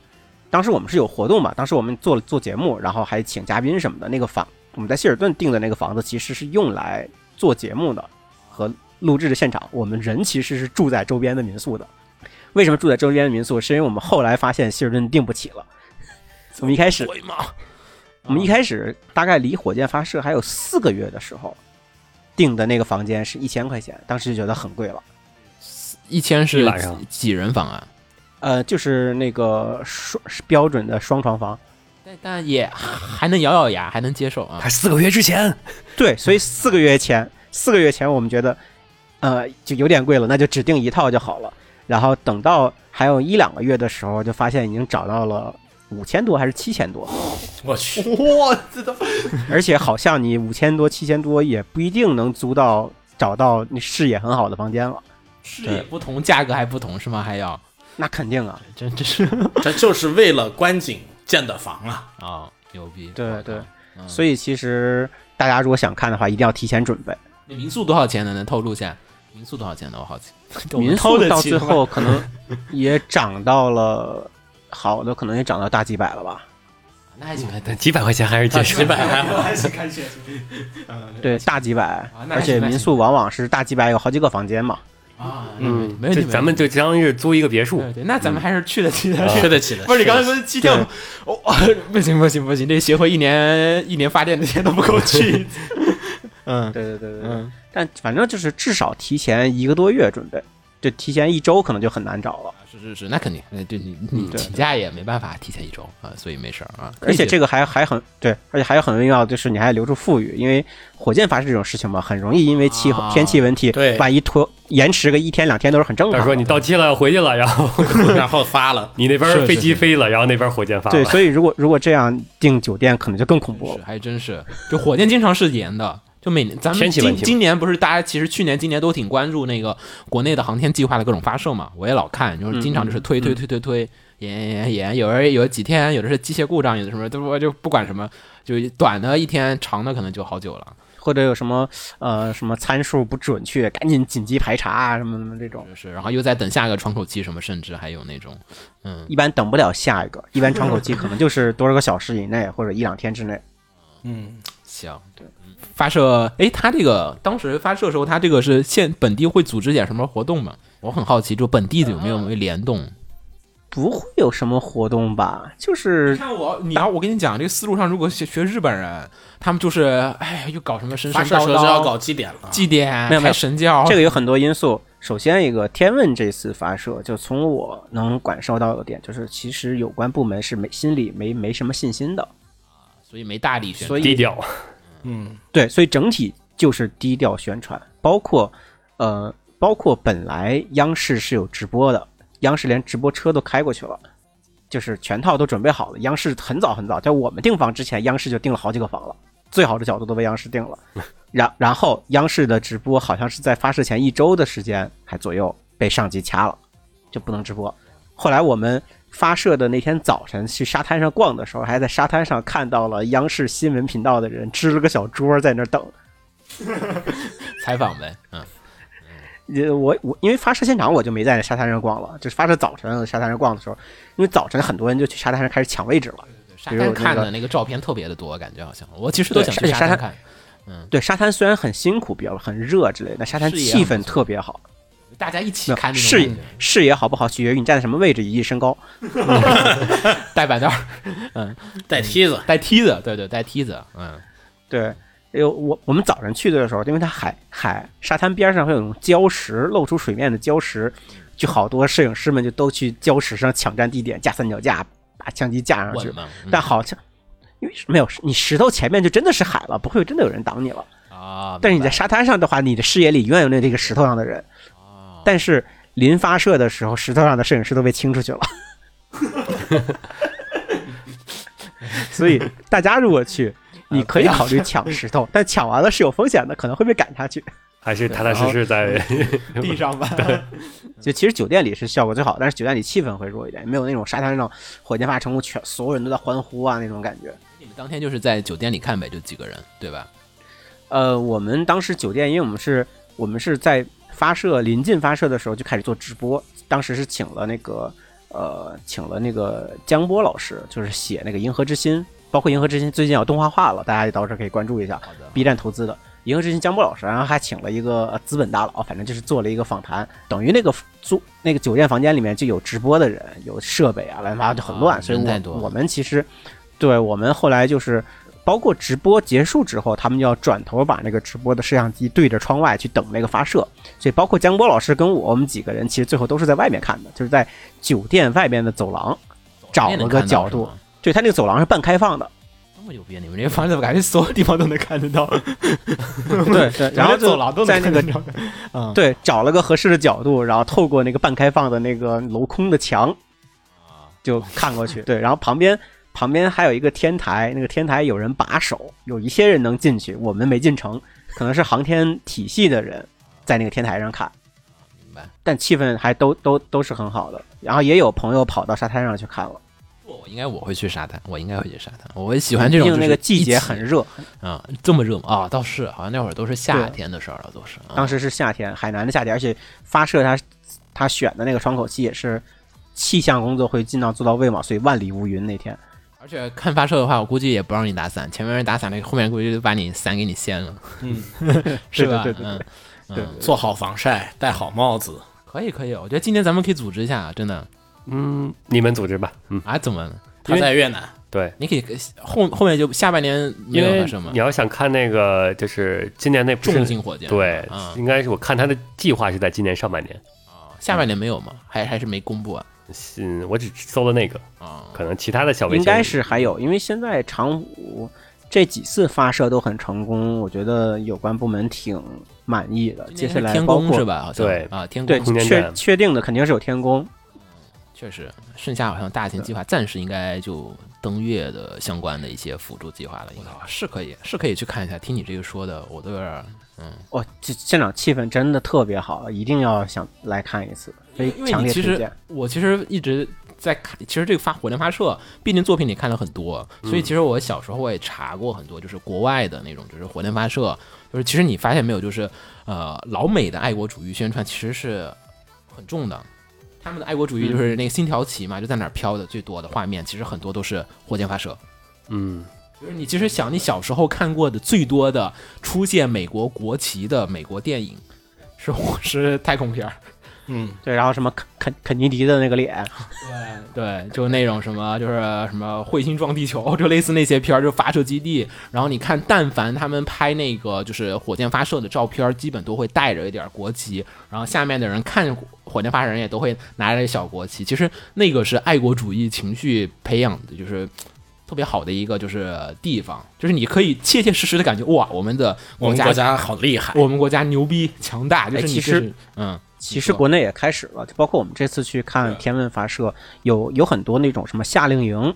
Speaker 6: 当时我们是有活动嘛，当时我们做做节目，然后还请嘉宾什么的。那个房我们在希尔顿订的那个房子其实是用来做节目的和录制的现场，我们人其实是住在周边的民宿的。为什么住在周边的民宿？是因为我们后来发现希尔顿订不起了。我们一开始
Speaker 1: 贵吗？
Speaker 6: 我们一开始大概离火箭发射还有四个月的时候，订的那个房间是一千块钱，当时就觉得很贵了。
Speaker 1: 一千是
Speaker 5: 一晚上
Speaker 1: 几几人房啊？
Speaker 6: 呃，就是那个双是标准的双床房，
Speaker 1: 但但也还能咬咬牙，还能接受啊
Speaker 5: 还。四个月之前，
Speaker 6: 对，所以四个月前，四个月前我们觉得，呃，就有点贵了，那就只订一套就好了。然后等到还有一两个月的时候，就发现已经找到了五千多还是七千多，
Speaker 4: 我去，
Speaker 6: 而且好像你五千多、七千多也不一定能租到找到你视野很好的房间了。
Speaker 1: 视野不同，价格还不同是吗？还要
Speaker 6: 那肯定啊，
Speaker 1: 真 真是
Speaker 4: 这就是为了观景建的房啊！
Speaker 1: 啊，牛逼！
Speaker 6: 对对，
Speaker 1: 嗯
Speaker 6: 所以其实大家如果想看的话，一定要提前准备。
Speaker 1: 那民宿多少钱呢？能透露一下？民宿多少钱呢？我好 奇。我们
Speaker 6: 民
Speaker 1: 偷
Speaker 6: 宿
Speaker 1: 得
Speaker 6: 到
Speaker 1: 起
Speaker 6: 最
Speaker 1: 吗
Speaker 6: 后可 能也涨到了，好的可能也涨到大几百了吧？
Speaker 1: 那还行，
Speaker 5: 但几百块钱还是接受
Speaker 4: 几。百还好，
Speaker 6: 对，大几百
Speaker 1: 啊，那还
Speaker 6: 而且
Speaker 1: 行那还
Speaker 6: 民
Speaker 1: 行
Speaker 6: 宿往往是大几百有好几个房间嘛。
Speaker 1: 啊，
Speaker 5: 嗯，
Speaker 1: 没问题
Speaker 5: 就。咱们
Speaker 1: 没问题
Speaker 5: 就相当于是租一个别墅
Speaker 1: 对，对，那咱们还是去得起的。
Speaker 4: 吃得起的。
Speaker 1: 不是你
Speaker 4: 吃得
Speaker 1: 刚才
Speaker 4: 起
Speaker 1: 说七天，我、哦、不行不行不行，这协会一年一年发电的钱都不够去 一次。 嗯
Speaker 6: 对对对对，
Speaker 1: 嗯，
Speaker 6: 但反正就是至少提前一个多月准备，就提前一周可能就很难找了。
Speaker 1: 是是是，那肯定，呃对你你
Speaker 6: 对
Speaker 1: 请假也没办法提前一周啊，所以没事儿啊。
Speaker 6: 而且这
Speaker 1: 个
Speaker 6: 个还还很对，而且还有很重要，就是你还留住富裕，因为火箭发射这种事情嘛，很容易因为气候、
Speaker 1: 啊
Speaker 6: 天气问题，
Speaker 4: 对
Speaker 6: 万一拖延迟个一天两天都是很正
Speaker 5: 他
Speaker 6: 常
Speaker 5: 说
Speaker 6: 的。
Speaker 5: 你到期了，回去了，然后
Speaker 4: 然后发了，
Speaker 5: 你那
Speaker 1: 是是
Speaker 5: 边飞机
Speaker 1: 是
Speaker 5: 飞了，然后那边火箭发
Speaker 6: 对，
Speaker 5: 了。
Speaker 6: 所以如果如果这样订酒店，可能就更恐怖
Speaker 1: 是
Speaker 6: 了。
Speaker 1: 还真是，就火箭经常是延的。就每年，咱们
Speaker 5: 天气
Speaker 1: 今
Speaker 5: 问题嘛
Speaker 1: 今年不是大家其实去年、今年都挺关注那个国内的航天计划的各种发射嘛，我也老看，就是经常
Speaker 5: 嗯
Speaker 1: 就是推推推推推，延延延延，有人有几天，有的是机械故障，有的什么都不就不管什么，就短的一天，长的可能就好久了。
Speaker 6: 或者有什么呃什么参数不准确，赶紧紧急排查啊什么什么这种，
Speaker 1: 就是，然后又在等下一个窗口期什么，甚至还有那种，嗯，
Speaker 6: 一般等不了下一个，一般窗口期可能就是多少个小时以内或者一两天之内。
Speaker 4: 嗯，
Speaker 1: 行，对，发射，哎，他这个当时发射的时候，他这个是现本地会组织点什么活动吗？我很好奇，就本地有没有联动？
Speaker 6: 嗯不会有什么活动吧？就是
Speaker 1: 看我，你要我跟你讲，这个思路上，如果学学日本人，他们就是，哎，又搞什么神神
Speaker 4: 发射
Speaker 1: 叨
Speaker 4: 时候就要搞
Speaker 1: 叨、
Speaker 4: 祭典了。
Speaker 1: 祭典、
Speaker 6: 没有没有
Speaker 1: 啊开神教，
Speaker 6: 这个有很多因素。首先一个，天问这次发射，就从我能感受到的点，就是其实有关部门是没心里没没什么信心的，
Speaker 1: 所以没大力宣传
Speaker 6: 所
Speaker 5: 低
Speaker 6: 以
Speaker 5: 调，
Speaker 4: 嗯，
Speaker 6: 对，所以整体就是低调宣传，包括呃，包括本来央视是有直播的，央视连直播车都开过去了，就是全套都准备好了。央视很早很早，在我们订房之前，央视就订了好几个房了，最好的角度都被央视订了。然然后央视的直播好像是在发射前一周的时间还左右被上级掐了，就不能直播。后来我们发射的那天早晨去沙滩上逛的时候，还在沙滩上看到了央视新闻频道的人支了个小桌在那儿等。
Speaker 1: 采访呗，嗯，
Speaker 6: 也我我因为发射现场我就没在沙滩上逛了，就是发射早晨沙滩上逛的时候，因为早晨很多人就去沙滩上开始抢位置了。
Speaker 1: 沙
Speaker 6: 比如
Speaker 1: 滩
Speaker 6: 那
Speaker 1: 看
Speaker 6: 个
Speaker 1: 的那个照片特别的多，感觉好像我其实都
Speaker 6: 对
Speaker 1: 想去
Speaker 6: 而且
Speaker 1: 沙
Speaker 6: 沙
Speaker 1: 滩
Speaker 6: 滩
Speaker 1: 看，嗯
Speaker 6: 对，沙滩虽然很辛苦，比较很热之类的，但沙滩
Speaker 1: 视野
Speaker 6: 气
Speaker 1: 很
Speaker 6: 氛
Speaker 1: 不错
Speaker 6: 特别好。
Speaker 1: 大家一起看那种
Speaker 6: 视野
Speaker 1: 感觉
Speaker 6: 视野好不好取决于你站在什么位置以及身高。 嗯
Speaker 1: 带板凳儿、嗯
Speaker 4: 带梯子，
Speaker 1: 带梯子，对对，带梯子，嗯，
Speaker 6: 对，有我我们早上去的时候，因为它海海沙滩边上会有那种礁石露出水面的礁石，就好多摄影师们就都去礁石上抢占地点，架三脚架，把相机架上去
Speaker 1: 稳。嘛，嗯
Speaker 6: 但好像因为没有你石头前面就真的是海了，不会有真的有人挡你了。
Speaker 1: 啊，
Speaker 6: 但是你在
Speaker 1: 明白
Speaker 6: 沙滩上的话，你的视野里永远有那这个石头上的人。
Speaker 1: 哦
Speaker 6: 但是临发射的时候，石头上的摄影师都被清出 去了。所以大家如果去，你
Speaker 1: 呃
Speaker 6: 可以考虑抢石 头，但抢完了是有风险的，可能会被赶下去。
Speaker 5: 还是踏踏实实在
Speaker 1: 地上吧，
Speaker 6: 就其实酒店里是效果最好，但是酒店里气氛会弱一点，没有那种沙滩上火箭发成功，全所有人都在欢呼啊那种感觉。
Speaker 1: 你们当天就是在酒店里看呗，就几个人，对吧？
Speaker 6: 呃，我们当时酒店，因为我们是我们是在发射临近发射的时候就开始做直播，当时是请了那个呃，请了那个江波老师，就是写那个《银河之心》，包括《银河之心》最近要动画化了，大家到时候可以关注一下
Speaker 1: 好的，
Speaker 6: ，B 站投资的《银河之心》江波老师，然后还请了一个呃资本大佬，反正就是做了一个访谈，等于那个租那个酒店房间里面就有直播的人，有设备啊，乱七八糟就很乱，
Speaker 1: 啊
Speaker 6: 所以
Speaker 1: 人太
Speaker 6: 我
Speaker 1: 多
Speaker 6: 我们其实对我们后来就是。包括直播结束之后，他们要转头把那个直播的摄像机对着窗外去等那个发射，所以包括江波老师跟我，我们几个人其实最后都是在外面看的，就是在酒店外边的走廊，找了个角度，对，它那个走廊是半开放的，
Speaker 1: 这么牛逼！啊 你们这个房子感觉所有地方都能看得到，
Speaker 6: 对对，然后就
Speaker 1: 走廊都
Speaker 6: 在
Speaker 1: 能
Speaker 6: 那
Speaker 1: 看
Speaker 6: 个
Speaker 1: 得到。嗯，
Speaker 6: 对找了个合适的角度，然后透过那个半开放的那个镂空的墙，
Speaker 1: 啊
Speaker 6: 就看过 去。对，然后旁边旁边还有一个天台，那个天台有人把守，有一些人能进去，我们没进城，可能是航天体系的人在那个天台上看，
Speaker 1: 明白。
Speaker 6: 但气氛还都都都是很好的。然后也有朋友跑到沙滩上去看了，
Speaker 1: 我应该我会去沙滩，我应该会去沙滩， 我会喜欢这种
Speaker 6: 毕
Speaker 1: 就
Speaker 6: 竟那
Speaker 1: 是
Speaker 6: 个季
Speaker 1: 一
Speaker 6: 节
Speaker 1: 起
Speaker 6: 很热，
Speaker 1: 啊、这么热吗？啊、倒是，好像那会儿都是夏
Speaker 6: 对
Speaker 1: 天的事儿了，都是。啊
Speaker 6: 当
Speaker 1: 时
Speaker 6: 时是夏天，海南的夏天，而且发射它它选的那个窗口期也是气象工作会尽量做到位嘛，所以万里无云那天。
Speaker 1: 而且看发射的话，我估计也不让你打伞，前面人打伞那个，后面估计就把你伞给你掀了，嗯， 是吧？
Speaker 6: 对对对
Speaker 1: 嗯
Speaker 6: 对
Speaker 1: 嗯，
Speaker 4: 做好防晒，戴好帽子，
Speaker 1: 可以可以，我觉得今年咱们可以组织一下，啊真的
Speaker 5: 嗯，你们组织吧，嗯，
Speaker 4: 哎
Speaker 1: 啊，怎么？因
Speaker 4: 他
Speaker 1: 为
Speaker 4: 在越南，
Speaker 5: 对，
Speaker 1: 你可以后后面就下半年没
Speaker 5: 因
Speaker 1: 有
Speaker 5: 为
Speaker 1: 了什么
Speaker 5: 你要想看那个，就是今年那不
Speaker 1: 重
Speaker 5: 是
Speaker 1: 型火箭，
Speaker 5: 对，
Speaker 1: 啊、
Speaker 5: 应该是我看他的计划是在今年上半年。
Speaker 1: 下半年没有吗？还还是没公布啊？
Speaker 5: 嗯，我只搜了那个，
Speaker 1: 啊、
Speaker 5: 可能其他的小卫星
Speaker 6: 应该是还有，因为现在长武这几次发射都很成功，我觉得有关部门挺满意的。接下来
Speaker 1: 天
Speaker 6: 包
Speaker 1: 宫
Speaker 6: 括
Speaker 1: 是吧？好像
Speaker 5: 对
Speaker 1: 啊，天宫
Speaker 6: 对
Speaker 5: 空间
Speaker 6: 确
Speaker 5: 站
Speaker 6: 确定的肯定是有天宫，
Speaker 1: 确实，剩下好像大型计划暂时应该就登月的相关的一些辅助计划了，应该是可以，是可以去看一下。听你这个说的，我都有点儿嗯
Speaker 6: 哇、哦这现场气氛真的特别好，一定要想来看一次，所以
Speaker 1: 因为
Speaker 6: 哎强
Speaker 1: 你
Speaker 6: 烈
Speaker 1: 其
Speaker 6: 推
Speaker 1: 实
Speaker 6: 荐。
Speaker 1: 我其实一直在看，其实这个发火箭发射，毕竟作品里看了很多，
Speaker 6: 嗯
Speaker 1: 所以其实我小时候我也查过很多，就是国外的那种，就是火箭发射，就是其实你发现没有，就是呃老美的爱国主义宣传其实是很重的。他们的爱国主义就是那个星条旗嘛，就在哪儿飘的最多的画面，其实很多都是火箭发射。
Speaker 5: 嗯，
Speaker 1: 就是你其实想，你小时候看过的最多的出现美国国旗的美国电影，是 是太空片儿。
Speaker 4: 嗯，
Speaker 6: 对，然后什么肯肯肯尼迪的那个脸，
Speaker 1: 对，就那种什么，就是什么彗星撞地球， 就类似那些片儿，就发射基地。然后你看，但凡他们拍那个就是火箭发射的照片儿，基本都会带着一点儿国旗。然后下面的人看火箭发射人也都会拿着小国旗。其实那个是爱国主义情绪培养的，就是特别好的一个就是地方，就是你可以切切实实的感觉，哇，我们的
Speaker 4: 我
Speaker 1: 国
Speaker 4: 们
Speaker 1: 家
Speaker 4: 国家好厉害，
Speaker 1: 我们国家牛逼强大，就
Speaker 6: 哎
Speaker 1: 是你
Speaker 6: 其
Speaker 1: 就
Speaker 6: 实
Speaker 1: 是嗯，
Speaker 6: 其实国内也开始了，就包括我们这次去看天问发射，有有很多那种什么夏令营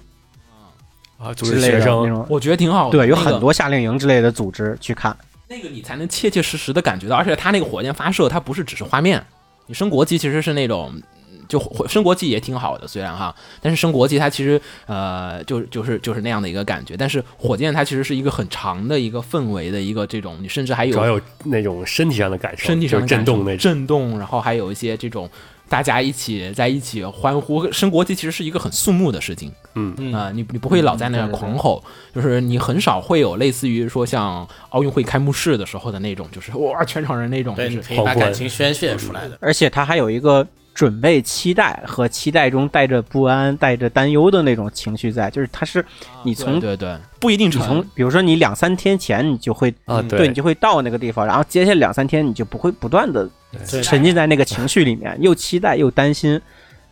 Speaker 5: 啊，组
Speaker 6: 之
Speaker 5: 织
Speaker 6: 类
Speaker 5: 学
Speaker 6: 的那
Speaker 5: 生，
Speaker 6: 种，
Speaker 1: 我觉得挺好的，
Speaker 6: 对，有
Speaker 1: 那个
Speaker 6: 很多夏令营之类的组织去看。
Speaker 1: 那个你才能切切实实的感觉到，而且它那个火箭发射，它不是只是画面，你升国旗其实是那种，嗯就火升国旗也挺好的，虽然哈，但是升国旗它其实呃，就就是就是那样的一个感觉，但是火箭它其实是一个很长的一个氛围的一个这种，你甚至还
Speaker 5: 主要
Speaker 1: 有
Speaker 5: 有那种身体上的感受，
Speaker 1: 身体上的
Speaker 5: 就是震
Speaker 1: 感受
Speaker 5: 动那种。
Speaker 1: 震动，然后还有一些这种。大家一起在一起欢呼，升国旗其实是一个很肃穆的事情。
Speaker 4: 嗯
Speaker 1: 啊、你你不会老在那儿
Speaker 6: 对对对
Speaker 1: 狂吼，就是你很少会有类似于说像奥运会开幕式的时候的那种，就是哇全场人那种，
Speaker 4: 对，
Speaker 1: 就
Speaker 4: 你
Speaker 1: 是
Speaker 4: 可以把
Speaker 5: 狂欢
Speaker 4: 感情宣泄出来的。
Speaker 6: 而且它还有一个准备、期待和期待中带着不安、带着担忧的那种情绪在，就是它是你从、
Speaker 1: 对对对，啊不一定
Speaker 6: 你从
Speaker 1: 成。，
Speaker 6: 比如说你两三天前你就会
Speaker 5: 啊
Speaker 6: 嗯
Speaker 5: 对
Speaker 6: 你就会到那个地方，然后接下来两三天你就不会不断的
Speaker 4: 对
Speaker 6: 沉浸在那个情绪里面，又期待又担心，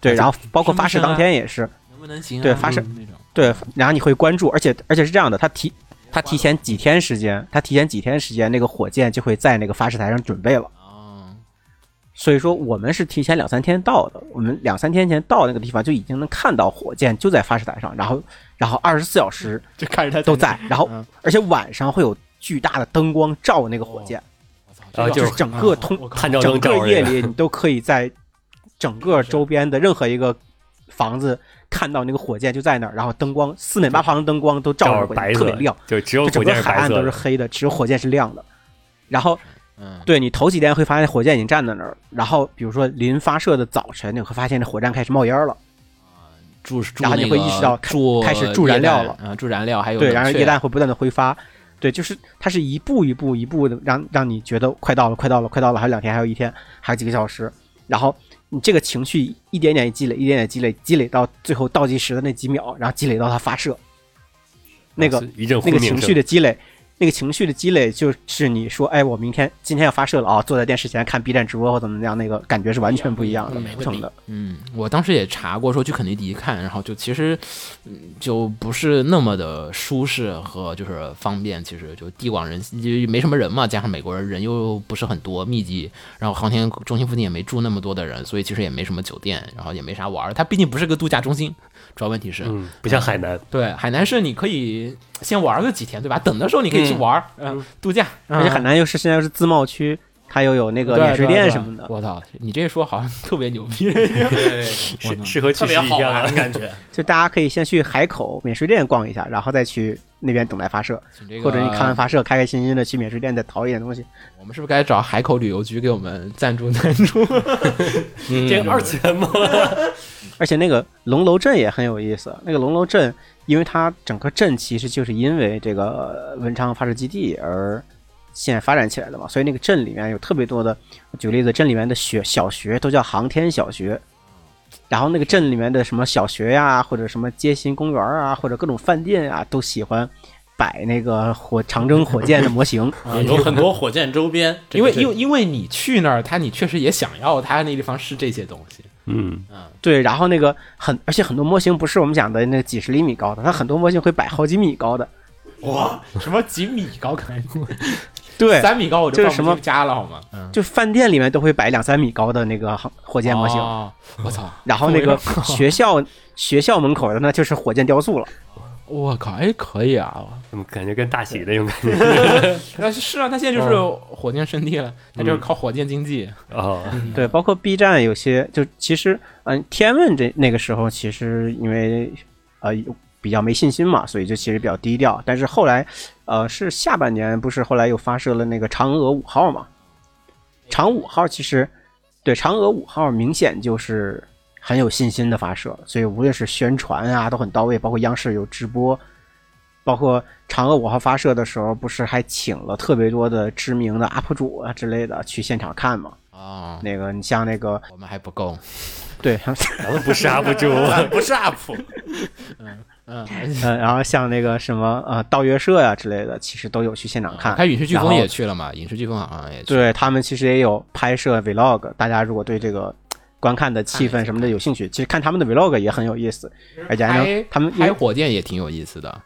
Speaker 6: 对，然后包
Speaker 1: 啊
Speaker 6: 括发射当天也是，
Speaker 1: 能不能行、啊？
Speaker 6: 对发射
Speaker 1: 那种。
Speaker 6: 对，然后你会关注，而且而且是这样的，它提它提前几天时间，它提前几天时间，那个火箭就会在那个发射台上准备了。
Speaker 1: 哦，
Speaker 6: 所以说我们是提前两三天到的，我们两三天前到那个地方就已经能看到火箭就在发射台上，然后然后二十四小时
Speaker 1: 就看着他
Speaker 6: 都在，然后
Speaker 1: 嗯哦
Speaker 6: 而且晚上会有巨大的灯光照那个火箭，
Speaker 1: 我操这
Speaker 5: 啊就
Speaker 6: 就是是整个
Speaker 1: 我
Speaker 6: 通
Speaker 1: 靠
Speaker 5: 探照灯
Speaker 6: 整
Speaker 5: 照
Speaker 6: 个
Speaker 5: 着
Speaker 6: 夜
Speaker 5: 这个，
Speaker 6: 里你都可以在整个周边的任何一个房子看到那个火箭就在那儿，然后灯光四面八方的灯光都照
Speaker 5: 照
Speaker 6: 着
Speaker 5: 着
Speaker 6: 火
Speaker 5: 白
Speaker 6: 箭，特别
Speaker 5: 色，
Speaker 6: 亮，
Speaker 5: 就只有
Speaker 6: 就整
Speaker 5: 火
Speaker 6: 个
Speaker 5: 箭
Speaker 6: 海
Speaker 5: 白
Speaker 6: 岸
Speaker 5: 色
Speaker 6: 都是
Speaker 5: 的，
Speaker 6: 黑的，只有火箭是亮的。然后
Speaker 1: 嗯，
Speaker 6: 对你头几天会发现火箭已经站在那儿了，然后比如说临发射的早晨，你会发现这火站开始冒烟了，
Speaker 1: 啊注注
Speaker 6: 然后你
Speaker 1: 那
Speaker 6: 会
Speaker 1: 个
Speaker 6: 意识到开
Speaker 1: 注
Speaker 6: 开始注燃料了
Speaker 1: 啊、嗯注燃料还有
Speaker 6: 对，
Speaker 1: 冷
Speaker 6: 然后
Speaker 1: 却
Speaker 6: 液氮会不断的挥发，对，就是它是一步一步一步的让让你觉得快到了，快到了，快到了，还有两天，还有一天，还有几个小时，然后你这个情绪一点点积累，一点点积累，积累到最后倒计时的那几秒，然后积累到它发射，那个
Speaker 5: 是啊一阵
Speaker 6: 那
Speaker 5: 轰
Speaker 6: 个
Speaker 5: 鸣
Speaker 6: 情绪
Speaker 5: 声，
Speaker 6: 的积累，那个情绪的积累，就是你说，哎，我明天今天要发射了啊，坐在电视前看 B 站直播或怎么样，那个感觉是完全不一样的，
Speaker 1: 嗯
Speaker 6: 不同的。
Speaker 1: 嗯，我当时也查过，说去肯尼迪看，然后就其实，嗯，就不是那么的舒适和就是方便，其实就地广人稀就没什么人嘛，加上美国人人又不是很多密集，然后航天中心附近也没住那么多的人，所以其实也没什么酒店，然后也没啥玩儿。它毕竟不是个度假中心，主要问题是，
Speaker 5: 嗯，不像海南，
Speaker 1: 对海南是你可以先玩个几天，对吧？等的时候你可以去玩儿，嗯，度假，
Speaker 6: 而且海
Speaker 1: 嗯
Speaker 6: 南又是现在又是自贸区，它又有那个
Speaker 1: 对
Speaker 6: 免税
Speaker 1: 对
Speaker 6: 店
Speaker 1: 对
Speaker 6: 什么的，
Speaker 1: 我操，你这一说好像特别牛 逼，我
Speaker 5: 适
Speaker 1: 呢
Speaker 5: 适合去
Speaker 4: 特
Speaker 5: 试
Speaker 4: 别
Speaker 5: 一
Speaker 4: 好
Speaker 5: 下
Speaker 4: 玩
Speaker 5: 了
Speaker 4: 的感觉。
Speaker 6: 就大家可以先去海口免税店逛一下，然后再去那边等待发射，
Speaker 1: 请这个
Speaker 6: 或者你看完发射，开开心心的去免税店再淘一点东西。
Speaker 1: 我们是不是该找海口旅游局给我们赞助赞助？
Speaker 5: 这个二次元吗？
Speaker 6: 而且那个龙楼镇也很有意思，那个龙楼镇，因为它整个镇其实就是因为这个呃文昌发射基地而现在发展起来的嘛，所以那个镇里面有特别多的，举例子，镇里面的学小学都叫航天小学，然后那个镇里面的什么小学呀、或者什么街心公园啊，或者各种饭店呀、都喜欢摆那个火长征火箭的模 型，
Speaker 4: 啊有很多火箭周边，这
Speaker 1: 因
Speaker 4: 个
Speaker 1: 为
Speaker 4: 这
Speaker 1: 因
Speaker 4: 个
Speaker 1: 为因为你去那儿，他你确实也想要他那地方是这些东西。
Speaker 5: 嗯，
Speaker 6: 对，然后那个很，而且很多模型不是我们讲的那几十厘米高的，它很多模型会摆好几米高的，
Speaker 5: 啊
Speaker 1: 哇，什么几米高可能？
Speaker 6: 对，
Speaker 1: 三米高我
Speaker 6: 这
Speaker 1: 就
Speaker 6: 是
Speaker 1: 放不
Speaker 6: 什么
Speaker 1: 进家了好吗？嗯，
Speaker 6: 就饭店里面都会摆两三米高的那个航火箭模型，
Speaker 1: 哦。 我操！
Speaker 6: 然后那个学校学校门口的那就是火箭雕塑了。
Speaker 1: 我靠！哎，可以啊！
Speaker 5: 怎么嗯感觉跟大喜那种感觉
Speaker 1: 那是啊，他现在就是火箭圣地了，他
Speaker 6: 嗯
Speaker 1: 就是靠火箭经济。
Speaker 5: 啊？
Speaker 6: 对，包括 B 站有些就其实，嗯，天问这那个时候其实因为呃有比较没信心嘛，所以就其实比较低调。但是后来，呃，是下半年不是后来又发射了那个嫦娥五号嘛？嫦五号其实对嫦娥五号明显就是很有信心的发射，所以无论是宣传啊都很到位，包括央视有直播。包括嫦娥五号发射的时候，不是还请了特别多的知名的 UP 主啊之类的去现场看嘛？
Speaker 1: 啊，
Speaker 6: 那个你像那个
Speaker 1: 我们还不够。
Speaker 6: 对，
Speaker 5: 咱们不是 UP 主，
Speaker 4: 咱不是 UP，
Speaker 1: 嗯，
Speaker 6: 嗯， 然后像那个什么呃盗月社呀、之类的，其实都有去现场看。
Speaker 1: 他啊影视飓
Speaker 6: 然
Speaker 1: 风
Speaker 6: 后
Speaker 1: 也去了嘛？影视飓风好像也去。
Speaker 6: 对他们其实也有拍摄 vlog，大家如果对这个观看的气氛什么的有兴趣，其实看他们的 vlog 也很有意思，而且还
Speaker 1: 拍
Speaker 6: 能他们因
Speaker 1: 拍
Speaker 6: 为
Speaker 1: 火箭也挺有意思的。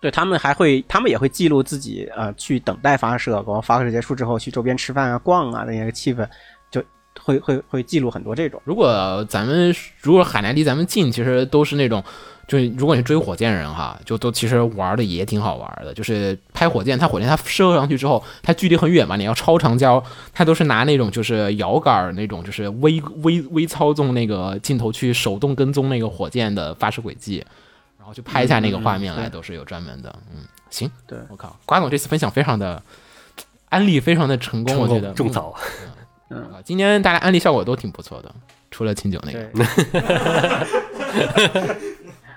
Speaker 6: 对他们还会他们也会记录自己呃去等待发射，然后发射结束之后去周边吃饭啊、逛啊那些气氛，就会会会记录很多这种。
Speaker 1: 如果呃咱们如果海南离咱们近，其实都是那种，就是如果你追火箭人哈，就都其实玩的也挺好玩的。就是拍火箭，它火箭它射上去之后，它距离很远嘛，你要超长焦，它都是拿那种就是摇杆儿那种，就是微微微操纵那个镜头去手动跟踪那个火箭的发射轨迹，然后去拍一下那个画面来，都是有专门的。嗯，行，
Speaker 6: 对
Speaker 1: 我靠，瓜总这次分享非常的安利，非常的成功，我觉得
Speaker 5: 种草，
Speaker 1: 嗯啊今天大家安利效果都挺不错的，除了清酒那个。
Speaker 6: 对，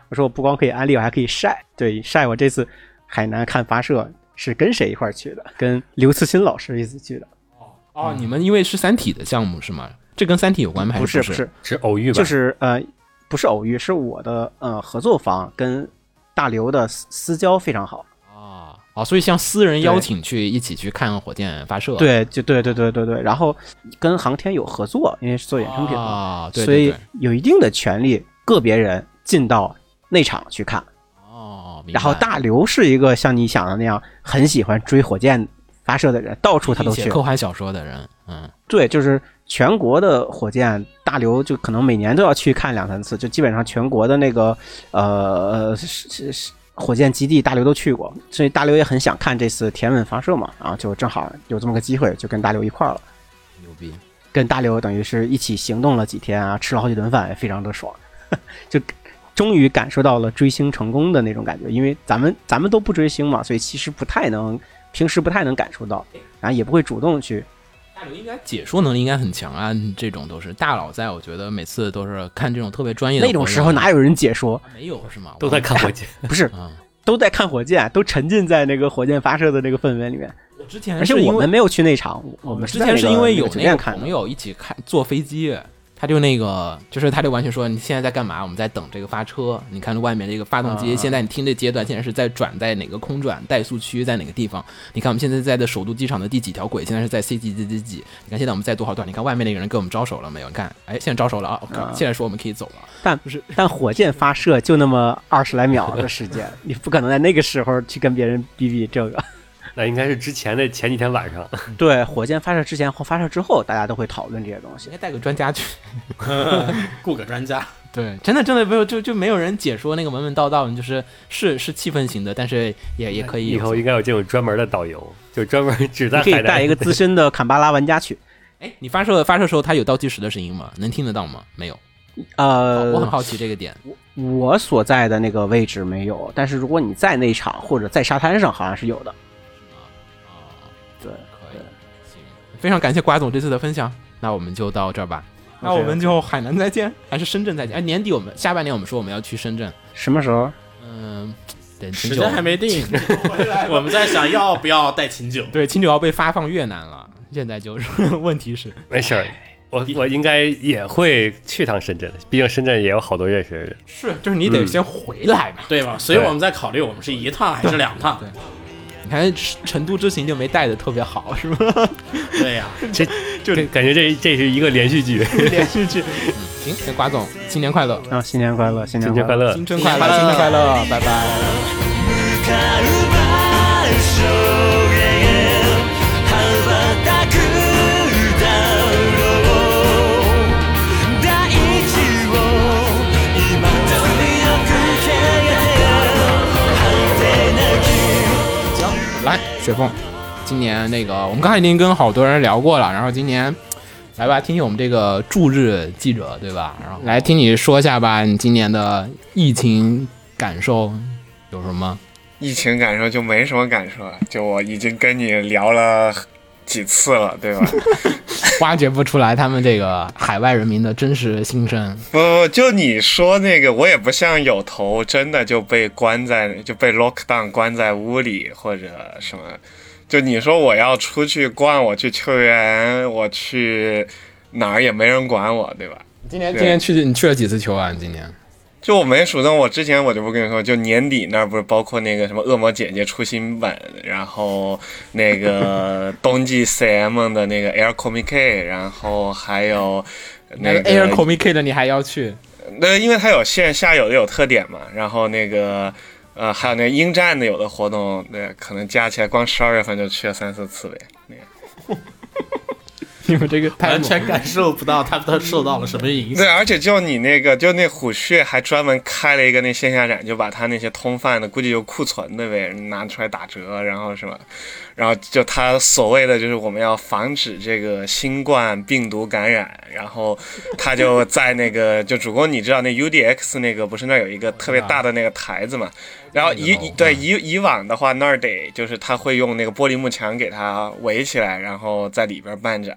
Speaker 6: 我说我不光可以安利，我还可以晒。对，晒我这次海南看发射是跟谁一块儿去的？跟刘慈欣老师一起去的。
Speaker 1: 哦，你们因为是《三体》的项目是吗？这跟《三体》有关吗？还
Speaker 6: 不
Speaker 1: 是
Speaker 6: 不
Speaker 1: 是？
Speaker 6: 是，
Speaker 5: 是偶遇吧？
Speaker 6: 就是呃，不是偶遇，是我的呃合作方跟大刘的私私交非常好。
Speaker 1: 啊啊，所以像私人邀请去一起去看火箭发射，
Speaker 6: 对，就对对对对对。然后跟航天有合作，因为是做衍生品嘛，
Speaker 1: 啊，对
Speaker 6: 所
Speaker 1: 对
Speaker 6: 以
Speaker 1: 对，
Speaker 6: 有一定的权利，个别人进到内场去看。
Speaker 1: 哦，明白
Speaker 6: 然后大刘是一个像你想的那样很喜欢追火箭发射的人，到处他都
Speaker 1: 写
Speaker 6: 去。
Speaker 1: 科幻小说的人，嗯，
Speaker 6: 对，就是全国的火箭，大刘就可能每年都要去看两三次，就基本上全国的那个呃是是是火箭基地，大刘都去过，所以大刘也很想看这次天问发射嘛，啊，就正好有这么个机会，就跟大刘一块儿了。
Speaker 1: 牛逼。
Speaker 6: 跟大刘等于是一起行动了几天啊，吃了好几顿饭，也非常的爽， 就终于感受到了追星成功的那种感觉。因为咱们咱们都不追星嘛，所以其实不太能，平时不太能感受到，然后也不会主动去
Speaker 1: 大刘应该解说能力应该很强啊，这种都是大佬在，我觉得每次都是看这种特别专业的
Speaker 6: 那种
Speaker 1: 活动啊
Speaker 6: 时候哪有人解说？
Speaker 1: 没有是吗？
Speaker 5: 都在看火箭，
Speaker 6: 不是
Speaker 1: 啊，
Speaker 6: 都在看火箭，都沉浸在那个火箭发射的那个氛围里面。
Speaker 1: 我之前
Speaker 6: 而且
Speaker 1: 是因
Speaker 6: 我
Speaker 1: 为
Speaker 6: 们没有去内场，我我们
Speaker 1: 之
Speaker 6: 在
Speaker 1: 前
Speaker 6: 那
Speaker 1: 是
Speaker 6: 个
Speaker 1: 因为
Speaker 6: 那
Speaker 1: 有
Speaker 6: 个酒
Speaker 1: 那
Speaker 6: 店
Speaker 1: 个
Speaker 6: 看
Speaker 1: 朋
Speaker 6: 的。
Speaker 1: 友一起看坐飞机，他就那个就是他就完全说你现在在干嘛？我们在等这个发车。你看外面这个发动机，
Speaker 6: 啊
Speaker 1: 现在你听这阶段，现在是在转在哪个空转怠速区，在哪个地方？你看我们现在在的首都机场的第几条轨？现在是在 C 几几几几？你看现在我们在多少段？你看外面那个人跟我们招手了没有？你看，哎，现在招手了啊！我靠，现在说我们可以走了。
Speaker 6: 但
Speaker 1: 不是
Speaker 6: 但火箭发射就那么二十来秒的时 间，你不可能在那个时候去跟别人比比这个。
Speaker 5: 那应该是之前的前几天晚上，
Speaker 6: 对，火箭发射之前和发射之后，大家都会讨论这些东西
Speaker 1: 应。该带个专家去。
Speaker 4: 雇个专家，
Speaker 1: 对，真的真的没有，就就没有人解说那个文文道道，你就是是是气氛型的，但是也也可以
Speaker 5: 以后应该有这种专门的导游，就专门 只在
Speaker 6: 你可
Speaker 5: 海
Speaker 6: 以带
Speaker 5: 南
Speaker 6: 一个资深的坎巴拉玩家去。
Speaker 1: 哎，你发射发射时候，它有倒计时的声音吗？能听得到吗？没有，
Speaker 6: 呃，
Speaker 1: 我很好奇这个点。
Speaker 6: 我所在的那个位置没有，但是如果你在那场或者在沙滩上，好像是有的。对，
Speaker 1: 可以，行，非常感谢瓜总这次的分享，那我们就到这儿吧。那我们就海南再见，还是深圳再见？哎，年底我们下半年我们说我们要去深圳，
Speaker 6: 什么时候？
Speaker 1: 嗯，等
Speaker 4: 时
Speaker 1: 秦九
Speaker 4: 间还 没定， 我们在想要不要带秦九。
Speaker 1: 对秦九要被发放越南了，现在就是 问题是，
Speaker 5: 没事儿，我我应该也会去趟深圳，毕竟深圳也有好多认识的人。
Speaker 1: 是就是你得
Speaker 5: 嗯
Speaker 1: 先回来嘛。
Speaker 4: 对吧？所以
Speaker 5: 对
Speaker 4: 我们在考虑，我们是一趟还是两趟？
Speaker 1: 你看成都之行就没带的特别好，是吧？
Speaker 4: 对呀、
Speaker 5: 这就感觉这这是一个连续剧，
Speaker 1: 连续剧。嗯行，那瓜总，新年快乐，嗯
Speaker 6: 啊，新年快乐，新
Speaker 5: 新
Speaker 6: 年
Speaker 5: 年快乐！
Speaker 1: 新春快乐，
Speaker 4: 新年快乐
Speaker 1: 新春快乐，拜拜。
Speaker 7: カルバイショへ羽ばたくだろう大地を今強くけげて果てなき
Speaker 1: 来，雪凤，今年那个我们刚才已经跟好多人聊过了，然后今年来吧，听听我们这个驻日记者对吧？然后来听你说一下吧，你今年的疫情感受有什么？
Speaker 8: 疫情感受就没什么感受了，就我已经跟你聊了几次了，对吧？
Speaker 1: 挖掘不出来他们这个海外人民的真实心声。
Speaker 8: 不不，呃就你说那个，我也不像有头真的就被关在就被 lock down 关在屋里或者什么。就你说我要出去逛，我去秋园，我去哪儿也没人管我，对吧？
Speaker 1: 今年
Speaker 8: 对
Speaker 1: 今年去你去了几次球啊？你今年
Speaker 8: 就我没数到，我之前我就不跟你说，就年底那儿不是包括那个什么《恶魔姐姐》出新版，然后那个冬季 CM 的那个 Air Comic，K，然后还有那个
Speaker 1: Air Comic K 的你还要去？
Speaker 8: 那因为它有线下有的有特点嘛，然后那个呃还有那个鹰战的有的活动，对，可能加起来光十二月份就去了三四次呗。那个
Speaker 1: 你们这个太
Speaker 4: 完
Speaker 1: 猛了
Speaker 4: 全感受不到他们受到了什么影响
Speaker 8: 对，。而且就你那个，就那虎穴还专门开了一个那线下展，就把他那些通贩的，估计有库存的呗，拿出来打折，然后什么，然后就他所谓的就是我们要防止这个新冠病毒感染，然后他就在那个就主公你知道那 UDX 那个不是那儿有一个特别大的那个台子嘛，然后以以对以以往的话那儿得就是他会用那个玻璃幕墙给它围起来，然后在里边办展。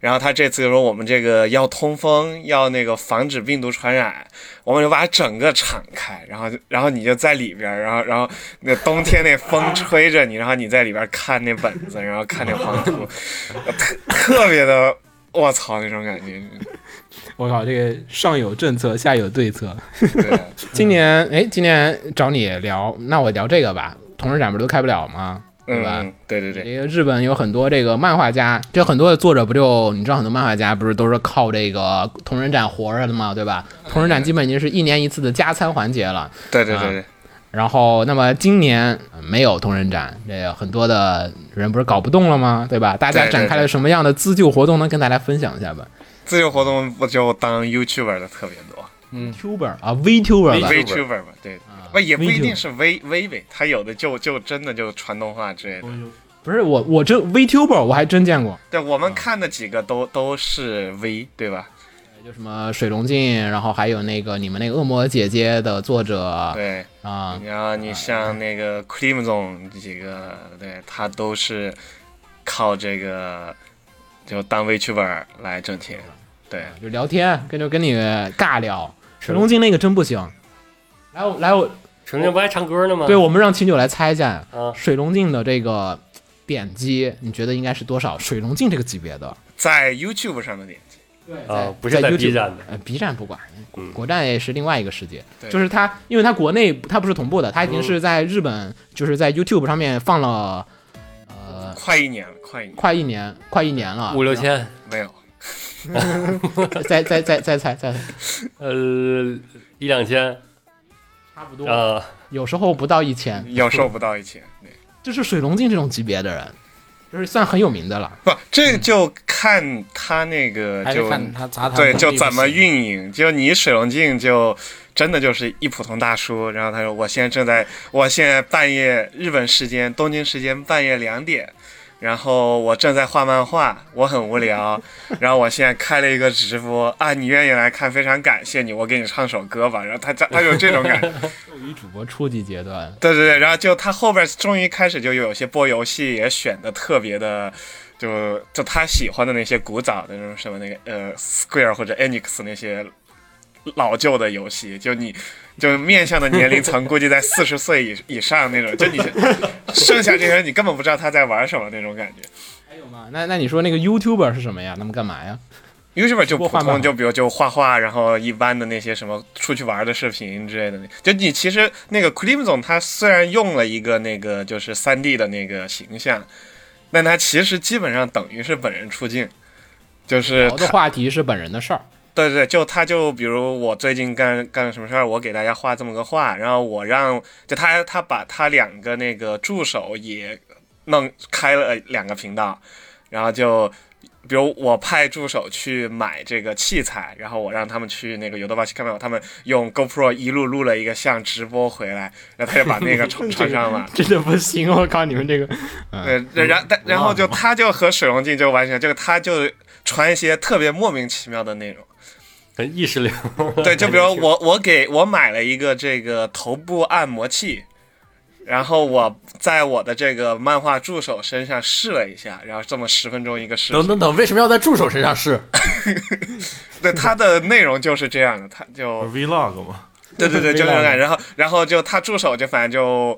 Speaker 8: 然后他这次就说我们这个要通风，要那个防止病毒传染，我们就把整个敞开，然后然后你就在里边儿，然后然后那冬天那风吹着你，然后你在里边儿看那本子，然后看那黄图，特特别的。我操，那种感觉，
Speaker 1: 我靠，这个上有政策，下有对策。
Speaker 8: 对，
Speaker 1: 今年哎，今年找你聊，那我聊这个吧。同人展不是都开不了吗？对吧？
Speaker 8: 嗯，对对对，
Speaker 1: 这个日本有很多这个漫画家，这很多的作者不就你知道很多漫画家不是都是靠这个同人展活着的嘛，对吧？
Speaker 8: 嗯
Speaker 1: 同人展基本已经是一年一次的加餐环节了。
Speaker 8: 对对对对，
Speaker 1: 然后，那么今年呃没有同人展，这个很多的人不是搞不动了吗？对吧？大家
Speaker 8: 对对
Speaker 1: 展开
Speaker 8: 对
Speaker 1: 了什么样的自救活动呢？跟大家分享一下吧。
Speaker 8: 自由活动不就当 YouTuber 的特别多
Speaker 1: Tuber 啊，Vtuber 吧，啊
Speaker 8: ，VTuber 嘛，对，不也不一
Speaker 1: VTuber
Speaker 8: 定是 V V 呗，他有的就就真的就传动画之类的，
Speaker 1: 不是我，我真 VTuber 我还真见过，
Speaker 8: 对我们看的几个都都是 V 对吧？
Speaker 1: 就什么水龙镜，然后还有那个你们那个恶魔姐姐的作者，
Speaker 8: 对，
Speaker 1: 啊，
Speaker 8: 然后你像那个 Crimson 几个，对他都是靠这个就当 VTuber 来挣钱，
Speaker 1: 啊
Speaker 8: 对，
Speaker 1: 就聊天，跟就跟你尬聊。水龙镜那个真不行，来我来我，
Speaker 5: 陈正不还唱歌
Speaker 8: 嗯
Speaker 5: 呢吗？
Speaker 1: 对我们让秦九来猜一下
Speaker 5: 啊
Speaker 1: 水龙镜的这个点击，你觉得应该是多少？水龙镜这个级别的，
Speaker 8: 在 YouTube 上的点击，
Speaker 5: 啊，不是在
Speaker 1: YouTube
Speaker 5: B 站的，
Speaker 1: 呃，B 站不管，国
Speaker 5: 嗯
Speaker 1: 国站也是另外一个世界。
Speaker 8: 对
Speaker 1: 就是它，因为它国内它不是同步的，它已经是在日本，就是在 YouTube 上面放了呃
Speaker 8: 快一年了，快一年
Speaker 1: 快一年，快一年了，
Speaker 5: 五六千，
Speaker 8: 没有，
Speaker 1: 然后。 再再再再猜再猜，
Speaker 5: 呃，一两千
Speaker 1: 差不多，
Speaker 5: 啊，
Speaker 1: 有时候不到一千。
Speaker 8: 有时候不到一千，对。
Speaker 1: 就是水龙镜这种级别的人，就是算很有名的了。
Speaker 8: 不，这就看他那个
Speaker 4: 还是
Speaker 8: 就
Speaker 4: 看他杂谈
Speaker 8: 对，
Speaker 4: 能
Speaker 8: 就
Speaker 4: 力不
Speaker 8: 怎么
Speaker 4: 行
Speaker 8: 运营。就你水龙镜就真的就是一普通大叔，然后他说我现在正在，我现在半夜日本时间东京时间半夜两点。然后我正在画漫画，我很无 聊。然后我现在开了一个直播啊，你愿意来看，非常感谢你，我给你唱首歌吧。然后他他他有这种 感觉，
Speaker 1: 与主播初级阶段，
Speaker 8: 对对对，然后就他后边终于开始就有些播游戏也选的特别的，就就他喜欢的那些古早的那种什么那个呃 Square 或者 Enix 那些老旧的游戏，就你就面向的年龄层估计在四十岁以以上那种，就你剩下这些人你根本不知道他在玩什么那种感觉。
Speaker 1: 还有吗？那那你说那个 YouTuber 是什么呀？他们干嘛呀？
Speaker 8: YouTuber 就
Speaker 1: 播
Speaker 8: 普
Speaker 1: 画漫画
Speaker 8: 通，就比如就画画，然后一般的那些什么出去玩的视频之类的。就你其实那个 Clim 总他虽然用了一个那个就是三 D 的那个形象，但他其实基本上等于是本人出镜，就是
Speaker 1: 聊的话题是本人的事儿，
Speaker 8: 对对，就他就比如我最近干干了什么事儿，我给大家画这么个画，然后我让就他他把他两个那个助手也弄开了两个频道，然后就比如我派助手去买这个器材，然后我让他们去那个有的巴西看到他们用 GoPro 一路录了一个像直播回来，然后他就把 那个传传上了。
Speaker 1: 真的不行！我靠，你们这个嗯
Speaker 8: 对，然然然后就他就和水龙镜就完全，就他就传一些特别莫名其妙的内容。
Speaker 5: 很意识流。
Speaker 8: 对，就比如我我给我买了一个这个头部按摩器，然后我在我的这个漫画助手身上试了一下，然后这么十分钟一个视
Speaker 4: 等
Speaker 8: 频，
Speaker 4: 等等，为什么要在助手身上试？
Speaker 8: 对，它的内容就是这样的，它就
Speaker 3: Vlog 嘛，
Speaker 8: 对对对，就那种感觉，然后然后就他助手就反正就。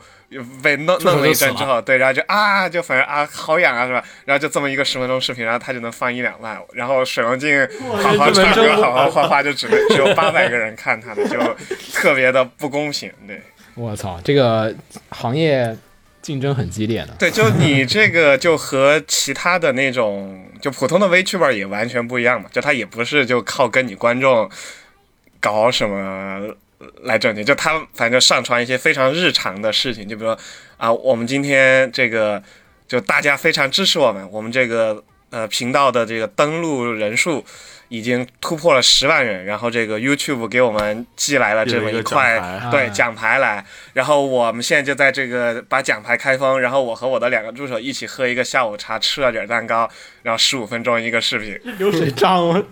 Speaker 8: 被弄
Speaker 4: 手
Speaker 8: 弄了一阵
Speaker 4: 就
Speaker 8: 之
Speaker 4: 死
Speaker 8: 后，对，然后就啊，就反正啊，好痒啊，是吧？然后就这么一个十分钟视频，然后他就能放一两万，然后水龙镜好好唱歌，好好画画，就只能只有八百个人看他的，就特别的不公平，对。
Speaker 1: 我操，这个行业竞争很激烈呢。
Speaker 8: 对，就你这个就和其他的那种就普通的 VTuber 也完全不一样嘛，就他也不是就靠跟你观众搞什么来挣钱，就他反正上传一些非常日常的事情，就比如说啊，我们今天这个就大家非常支持我们，我们这个呃频道的这个登录人数。已经突破了十万人，然后这个 YouTube 给我们寄来了这么
Speaker 3: 有
Speaker 8: 一
Speaker 3: 一个奖
Speaker 8: 块
Speaker 3: 牌，
Speaker 8: 对
Speaker 1: 啊
Speaker 8: 奖牌来，然后我们现在就在这个把奖牌开封，然后我和我的两个助手一起喝一个下午茶，吃了点蛋糕，然后十五分钟一个视频，
Speaker 1: 流水账，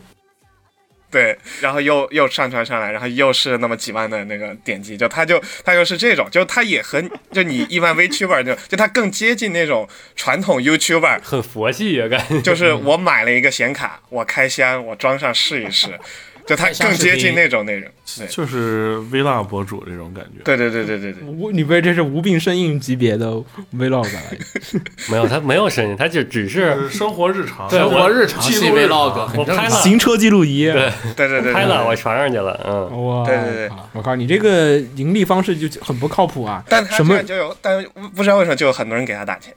Speaker 8: 对，然后又又上传上来，然后又是那么几万的那个点击，就他就他就是这种，就他也和就你一般 VTuber 就就他更接近那种传统 YouTuber，
Speaker 5: 很佛系啊，感觉
Speaker 8: 就是我买了一个显卡，我开箱，我装上试一试，就他更接近那种内容，对
Speaker 3: 就是 Vlog 博主这种感觉。
Speaker 8: 对对对对对对。
Speaker 1: 无你被这是无病呻吟级别的 Vlog 了。
Speaker 5: 没有他没有声音，他就 只是
Speaker 3: 就是生活日常，
Speaker 5: 对
Speaker 4: 生活日常
Speaker 3: 记录
Speaker 4: 系
Speaker 3: 日
Speaker 4: vlog
Speaker 3: 常
Speaker 4: 很正
Speaker 5: 拍
Speaker 4: 常
Speaker 5: 了。
Speaker 1: 行车记录仪，
Speaker 5: 对
Speaker 8: 对对对，
Speaker 5: 拍了，我传上去了，嗯，
Speaker 1: 哇，
Speaker 8: 对对对，
Speaker 1: 我靠，你这个盈利方式就很不靠谱啊！
Speaker 8: 但他
Speaker 1: 什
Speaker 8: 这
Speaker 1: 么
Speaker 8: 样就有，但不知道为什么就有很多人给他打 钱，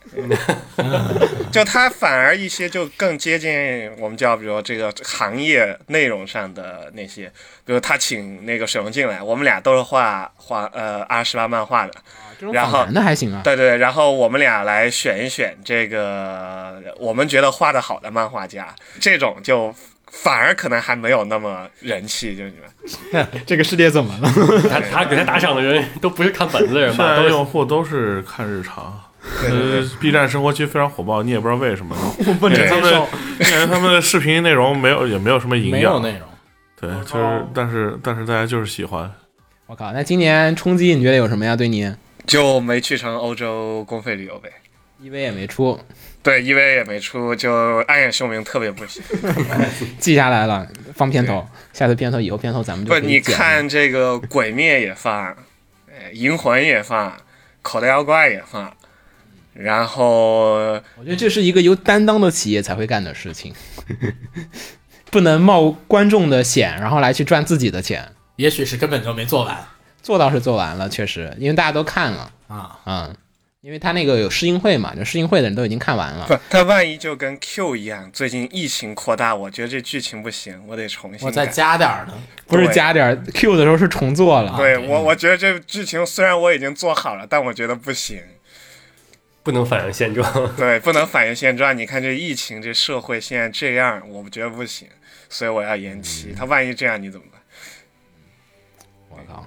Speaker 8: 就他反而一些就更接近我们叫，比如这个行业内容上的那些，比如他请那个水龙进来，我们俩都是画画呃阿什拉漫画的，
Speaker 1: 这种
Speaker 8: 然后
Speaker 1: 访谈的还 行啊，
Speaker 8: 对对，然后我们俩来选一选这个我们觉得画的好的漫画家，这种就。反而可能还没有那么人气，就是你们
Speaker 1: 这个世界怎么了？
Speaker 5: 他他给他打赏的人都不是看本子的人
Speaker 3: 现
Speaker 5: 吧，
Speaker 3: 在
Speaker 5: 都是
Speaker 3: 用户都是看日常，呃，B 站生活区非常火爆，你也不知道为什么。我
Speaker 1: 不能
Speaker 3: 他
Speaker 1: 接
Speaker 3: 们
Speaker 1: 受，
Speaker 3: 感觉他们的视频内容没有，也没有什么营养，
Speaker 4: 没有内容。
Speaker 3: 对，就是，但是但是大家就是喜
Speaker 8: 啊
Speaker 3: 欢。
Speaker 1: 我靠，那今年冲击你觉得有什么呀？对你
Speaker 8: 就没去成欧洲公费旅游呗。
Speaker 1: ，EV 也没出，
Speaker 8: 对，因为也没出，就暗夜凶明特别不行。
Speaker 1: 记下来了，放片头，下次片头以后片头咱们就
Speaker 8: 不，
Speaker 1: 可以
Speaker 8: 你
Speaker 1: 剪了
Speaker 8: 看这个《鬼灭》也放，呃银魂》也放，《口袋妖怪》也放，然后
Speaker 1: 我觉得这是一个有担当的企业才会干的事情，不能冒观众的险，然后来去赚自己的钱。
Speaker 4: 也许是根本就没做完
Speaker 1: 做倒是做完了，确实，因为大家都看了，
Speaker 4: 啊，
Speaker 1: 嗯，因为他那个有试映会嘛，就试映会的人都已经看完了。
Speaker 8: 不，他万一就跟 Q 一样，最近疫情扩大，我觉得这剧情不行，我得重新
Speaker 4: 我再
Speaker 8: 改
Speaker 4: 加点儿呢。
Speaker 1: 不是加点儿 Q 的时候是重做了，
Speaker 8: 对我，我觉得这剧情虽然我已经做好了，但我觉得不行。
Speaker 5: 不能反映现 状。
Speaker 8: 对，不能反映现状。你看这疫情，这社会现在这样，我觉得不行，所以我要延期。他万一这样，你怎么办？
Speaker 1: 我靠！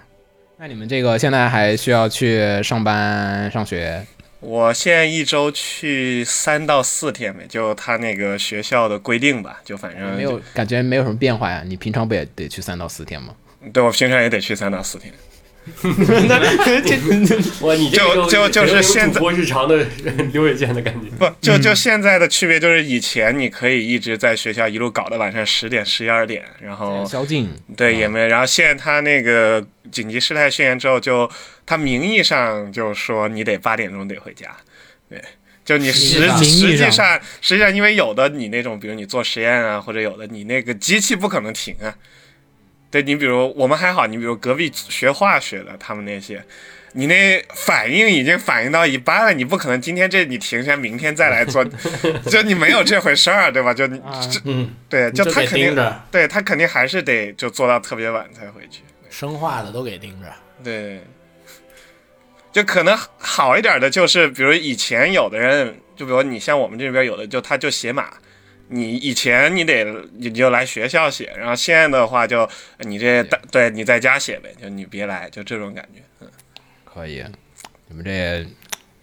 Speaker 1: 那你们这个现在还需要去上班上学？
Speaker 8: 我现在一周去三到四天呗，就他那个学校的规定吧，呃就反正
Speaker 1: 没有感觉没有什么变化呀？你平常不也得去三到四天吗？
Speaker 8: 对我平常也得去三到四 天。
Speaker 5: 哇，你这
Speaker 8: 就
Speaker 5: 个
Speaker 8: 就就是
Speaker 5: 有
Speaker 8: 现在
Speaker 5: 主播日常的 刘伟健的感觉。
Speaker 8: 不，就就现在的区别就是，以前你可以一直在学校一路搞到晚上十点、十一二点，然后
Speaker 1: 宵禁
Speaker 8: 对也没。然后现在他那个紧急事态宣言之后就，他名义上就说你得八点钟得回家，对。就你实
Speaker 1: 名义上
Speaker 8: 实际上实际上，因为有的你那种，比如你做实验啊，或者有的你那个机器不可能停啊。对你比如我们还好，你比如隔壁学化学的他们那些，你那反应已经反应到一半了，你不可能今天这你停下，明天再来做， 就你没有这回事儿，对吧？就你
Speaker 1: 啊
Speaker 8: 这
Speaker 4: 嗯，
Speaker 8: 对，就
Speaker 4: 你
Speaker 8: 他
Speaker 4: 得
Speaker 8: 肯定
Speaker 4: 盯着
Speaker 8: 对他肯定还是得就做到特别晚才回去。
Speaker 4: 生化的都给盯着。
Speaker 8: 对，就可能好一点的就是，比如以前有的人，就比如你像我们这边有的，就他就写码。你以前你得你就来学校写，然后现在的话就你这对你在家写呗，就你别来，就这种感觉。
Speaker 1: 可以，你们这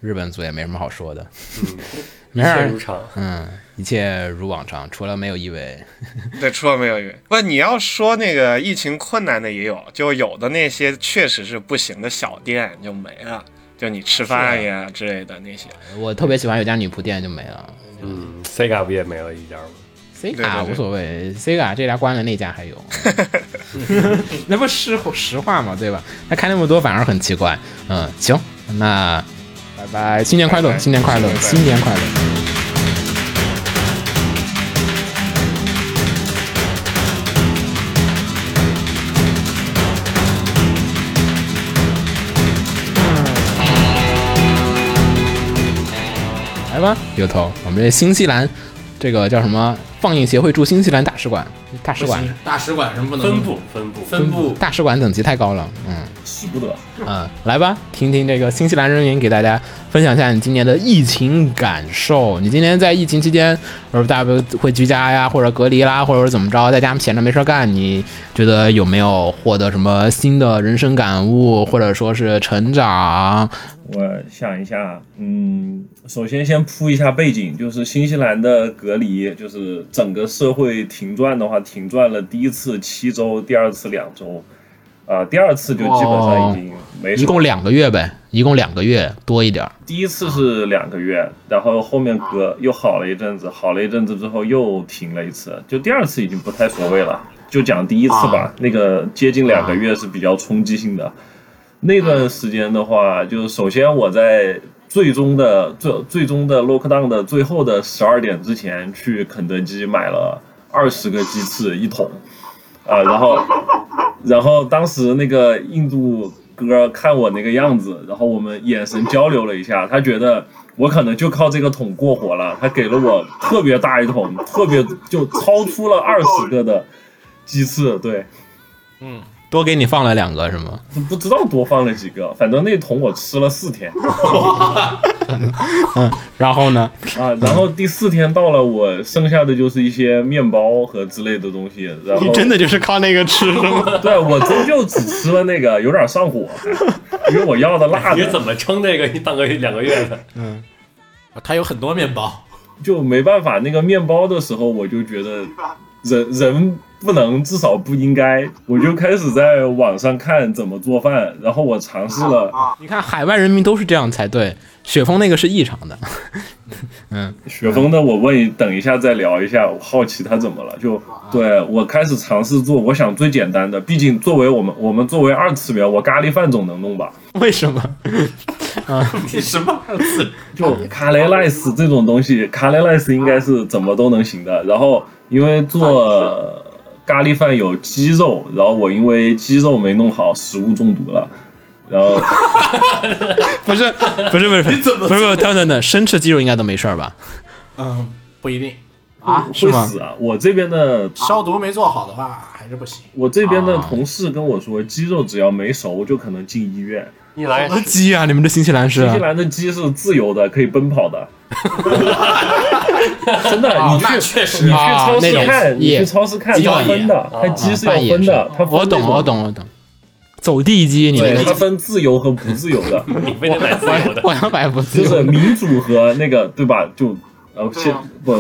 Speaker 1: 日本组也没什么好说的， 没
Speaker 5: 嗯一
Speaker 1: 事
Speaker 5: 切
Speaker 1: 儿
Speaker 5: 如常，
Speaker 1: 嗯，一切如往常，除了没有意味。
Speaker 8: 对，除了没有月，不，你要说那个疫情困难的也有，就有的那些确实是不行的小店就没了，就你吃饭
Speaker 5: 啊
Speaker 8: 呀之类的那些。
Speaker 1: 我特别喜欢有家女仆店就没了
Speaker 5: 嗯，Sega 不也没了一家吗？
Speaker 8: 对对
Speaker 1: ，Sega
Speaker 8: 对
Speaker 1: 无所谓，Sega 这家关了，那 家还有，那不是实话嘛，对吧？他开那么多反而很奇怪。嗯，行，那拜拜，新年快乐，
Speaker 8: 拜拜
Speaker 1: 哎新年快乐，新年快乐。来吧，有头，我们这新西兰这个叫什么放映协会驻新西兰大使馆，大使馆
Speaker 4: 大使馆什么不能
Speaker 5: 分布分布，
Speaker 4: 分布
Speaker 1: 大使馆等级太高了，嗯。
Speaker 9: 使不得。
Speaker 1: 嗯，来吧，听听这个新西兰人员给大家分享一下你今年的疫情感受。你今年在疫情期间，呃，大家会居家呀，或者隔离啦，或者怎么着，在家闲着没事儿干，你觉得有没有获得什么新的人生感悟，或者说是成长？
Speaker 9: 我想一呃下，嗯，首先先铺一下背景，就是新西兰的隔离，就是整个社会停转的话，停转了第一次七周，第二次两周，啊、第二次就基本上已经没
Speaker 1: 哦
Speaker 9: 什
Speaker 1: 一
Speaker 9: 么。
Speaker 1: 共两个月呗，一共两个月多一点儿。
Speaker 9: 第一次是两个月，然后后面隔又好了一阵子，好了一阵子之后又停了一次，就第二次已经不太所谓了。就讲第一次吧，那个接近两个月是比较冲击性的。那段时间的话，就是首先我在最终的最最终的 lockdown 的最后的十二点之前去肯德基买了二十个鸡翅一桶，啊、然后然后当时那个印度哥看我那个样子，然后我们眼神交流了一下，他觉得我可能就靠这个桶过活了，他给了我特别大一桶，特别就超出了二十个的鸡翅，对，
Speaker 1: 多给你放了两个是吗？
Speaker 9: 不不知道多放了几个，反正那桶我吃了四天。
Speaker 1: 嗯然后呢？
Speaker 9: 啊，然后第四天到了，我剩下的就是一些面包和之类的东西， 然后
Speaker 1: 的就是靠那个吃是吗？
Speaker 9: 对我真就只吃了那个， 有点上火，因为我要的辣
Speaker 5: 你
Speaker 9: 的。
Speaker 1: 嗯
Speaker 5: 怎么撑这个一半个月两个月的？
Speaker 4: 它有很多面 包，
Speaker 9: 就没办法。那个面包的时候，我就觉得人人不能，至少不应该。我就开始在网上看怎么做饭，然后我尝试了。
Speaker 1: 你看海外人民都是这样才对，雪峰那个是异常的。嗯，
Speaker 9: 雪峰的我问一，等一下再聊一下，我好奇他怎么了。就对我开始尝试做，我想最简单的，毕竟作为我们我们作为二次元，我咖喱饭总能弄吧。
Speaker 1: 为什么？
Speaker 4: 你什么二次
Speaker 9: 就卡雷赖斯这种东西，卡雷赖斯应该是怎么都能行的。然后因为做咖喱饭有鸡肉，然后我因为鸡肉没弄好，食物中毒了。然后
Speaker 1: 不是不是不是，你怎么不是不是等等等，生吃鸡肉应该都没事儿吧？
Speaker 4: 嗯，不一定，
Speaker 1: 是
Speaker 9: 会
Speaker 1: 吗
Speaker 9: 死啊！我这边的
Speaker 4: 消毒没做好的话还是不行。
Speaker 9: 我这边的同事跟我说，鸡肉只要没熟就可能进医院。
Speaker 5: 一来
Speaker 1: 什么鸡啊？你们这新西兰是
Speaker 9: 新西兰的鸡是自由的，可以奔跑的。真的，
Speaker 4: 哦
Speaker 9: 你去
Speaker 4: 那确实
Speaker 9: 你去
Speaker 1: 啊
Speaker 9: 超市
Speaker 1: 那种
Speaker 9: 看，你
Speaker 1: 野
Speaker 9: 去超市看，
Speaker 4: 鸡
Speaker 9: 它
Speaker 4: 要野
Speaker 9: 分的，它鸡是要分
Speaker 1: 啊
Speaker 9: 的，它分
Speaker 1: 我懂
Speaker 9: 那种
Speaker 1: 我，懂我懂，走地鸡你那
Speaker 9: 对，它
Speaker 1: 个，
Speaker 9: 分自由和不自由的，
Speaker 5: 你非得买自由的，
Speaker 1: 我要百不自
Speaker 9: 就是
Speaker 1: 由。
Speaker 9: 民主和那个对吧？就呃，先不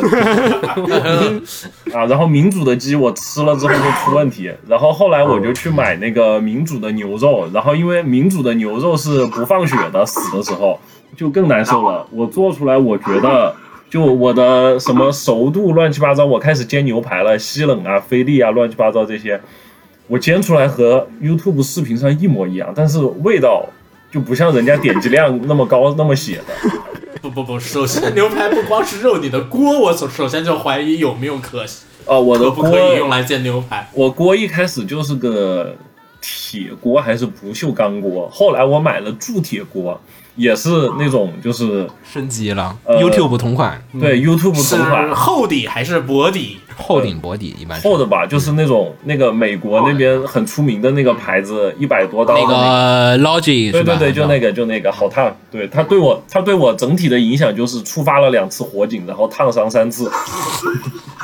Speaker 9: 啊，然后民主的鸡我吃了之后就出问题，然后后来我就去买那个民主的牛肉，然后因为民主的牛肉是不放血的，死的时候就更难受了。我做出来，我觉得。就我的什么熟度乱七八糟，我开始煎牛排了，西冷啊、菲力啊，乱七八糟这些，我煎出来和 YouTube 视频上一模一样，但是味道就不像人家点击量那么高那么写的。
Speaker 4: 不不不，首先牛排不光是肉，你的锅我首首先就怀疑有没有可
Speaker 9: 哦，我的
Speaker 4: 可不
Speaker 9: 锅，
Speaker 4: 可以用来煎牛排。
Speaker 9: 我锅一开始就是个铁锅还是不锈钢锅，后来我买了铸铁锅，也是那种就是
Speaker 1: 升级了
Speaker 9: 呃
Speaker 1: ，YouTube 同款，嗯
Speaker 9: 对 YouTube
Speaker 4: 是
Speaker 9: 同款
Speaker 4: 厚底还是薄底？
Speaker 1: 厚顶薄底一般是。
Speaker 9: 厚的吧，就是那种那个美国那边很出名的那个牌子，一百多刀的
Speaker 1: 那个 Logic
Speaker 9: 对
Speaker 1: 是吧
Speaker 9: 对对，就那个就那个好烫，对它对我它对我整体的影响就是触发了两次火警，然后烫伤三次。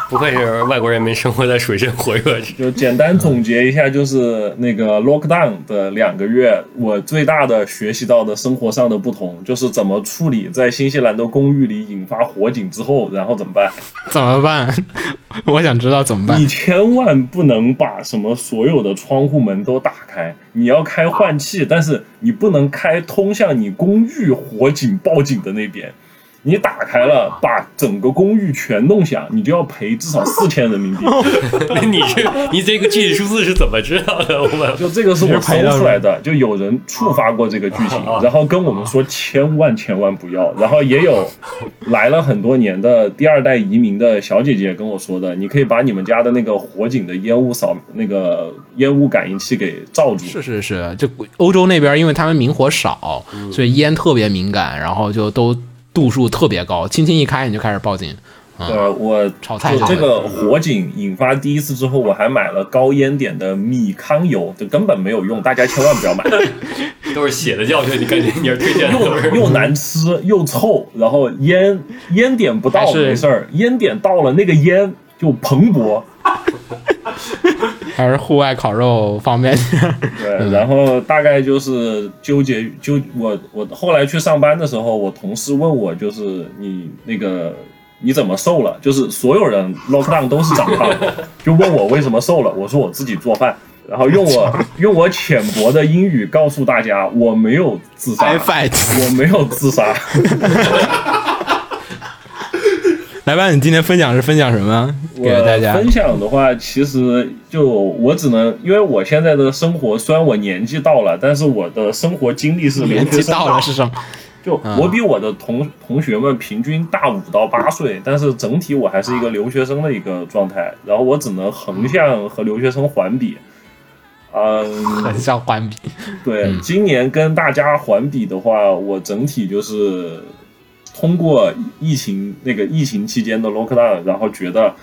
Speaker 5: 不愧是外国人民生活在水深火热之中。
Speaker 9: 就简单总结一下，就是那个 lockdown 的两个月，我最大的学习到的生活上的不同，就是怎么处理在新西兰的公寓里引发火警之后，然后怎么办。
Speaker 1: 怎么办？我想知道怎么办
Speaker 9: 你。千万不能把什么所有的窗户门都打开，你要开换气，但是你不能开通向你公寓火警报警的那边。你打开了，把整个公寓全弄响，你就要赔至少四千人 民币。
Speaker 5: 那 你是你这个具体数字是怎么知道的？我们
Speaker 9: 就这个是我搜出来的，就有人触发过这个剧情，然后跟我们说千万千万不要，然后也有来了很多年的第二代移民的小姐姐跟我说的，你可以把你们家的那个火警的烟雾扫那个烟雾感应器给罩住。
Speaker 1: 是是是，就欧洲那边，因为他们明火少，
Speaker 9: 嗯
Speaker 1: 所以烟特别敏感，然后就都度数特别高，轻轻一开你就开始报警。嗯
Speaker 9: 呃，我
Speaker 1: 炒菜
Speaker 9: 就
Speaker 1: 炒
Speaker 9: 这
Speaker 1: 菜
Speaker 9: 个火警引发第一次之后，我还买了高烟点的米糠油，这根本没有用，大家千万不要买。
Speaker 5: 都是血的教训，你感觉 你是推荐的都是
Speaker 9: 又又难吃又臭，然后烟烟点不
Speaker 1: 还
Speaker 9: 到
Speaker 1: 是嗯
Speaker 9: 没事儿，烟点到了那个烟就蓬勃。
Speaker 1: 还是户外烤肉方便。
Speaker 9: 对，然后大概就是纠结于纠我我后来去上班的时候，我同事问我就是你那个你怎么瘦了？就是所有人 lockdown 都是长胖的，就问我为什么瘦了，我说我自己做饭。然后用我用我浅薄的英语告诉大家，我没有自杀，
Speaker 1: I fight
Speaker 9: 我没有自杀。
Speaker 1: 来吧，你今天分享是分享什么？给
Speaker 9: 我
Speaker 1: 大家
Speaker 9: 分享的话，其实就我只能，因为我现在的生活，虽然我年纪到了，但是我的生活经历是留
Speaker 1: 年
Speaker 9: 学
Speaker 1: 纪
Speaker 9: 生
Speaker 1: 到了是什么？啊
Speaker 9: 就
Speaker 1: 嗯
Speaker 9: 我比我的同同学们平均大五到八岁，但是整体我还是一
Speaker 1: 啊
Speaker 9: 个留学生的一个状态，然后我只能横向和留学生环比。嗯，
Speaker 1: 很像环比，嗯
Speaker 9: 对，今年跟大家环比的话，我整体就是通过疫情那个疫情期间的 lockdown，然后觉得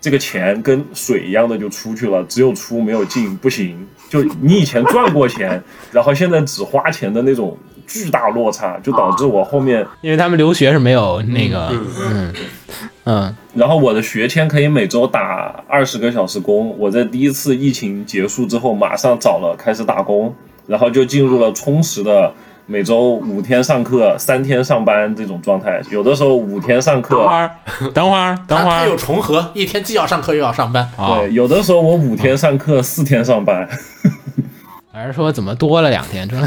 Speaker 9: 这个钱跟水一样的就出去了，只有出没有进，不行。就你以前赚过钱，然后现在只花钱的那种巨大落差，就导致我后面，
Speaker 1: 因为他们留学是没有那个，嗯嗯
Speaker 9: 然后我的学签可以每周打二十个小时工，我在第一次疫情结束之后马上找了开始打工，然后就进入了充实的每周五天上课，三天上班这种状态，有的时候五天上课，
Speaker 1: 等会儿，等会儿，等会
Speaker 4: 它
Speaker 1: 儿
Speaker 4: 有重合，一天既要上课又要上班。
Speaker 1: 啊，
Speaker 9: 对，有的时候我五天上课，四天上班，
Speaker 1: 还是说怎么多了两天？真的，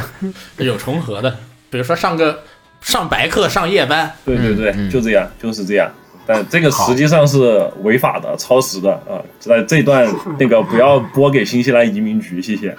Speaker 4: 有重合的，比如说上个上白课、上夜 班，
Speaker 9: 对对对，
Speaker 1: 嗯嗯
Speaker 9: 就这样，就是这样。但这个实际上是违法的、超时的啊！在这段那个不要播给新西兰移民局，谢谢。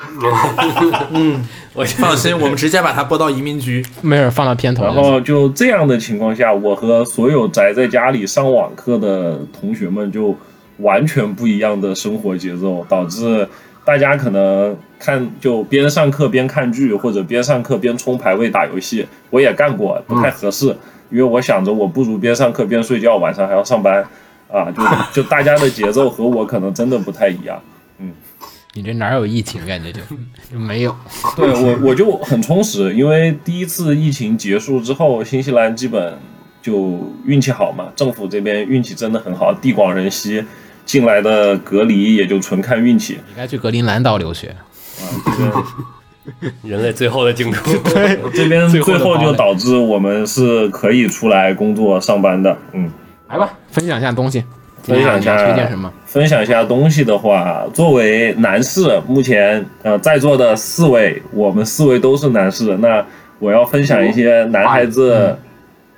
Speaker 1: 嗯
Speaker 4: 我放心，我们直接把它拨到移民局。
Speaker 1: 没事，放到片头就
Speaker 9: 然
Speaker 1: 行。
Speaker 9: 后就这样的情况下，我和所有宅在家里上网课的同学们就完全不一样的生活节奏，导致大家可能看就边上课边看剧，或者边上课边冲排位打游戏。我也干过，不太合适，因为我想着我不如边上课边睡觉，晚上还要上班，啊，就就大家的节奏和我可能真的不太一样。
Speaker 1: 你这哪有疫情？感觉就就没有。
Speaker 9: 对我我就很充实，因为第一次疫情结束之后，新西兰基本就运气好嘛，政府这边运气真的很好，地广人稀，进来的隔离也就纯看运气。
Speaker 1: 你该去格陵兰岛留学。
Speaker 5: 人类最后的 净土。
Speaker 9: 这边最
Speaker 1: 后的
Speaker 9: 后
Speaker 1: 堡
Speaker 9: 就
Speaker 1: 垒
Speaker 9: 导致我们是可以出来工作上班的，嗯。
Speaker 1: 来吧，分享一下东西。今
Speaker 9: 分
Speaker 1: 天
Speaker 9: 享一
Speaker 1: 你要
Speaker 9: 下
Speaker 1: 推荐什么？？
Speaker 9: 分享一下东西的话，作为男士，目前呃在座的四位，我们四位都是男士，那我要分享一些男孩子，
Speaker 1: 嗯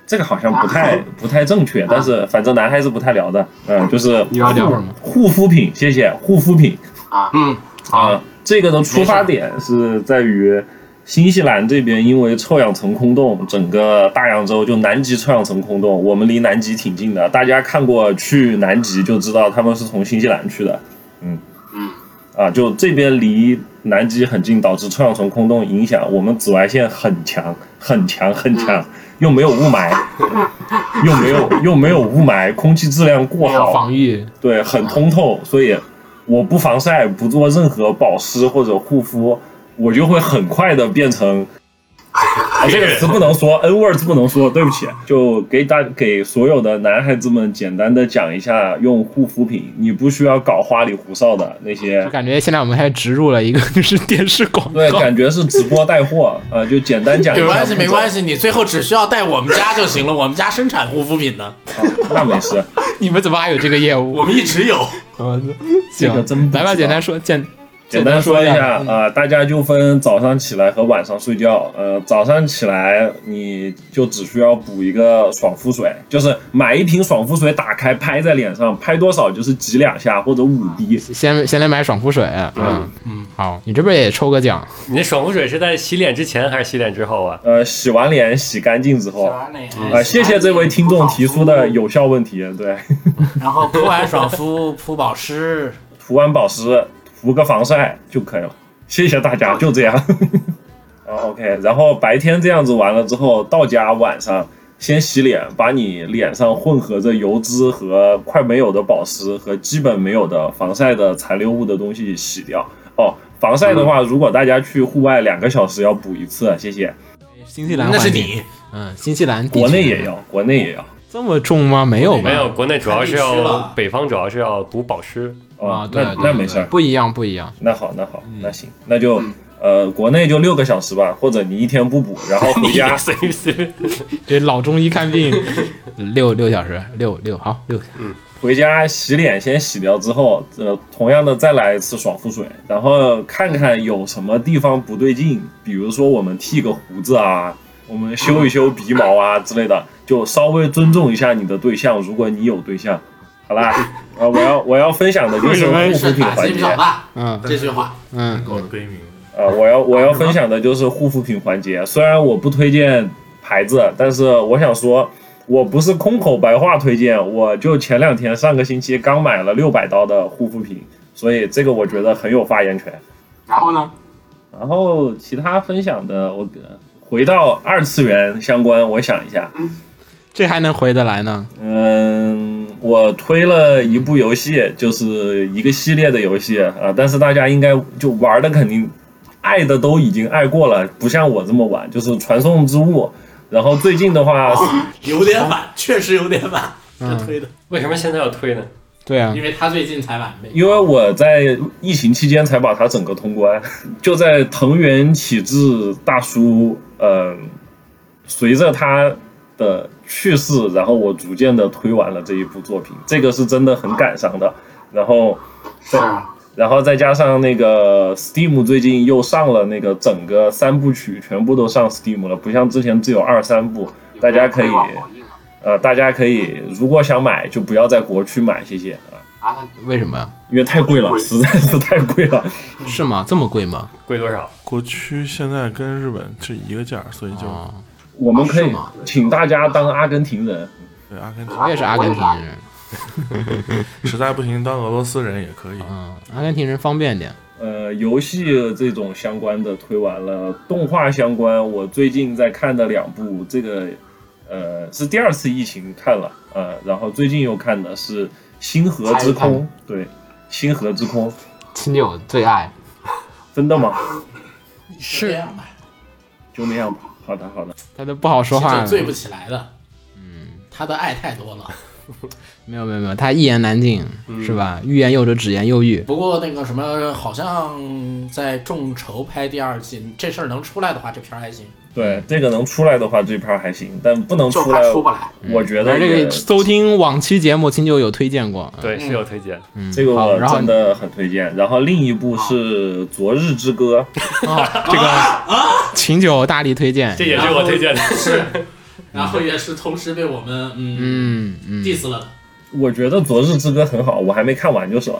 Speaker 9: 这个好像不
Speaker 1: 啊
Speaker 9: 太不太正确，但是反正男孩子不太聊的，嗯、就是
Speaker 1: 你要聊什么
Speaker 9: 护护肤品，谢谢护肤品
Speaker 4: 嗯，
Speaker 9: 啊、这个的出发点是在于。新西兰这边因为臭氧层空洞，整个大洋洲就南极臭氧层空洞，我们离南极挺近的。大家看过去南极就知道他们是从新西兰去的，嗯嗯，啊，就这边离南极很近，导致臭氧层空洞影响我们紫外线很强，很强，很强，又没有雾霾， 又没有又没有雾霾，空气质量过
Speaker 1: 还有
Speaker 9: 好，
Speaker 1: 防御。
Speaker 9: 对，很通透，所以我不防晒，不做任何保湿或者护肤，我就会很快的 变成。啊，这个词不能说，N words 不能说，对不起，就给大给所有的男孩子们简单的讲一下，用护肤品，你不需要搞花里胡哨的那些
Speaker 1: 就感觉现在我们还植入了一个就是电视广
Speaker 9: 对，
Speaker 1: 告。
Speaker 9: 感觉是直播带货，呃，就简单讲一下
Speaker 4: 没
Speaker 9: 步骤。
Speaker 4: 关系，没关系，你最后只需要带我们家就行了，我们家生产护肤品呢，
Speaker 9: 啊，那没事。
Speaker 1: 你们怎么还有这个业务？
Speaker 4: 我们一直有。
Speaker 9: 这个真
Speaker 1: 行，
Speaker 9: 不
Speaker 1: 来吧，
Speaker 9: 知道
Speaker 1: 简单说，简
Speaker 9: 简单
Speaker 1: 说
Speaker 9: 说一下
Speaker 1: 嗯
Speaker 9: 啊、呃大家就分早上起来和晚上睡觉。呃，早上起来你就只需要补一个爽肤水，就是买一瓶爽肤水，打开拍在脸上，拍多少就是挤两下或者
Speaker 5: 嗯
Speaker 9: 五滴。
Speaker 1: 先先来买爽肤水。嗯嗯，好，你这边也抽个奖。
Speaker 5: 你那爽肤水是在洗脸之前还是洗脸之后啊？嗯
Speaker 9: 呃，洗完脸洗干净之后，啊、谢谢这位听众提出的有效问题。对，
Speaker 4: 然后铺完爽肤，铺保湿，
Speaker 9: 涂完保湿，涂个防晒就可以了。谢谢大家，就这样。 啊，OK。然后白天这样子完了之后，到家晚上先洗脸，把你脸上混合着油脂和快没有的保湿和基本没有的防晒的残留物的东西洗掉。哦，防晒的话，
Speaker 1: 嗯
Speaker 9: 如果大家去户外两个小时要补一次，谢谢。
Speaker 1: 新西兰
Speaker 4: 那是
Speaker 1: 环境。
Speaker 4: 你。
Speaker 1: 嗯，新西兰地区
Speaker 9: 国内也要，国内也要。
Speaker 1: 这么重吗？没有吧？
Speaker 5: 没有，国内主要是
Speaker 4: 看地区
Speaker 5: 要
Speaker 4: 了
Speaker 5: 北方主要是要补保湿，
Speaker 9: 哦
Speaker 1: 啊，，对
Speaker 9: 那，
Speaker 1: 对
Speaker 9: 那
Speaker 1: 对
Speaker 9: 没事儿。
Speaker 1: 不一样，不一样。
Speaker 9: 那好，那好，那行，那就
Speaker 4: 嗯
Speaker 9: 呃，国内就六个小时吧，或者你一天不补，然后 回 家
Speaker 5: 随随便
Speaker 1: 这老中医看病，六六小时，六六好六。
Speaker 5: 嗯
Speaker 9: 回家洗脸，先洗掉之后，呃，同样的再来一次爽肤水，然后看看有什么地方不对劲，比如说我们剃个胡子啊，我们修一修鼻毛啊之类的，就稍微尊重一下你的对象，如果你有对象，好啦， 啊，我要我要分享的就是护肤
Speaker 4: 是
Speaker 9: 品
Speaker 4: 打
Speaker 9: 环
Speaker 4: 击
Speaker 9: 节
Speaker 4: 小
Speaker 9: 啊、
Speaker 4: 吧？
Speaker 1: 嗯
Speaker 4: 这句话，
Speaker 1: 嗯，
Speaker 3: 我的悲鸣。
Speaker 9: 呃我要我要分享的就是护肤品环节，虽然我不推荐牌子，但是我想说。我不是空口白话推荐，我就前两天上个星期刚买了六百刀的护肤品，所以这个我觉得很有发言权。
Speaker 4: 然后呢？
Speaker 9: 然后其他分享的，我呃回到二次元相关，我想一下，
Speaker 1: 这还能回得来呢？
Speaker 9: 嗯，我推了一部游戏，就是一个系列的游戏啊、但是大家应该就玩的肯定爱的都已经爱过了，不像我这么晚，就是《传送之物》。然后最近的话，
Speaker 4: 有点晚， 确实有点晚，
Speaker 1: 嗯
Speaker 5: 嗯
Speaker 4: 这推的，
Speaker 5: 为什么现在要推呢？
Speaker 1: 对啊
Speaker 4: 因，
Speaker 5: 哎
Speaker 4: 为他最近才完美。
Speaker 9: 因为我在 疫情期间才把它整个通关，就在藤原启治大叔呃，随着他的去世，然后我逐渐的推完了这一部作品，这个是真的很感伤的。然后再，然后再加上那个 Steam 最近又上了那个整个三部曲全部都上 Steam 了，不像之前只有二三部，大家可以，呃，大家可以如果想买就不要在国区买，谢谢啊，
Speaker 1: 啊？为什么呀？
Speaker 9: 因为太贵了，实在是太贵了。
Speaker 1: 是吗？这么贵吗？
Speaker 5: 贵多少？
Speaker 3: 国区现在跟日本是一个价儿，所以就、
Speaker 9: 我们可
Speaker 1: 啊是
Speaker 9: 以
Speaker 1: 吗
Speaker 9: 请大家当阿根廷人，
Speaker 3: 对阿根廷
Speaker 1: 我也是阿根廷人，
Speaker 3: 实在不行当俄罗斯人也可以。
Speaker 1: 嗯，阿根廷人方便点。
Speaker 9: 呃，游戏这种相关的推完了，动画相关，我最近在看的两部，这个呃是第二次疫情看了，呃，然后最近又看的是《星河之
Speaker 1: 裁
Speaker 9: 空》，对，《星河之空》
Speaker 1: 亲友最爱，
Speaker 9: 真的吗？
Speaker 4: 是
Speaker 9: 就那样吧。好的，好的，
Speaker 1: 他都不好说话
Speaker 4: 这
Speaker 1: 了。
Speaker 4: 醉不起来的。嗯，他的爱太多了。
Speaker 1: 没有没有没有，他一言难尽，
Speaker 5: 嗯
Speaker 1: 是吧？欲言又止，止言又欲。
Speaker 4: 不过那个什么，好像在众筹拍第二季，这事儿能出来的话，这片儿还行。
Speaker 9: 对，这个能出来的话，这盘还行，但不能
Speaker 4: 就
Speaker 9: 出
Speaker 4: 怕
Speaker 9: 来，
Speaker 4: 出不来。
Speaker 9: 我觉
Speaker 1: 反
Speaker 9: 得
Speaker 1: 正嗯这
Speaker 9: 也
Speaker 1: 个收听往期节目，亲友有推荐 过。
Speaker 5: 对，是有推荐。
Speaker 1: 嗯，
Speaker 9: 这个
Speaker 1: 好，
Speaker 9: 我
Speaker 1: 然后
Speaker 9: 真的很推荐。然后另一部是《昨日之歌》，
Speaker 1: 这个秦九大力推荐。
Speaker 5: 这也是我推 荐的。
Speaker 4: 是，然后也是同时被我们嗯
Speaker 1: 嗯嗯，
Speaker 4: diss 了的。
Speaker 9: 我觉得《昨日之歌》很好，我还没看完就是了。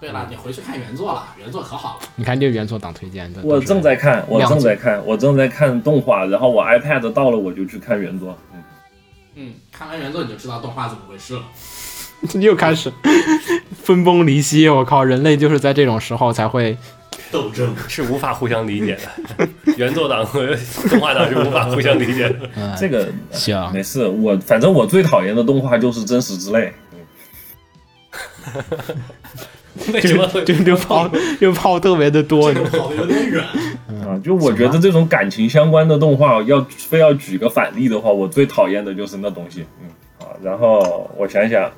Speaker 4: 对了，你回去看原作了，原作可好了。
Speaker 1: 你看这个原作党推荐的，
Speaker 9: 我正在看，我
Speaker 1: 两集
Speaker 9: 正在看，我正在看动画，然后我 iPad 到了我就去看原作。嗯
Speaker 4: 嗯，看完原作你就知道动画怎么回事了。
Speaker 1: 又开始 分崩离析。我靠，人类就是在这种时候才会
Speaker 4: 斗争，
Speaker 5: 是无法互相理解的，原作党和动画党是无法互相理解的。
Speaker 1: 嗯
Speaker 9: 这个
Speaker 1: 行。
Speaker 9: 没事，我反正我最讨厌的动画就是真实之泪。
Speaker 5: 为什么会
Speaker 1: 就就泡就泡特别的多，
Speaker 4: 跑的有点远。
Speaker 9: 啊，就我觉得这种感情相关的动画，要非要举个反例的话，我最讨厌的就是那东西。嗯，啊，然后我想想，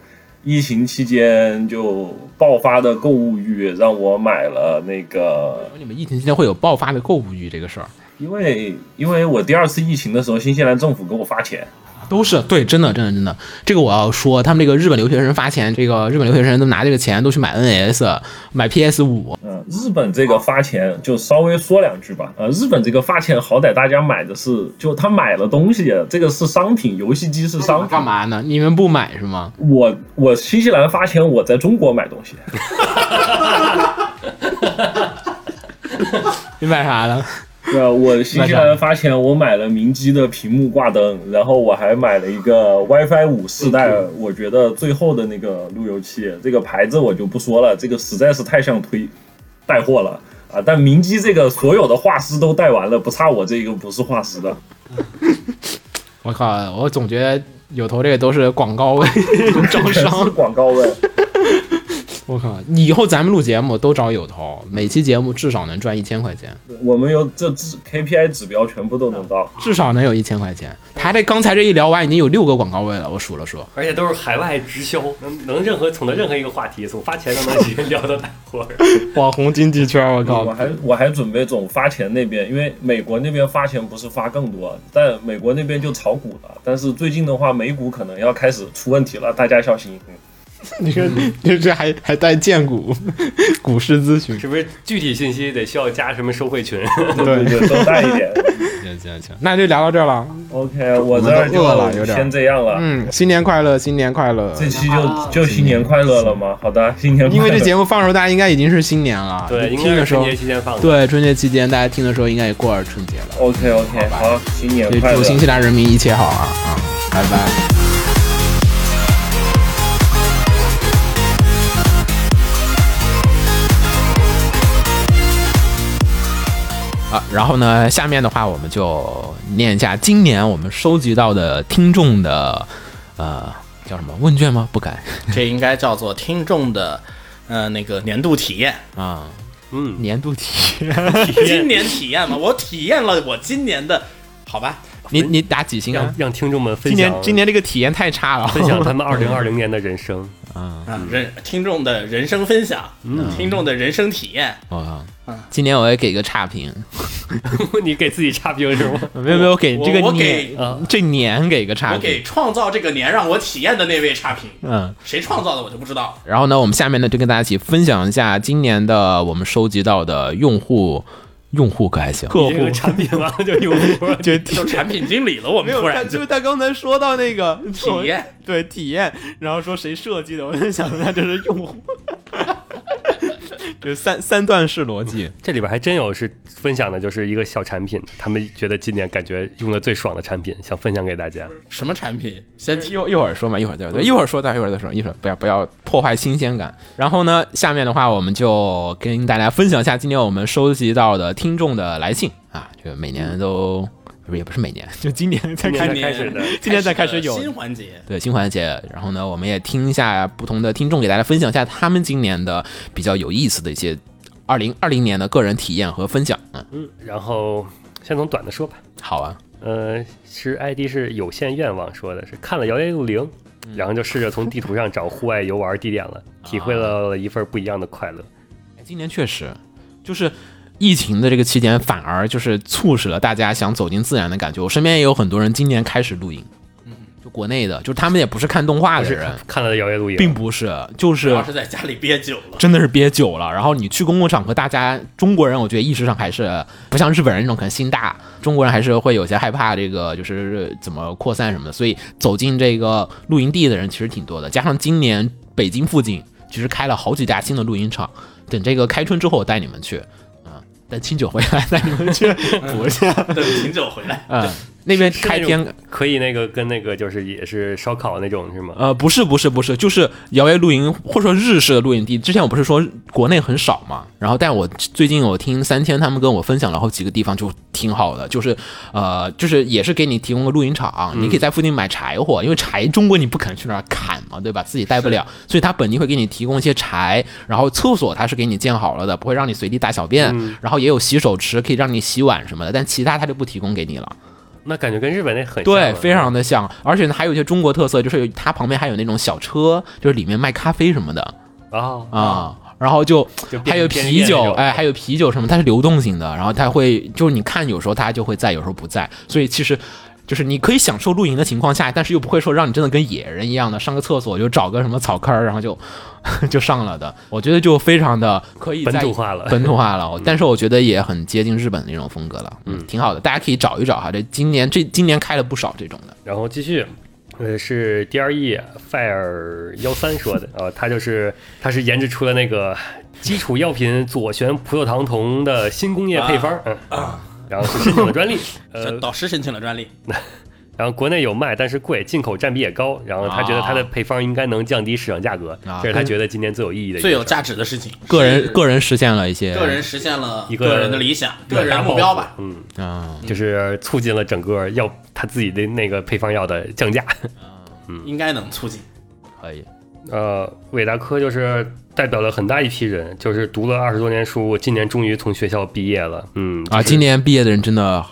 Speaker 9: 疫情期间就爆发的购物欲，让我买了那个，
Speaker 1: 你们疫情期间会有爆发的购物欲这个事儿，
Speaker 9: 因为因为我第二次疫情的时候，新西兰政府给我发钱，
Speaker 1: 都是对，真的，真的，真的，这个我要说，他们这个日本留学生发钱，这个日本留学生都拿这个钱都去买 NS，买 PS 五，
Speaker 9: 嗯，日本这个发钱就稍微说两句吧。呃，日本这个发钱好歹大家买的是，就他买了东西，这个是商品，游戏机是商品
Speaker 1: 干。嘛呢？你们不买是吗？
Speaker 9: 我我新西兰发钱，我在中国买东西，
Speaker 1: 你买啥了？
Speaker 9: 对啊，我新西兰发钱，我买了明基的屏幕挂灯，然后我还买了一个 WiFi 五世代，
Speaker 1: 嗯
Speaker 9: 我觉得最后的那个路由器，这个牌子我就不说了，这个实在是太像推带货了啊！但明基这个所有的画师都带完了，不差我这一个不是画师的。
Speaker 1: 我靠，我总觉得有头这个都是广告位 招
Speaker 9: 全 是
Speaker 1: 商，
Speaker 9: 广告位。
Speaker 1: 我靠，以后咱们录节目都找有头，每期节目至少能赚一千块钱，
Speaker 9: 我们有这指 KPI 指标全部都能到，
Speaker 1: 至少能有一千块钱。他这刚才这一聊完，已经有六个广告位了，我数了数。
Speaker 5: 而且都是海外直销，能能任何从的任何一个话题，从发钱到能直接 聊到带货。
Speaker 1: 网红经济圈，我
Speaker 9: 我还我还准备总发钱那边，因为美国那边发钱不是发更多，但美国那边就炒股了。但是最近的话，美股可能要开始出问题了，大家小心。嗯
Speaker 1: 你看， 这这还还带荐股， 股市咨询。
Speaker 5: 是不是具体信息得需要加什么收费群？
Speaker 1: 对，
Speaker 9: 对，都带一点。
Speaker 1: 行行行，那就聊到这儿了。
Speaker 9: OK，我这儿
Speaker 1: 饿了有
Speaker 9: 就
Speaker 1: 点
Speaker 9: 先这样了。
Speaker 1: 嗯，新年快乐，新年快乐。
Speaker 9: 这期就就新年快乐了吗？好的，新年快
Speaker 1: 因
Speaker 9: 乐。
Speaker 1: 为这节目放的时候，大家应该已经是新年了。
Speaker 5: 对，应
Speaker 1: 听
Speaker 5: 该
Speaker 1: 的时
Speaker 5: 是春
Speaker 1: 候
Speaker 5: 节，期间放的。
Speaker 1: 对春节期间，大家听的时候应该也过了春节了。
Speaker 9: OK OK，好，新年
Speaker 1: 所以
Speaker 9: 快乐
Speaker 1: 祝。新西兰人民一切好啊啊！拜拜。啊，然后呢，下面的话我们就念一下今年我们收集到的听众的，呃，叫什么问卷吗？不敢
Speaker 4: 这应该叫做听众的，呃，那个年度体验。
Speaker 1: 啊，
Speaker 5: 嗯，
Speaker 1: 年度题，
Speaker 4: 今年体验嘛，我体验了我今年的，好吧，
Speaker 1: 你你打几星
Speaker 5: 让
Speaker 1: 啊？
Speaker 5: 让听众们分
Speaker 1: 今年
Speaker 5: 享
Speaker 1: 今年这个体验太差了，
Speaker 5: 分享他们二零 二零年的人生。嗯
Speaker 4: 啊，人听众的人生分享，听众的人生体验，
Speaker 1: 哦我靠，今年我也给个差评，
Speaker 5: 你给自己差评是吗？
Speaker 1: 没有没有给
Speaker 4: 我
Speaker 1: 这个
Speaker 4: 我
Speaker 1: 年
Speaker 4: 给
Speaker 5: 啊
Speaker 1: 这年给个差
Speaker 4: 我给
Speaker 1: 评，
Speaker 4: 创造这个年让我体验的那位差评，
Speaker 1: 嗯。
Speaker 4: 谁创造的我就不知道。
Speaker 1: 然后呢，我们下面呢就跟大家一起分享一下今年的我们收集到的用户用户可还行，客
Speaker 5: 你这个产品啊，就 有
Speaker 1: 就
Speaker 4: 就产品经理了，我
Speaker 1: 没
Speaker 4: 们
Speaker 1: 有
Speaker 4: 突
Speaker 1: 他，
Speaker 4: 然
Speaker 1: 就是他刚才说到那个 体
Speaker 4: 体验，
Speaker 1: 对体验，然后说谁设计的，我就想说他这是 用户，就是三三段式逻辑。
Speaker 5: 这里边还真有是分享的，就是一个小产品，他们觉得今年感觉用的最爽的产品，想分享给大家。
Speaker 4: 什么产品？先提
Speaker 1: 一一会儿说嘛，一会儿再说，一会儿说到，一会儿再说，一会儿不要不要破坏新鲜感。然后呢，下面的话我们就跟大家分享一下今天我们收集到的听众的来信啊，就每年都不是也不是每年，就今年才开
Speaker 5: 今
Speaker 1: 始
Speaker 5: 年开始的
Speaker 1: 今天才开始有
Speaker 4: 新环节，
Speaker 1: 对新环节，然后呢，我们也听一下不同的听众给大家分享一下他们今年的比较有意思的一些二零二零年的个人体验和分享。嗯，
Speaker 5: 嗯，然后先从短的说吧。
Speaker 1: 好啊，
Speaker 5: 呃，是 ID 是有限愿望说的，是看了《摇曳露营》，
Speaker 1: 嗯
Speaker 5: 然后就试着从地图上找户外游玩地点 了，体
Speaker 1: 啊
Speaker 5: 会了一份不一样的快乐。
Speaker 1: 哎今年确实就是。疫情的这个期间，反而就是促使了大家想走进自然的感觉。我身边也有很多人今年开始露营，就国内的，就是他们也嗯不是看动画
Speaker 5: 不
Speaker 1: 的
Speaker 5: 是
Speaker 1: 人，
Speaker 5: 看了《摇曳露营》，
Speaker 1: 并不是，就是
Speaker 4: 主要是在家里憋久了。
Speaker 1: 真的是憋久了。然后你去公共场合，大家中国人，我觉得意识上还是不像日本人那种可能心大，中国人还是会有些害怕这个就是怎么扩散什么的。所以走进这个露营地的人其实挺多的，加上今年北京附近其实开了好几家新的露营场，等这个开春之后我带你们去。啊，等清酒回来带你们去补一下。
Speaker 4: 等挺久回来，
Speaker 1: 嗯，那边开
Speaker 5: 是那种
Speaker 1: 天
Speaker 5: 可以那个跟那个就是也是烧烤那种是吗？
Speaker 1: 呃，不是不是不是，就是摇曳露营或者说日式的露营地。之前我不是说国内很少嘛，然后但我最近我听三千他们跟我分享了好几个地方，就挺好的，就是呃，就是也是给你提供个露营场，你可以在附近买柴火，因为柴中国你不可能去那儿砍嘛，对吧？自己带不了，所以他本地会给你提供一些柴，然后厕所它是给你建好了的，不会让你随地大小便，然后也有洗手池可以让你洗碗什么的，但其他他就不提供给你了。
Speaker 5: 那感觉跟日本那很像嗯
Speaker 1: 对，
Speaker 5: 了
Speaker 1: 非常的像，而且呢，还有一些中国特色，就是有它旁边还有那种小车，就是里面卖咖啡什么的
Speaker 5: 啊
Speaker 1: 啊、然后就
Speaker 5: 就
Speaker 1: 还
Speaker 5: 便
Speaker 1: 有
Speaker 5: 便利
Speaker 1: 啤
Speaker 5: 店那
Speaker 1: 酒，
Speaker 5: 种
Speaker 1: 哎，还有啤酒什么，它是流动型的，然后它会就是你看有时候它就会在，有时候不在，所以其实。就是你可以享受露营的情况下，但是又不会说让你真的跟野人一样的上个厕所就找个什么草坑儿，然后就 就上了的。我觉得就非常的可以在
Speaker 5: 本土化了嗯
Speaker 1: 本土化 了。但是我觉得也很接近日本的那种风格了，嗯，挺好的，大家可以找一找哈。这今年这今年开了不少这种的。
Speaker 5: 然后继续，呃，是 D R E Fire 幺三说的啊，他就是他是研制出了那个基础药品左旋葡萄糖酮的新工业配方，
Speaker 4: 啊
Speaker 5: 嗯然后 是申请了专利，呃
Speaker 4: 这，导师申请了专利，
Speaker 5: 然后国内有卖，但是贵，进口占比也高，然后他觉得它的配方应该能降低市场价格，
Speaker 1: 啊
Speaker 5: 这是他觉得今年最有意义的一
Speaker 4: 最有
Speaker 5: 个事儿。
Speaker 4: 价值的事情，
Speaker 1: 个人
Speaker 4: 是
Speaker 1: 个人实现了一些
Speaker 4: 个人实现了
Speaker 5: 一个
Speaker 4: 个人的理想，
Speaker 5: 对
Speaker 4: 个人目标吧。，
Speaker 5: 嗯，
Speaker 1: 啊，
Speaker 5: 就是促进了整个药他自己的那个配方药的降价。
Speaker 4: 应该能促进。
Speaker 1: 可以
Speaker 5: 呃，韦达科就是代表了很大一批人，就是读了二十多年书，今年终于从学校毕业了。嗯
Speaker 1: 啊！今年毕业的人真的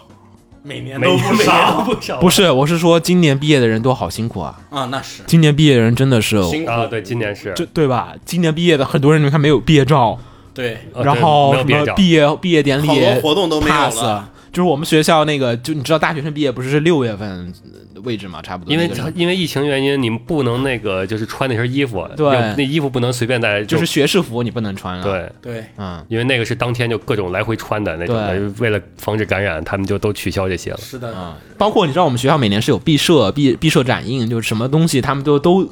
Speaker 4: 每年
Speaker 5: 没
Speaker 4: 都不少
Speaker 5: 不少
Speaker 1: 不是，我是说今年毕业的人都好辛苦啊！
Speaker 4: 啊，那是
Speaker 1: 今年毕业的人真的是，
Speaker 4: 辛苦
Speaker 5: 啊，对，今年是
Speaker 1: 这对吧？今年毕业的很多人，你们看没有毕业照，
Speaker 4: 哦对，
Speaker 5: 啊
Speaker 1: 然
Speaker 5: 对
Speaker 1: 后什
Speaker 5: 没有毕业
Speaker 1: 么
Speaker 5: 照
Speaker 1: 毕业毕业典礼
Speaker 4: 好多活动都没有
Speaker 1: pass，啊
Speaker 4: 了。
Speaker 1: 就是我们学校那个，就你知道大学生毕业不是是六月份呃位置嘛，差不多
Speaker 5: 因
Speaker 1: 那
Speaker 5: 为
Speaker 1: 个时候，
Speaker 5: 因为疫情原因，你们不能那个就是穿那身衣服，
Speaker 1: 对
Speaker 5: 有那衣服不能随便在
Speaker 1: 就是学士服你不能穿了，，啊
Speaker 5: 对，
Speaker 4: 对，
Speaker 1: 嗯，
Speaker 5: 因为那个是当天就各种来回穿的那种的
Speaker 1: 对，
Speaker 5: 为了防止感染，他们就都取消这些了。
Speaker 4: 是的，
Speaker 1: 啊包括你知道我们学校每年是有毕设、毕毕设展映，就是什么东西他们都都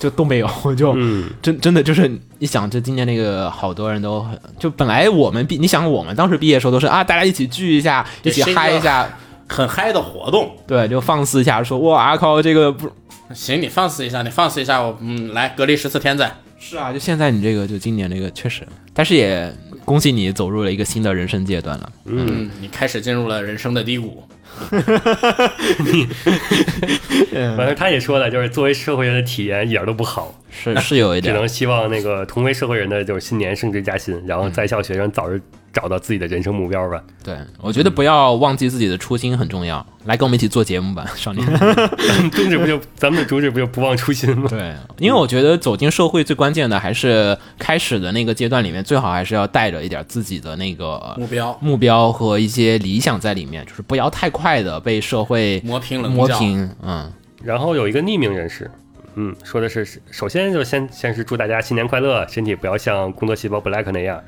Speaker 1: 就都没有， 就
Speaker 5: 嗯，
Speaker 1: 真真的就是你想，这今年那个好多人都很，就本来我们毕，你想我们当时毕业的时候都是啊，大家一起聚一下，一
Speaker 4: 对
Speaker 1: 起
Speaker 4: 是一个
Speaker 1: 嗨一下，
Speaker 4: 很嗨的活动。
Speaker 1: 对，就放肆一下，说哇啊靠，这个不
Speaker 4: 行，你放肆一下，你放肆一下，我嗯，来隔离十四天再。
Speaker 1: 是啊，就现在你这个，就今年这个确实，但是也恭喜你走入了一个新的人生阶段了，
Speaker 4: 嗯，你开始进入了人生的低谷。
Speaker 7: 嗯
Speaker 4: 嗯
Speaker 5: 反正他也说了，就是作为社会人的体验一点都不好，
Speaker 1: 是是有一
Speaker 5: 只
Speaker 1: 点嗯
Speaker 5: 能希望那个同为社会人的就是新年升职加薪，然后在校学生早日找到自己的人生目标吧。
Speaker 1: 对， 我觉得不要忘记自己的初 心很重要。来跟我们一起做节目吧，少年。
Speaker 5: 主旨不就咱们的主旨不就不忘初心吗？
Speaker 1: 对，啊因为我觉得走进社会最关键的还是开始的那个阶段里面，最好还是要带着一点自己的那个
Speaker 4: 目标
Speaker 1: 目标和一些理想在里面，就是不要太快的被社会
Speaker 4: 磨平棱角
Speaker 1: 磨 平。嗯，
Speaker 5: 然后有一个匿名人士，嗯，说的是，首先就先先是祝大家新年快乐，身体不要像工作细胞 black 那样，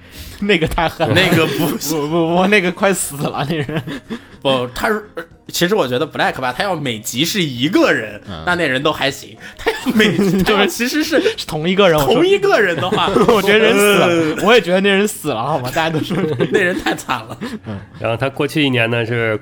Speaker 1: 那个太狠，
Speaker 4: 那个 不
Speaker 1: 不不不，那个快死了，那人。
Speaker 4: 不，他是呃其实我觉得 Black 吧，他要每集是一个人，
Speaker 5: 嗯
Speaker 4: 那那人都还行。他要每 就是其实是
Speaker 1: 是同一个人，我说
Speaker 4: 同一个人的话，
Speaker 1: 我觉得人死 了，我也觉得那人死了，好吗？大家都说
Speaker 4: 那人太惨了。
Speaker 5: 然后他过去一年呢是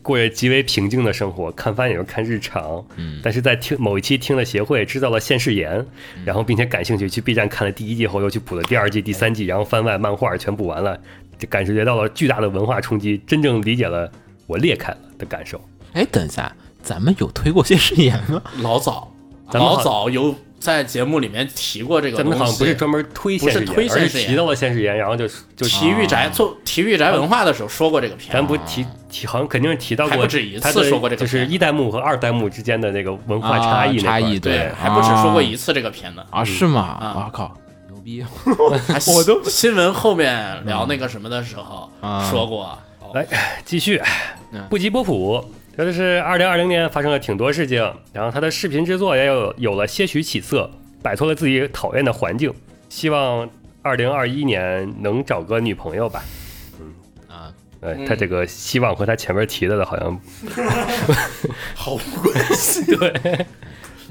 Speaker 5: 过着极为平静的生活，看番也就是看日常。嗯，但是在听某一期听了协会制造了现世言，然后并且感兴趣去 B 站看了第一季后，又去补了第二季、第三季，然后番外漫画全补完了，就感觉到了巨大的文化冲击，真正理解了我裂开了的感受。
Speaker 1: 哎，等一下，咱们有推过谢师言吗？
Speaker 4: 老早，
Speaker 5: 咱们好
Speaker 4: 老早有在节目里面提过这个
Speaker 5: 咱
Speaker 4: 东
Speaker 5: 们
Speaker 4: 西。
Speaker 5: 好像不是专门推现实
Speaker 4: 不是推
Speaker 5: 言，而
Speaker 4: 现
Speaker 5: 是
Speaker 4: 实言
Speaker 5: 提到了现实言，然后就就
Speaker 4: 体育宅做体育宅文化的时候说过这个片
Speaker 5: 咱
Speaker 4: 子，
Speaker 5: 不提提，好像肯定是提到
Speaker 4: 还
Speaker 5: 过，
Speaker 4: 不止一次
Speaker 5: 他对
Speaker 4: 说过这个
Speaker 5: 就是
Speaker 4: 片
Speaker 5: 一代目和二代目之间的那个文化差异
Speaker 1: 啊
Speaker 5: 那块
Speaker 1: 差
Speaker 5: 儿、
Speaker 1: 异
Speaker 4: 对，
Speaker 1: 对，
Speaker 4: 还不止说过
Speaker 1: 啊
Speaker 4: 一次这个片子。
Speaker 1: 啊？是吗？
Speaker 4: 嗯
Speaker 1: 我靠，牛逼！
Speaker 4: 还
Speaker 1: 我都
Speaker 4: 新闻后面聊那个什么的时候
Speaker 1: 啊
Speaker 4: 说过，
Speaker 5: 来继续，
Speaker 4: 嗯
Speaker 5: 不及波普。他就是二零二零年发生了挺多事情，然后他的视频制作也有有了些许起色，摆脱了自己讨厌的环境。希望二零二一年能找个女朋友吧。
Speaker 4: 嗯
Speaker 1: 啊，
Speaker 5: 呃，他这个希望和他前面提到的好像
Speaker 4: 毫无关系。
Speaker 5: 对。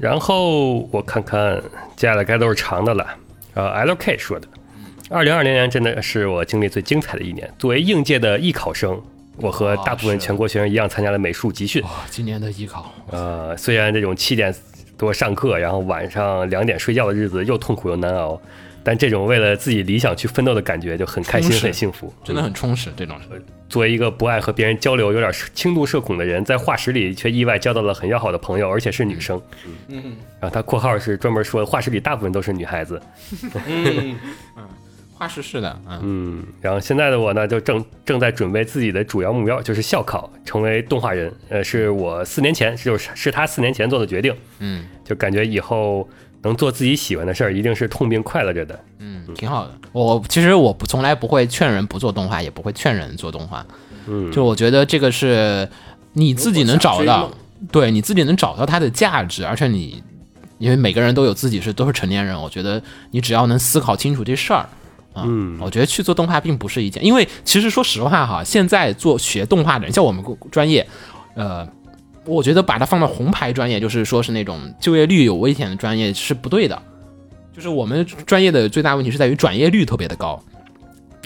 Speaker 5: 然后我看看，接下来该都是长的了。呃，LK 说的，二零二零年真的是我经历最精彩的一年。作为应届的艺考生，我和大部分全国学生一样参加了美术集训。
Speaker 1: 哇，今年的艺考，
Speaker 5: 呃，虽然这种七点多上课，然后晚上两点睡觉的日子又痛苦又难熬，但这种为了自己理想去奋斗的感觉就很开心
Speaker 1: 充、实
Speaker 5: 很幸福。
Speaker 1: 真的很充实，这种
Speaker 4: 呃
Speaker 1: 是
Speaker 5: 作为一个不爱和别人交流、有点轻度社恐的人，在化石里却意外交到了很要好的朋友，而且是女生。嗯，然后他括号是专门说化石里大部分都是女孩子。
Speaker 1: 花式式的，嗯，
Speaker 5: 嗯，然后现在的我呢，就正正在准备自己的主要目标，就是校考，成为动画人。呃，是我四年前，就是是他四年前做的决定。
Speaker 1: 嗯，
Speaker 5: 就感觉以后能做自己喜欢的事儿，一定是痛并快乐着的。嗯
Speaker 1: 挺好的。我其实我不从来不会劝人不做动画，也不会劝人做动画。
Speaker 5: 嗯，
Speaker 1: 就我觉得这个是你自己能找
Speaker 4: 如果想追
Speaker 1: 到
Speaker 4: 梦，
Speaker 1: 对你自己能找到它的价值，而且你因为每个人都有自己是都是成年人，我觉得你只要能思考清楚这事儿。啊
Speaker 5: 嗯
Speaker 1: 我觉得去做动画并不是一件，因为其实说实话哈，现在做学动画的人，像我们专业，呃，我觉得把它放到红牌专业，就是说是那种就业率有危险的专业是不对的。就是我们专业的最大问题是在于转业率特别的高，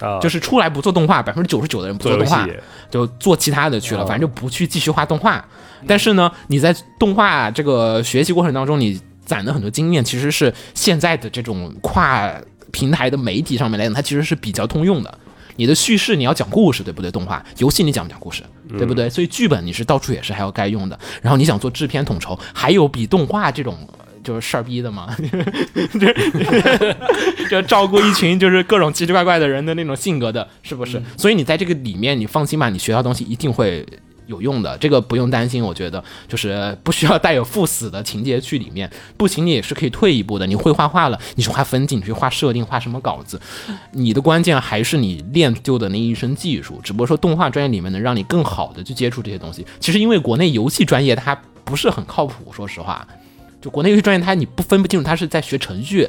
Speaker 5: 啊，
Speaker 1: 就是出来不做动画，百分之九十九的人不
Speaker 5: 做
Speaker 1: 做
Speaker 5: 游
Speaker 1: 动
Speaker 5: 戏
Speaker 1: 画，就做其他的去了，
Speaker 5: 哦
Speaker 1: 反正就不去继续画动画。但是呢，你在动画这个学习过程当中，你攒的很多经验，其实是现在的这种跨平台的媒体上面来讲，它其实是比较通用的。你的叙事你要讲故事，对不对？动画、游戏你讲不讲故事，对不对？所以剧本你是到处也是还要该用的。然后你想做制片统筹，还有比动画这种呃就是事儿逼的吗？就照顾一群就是各种奇奇怪怪的人的那种性格的，是不是？所以你在这个里面，你放心吧，你学到东西一定会有用的，这个不用担心。我觉得就是不需要带有赴死的情节去里面，不行你也是可以退一步的。你会画画了，你去画分镜，你去画设定，画什么稿子，你的关键还是你练就的那一身技术，只不过说动画专业里面能让你更好的去接触这些东西。其实因为国内游戏专业它不是很靠谱，说实话，就国内游戏专业它你不分不清楚它是在学程序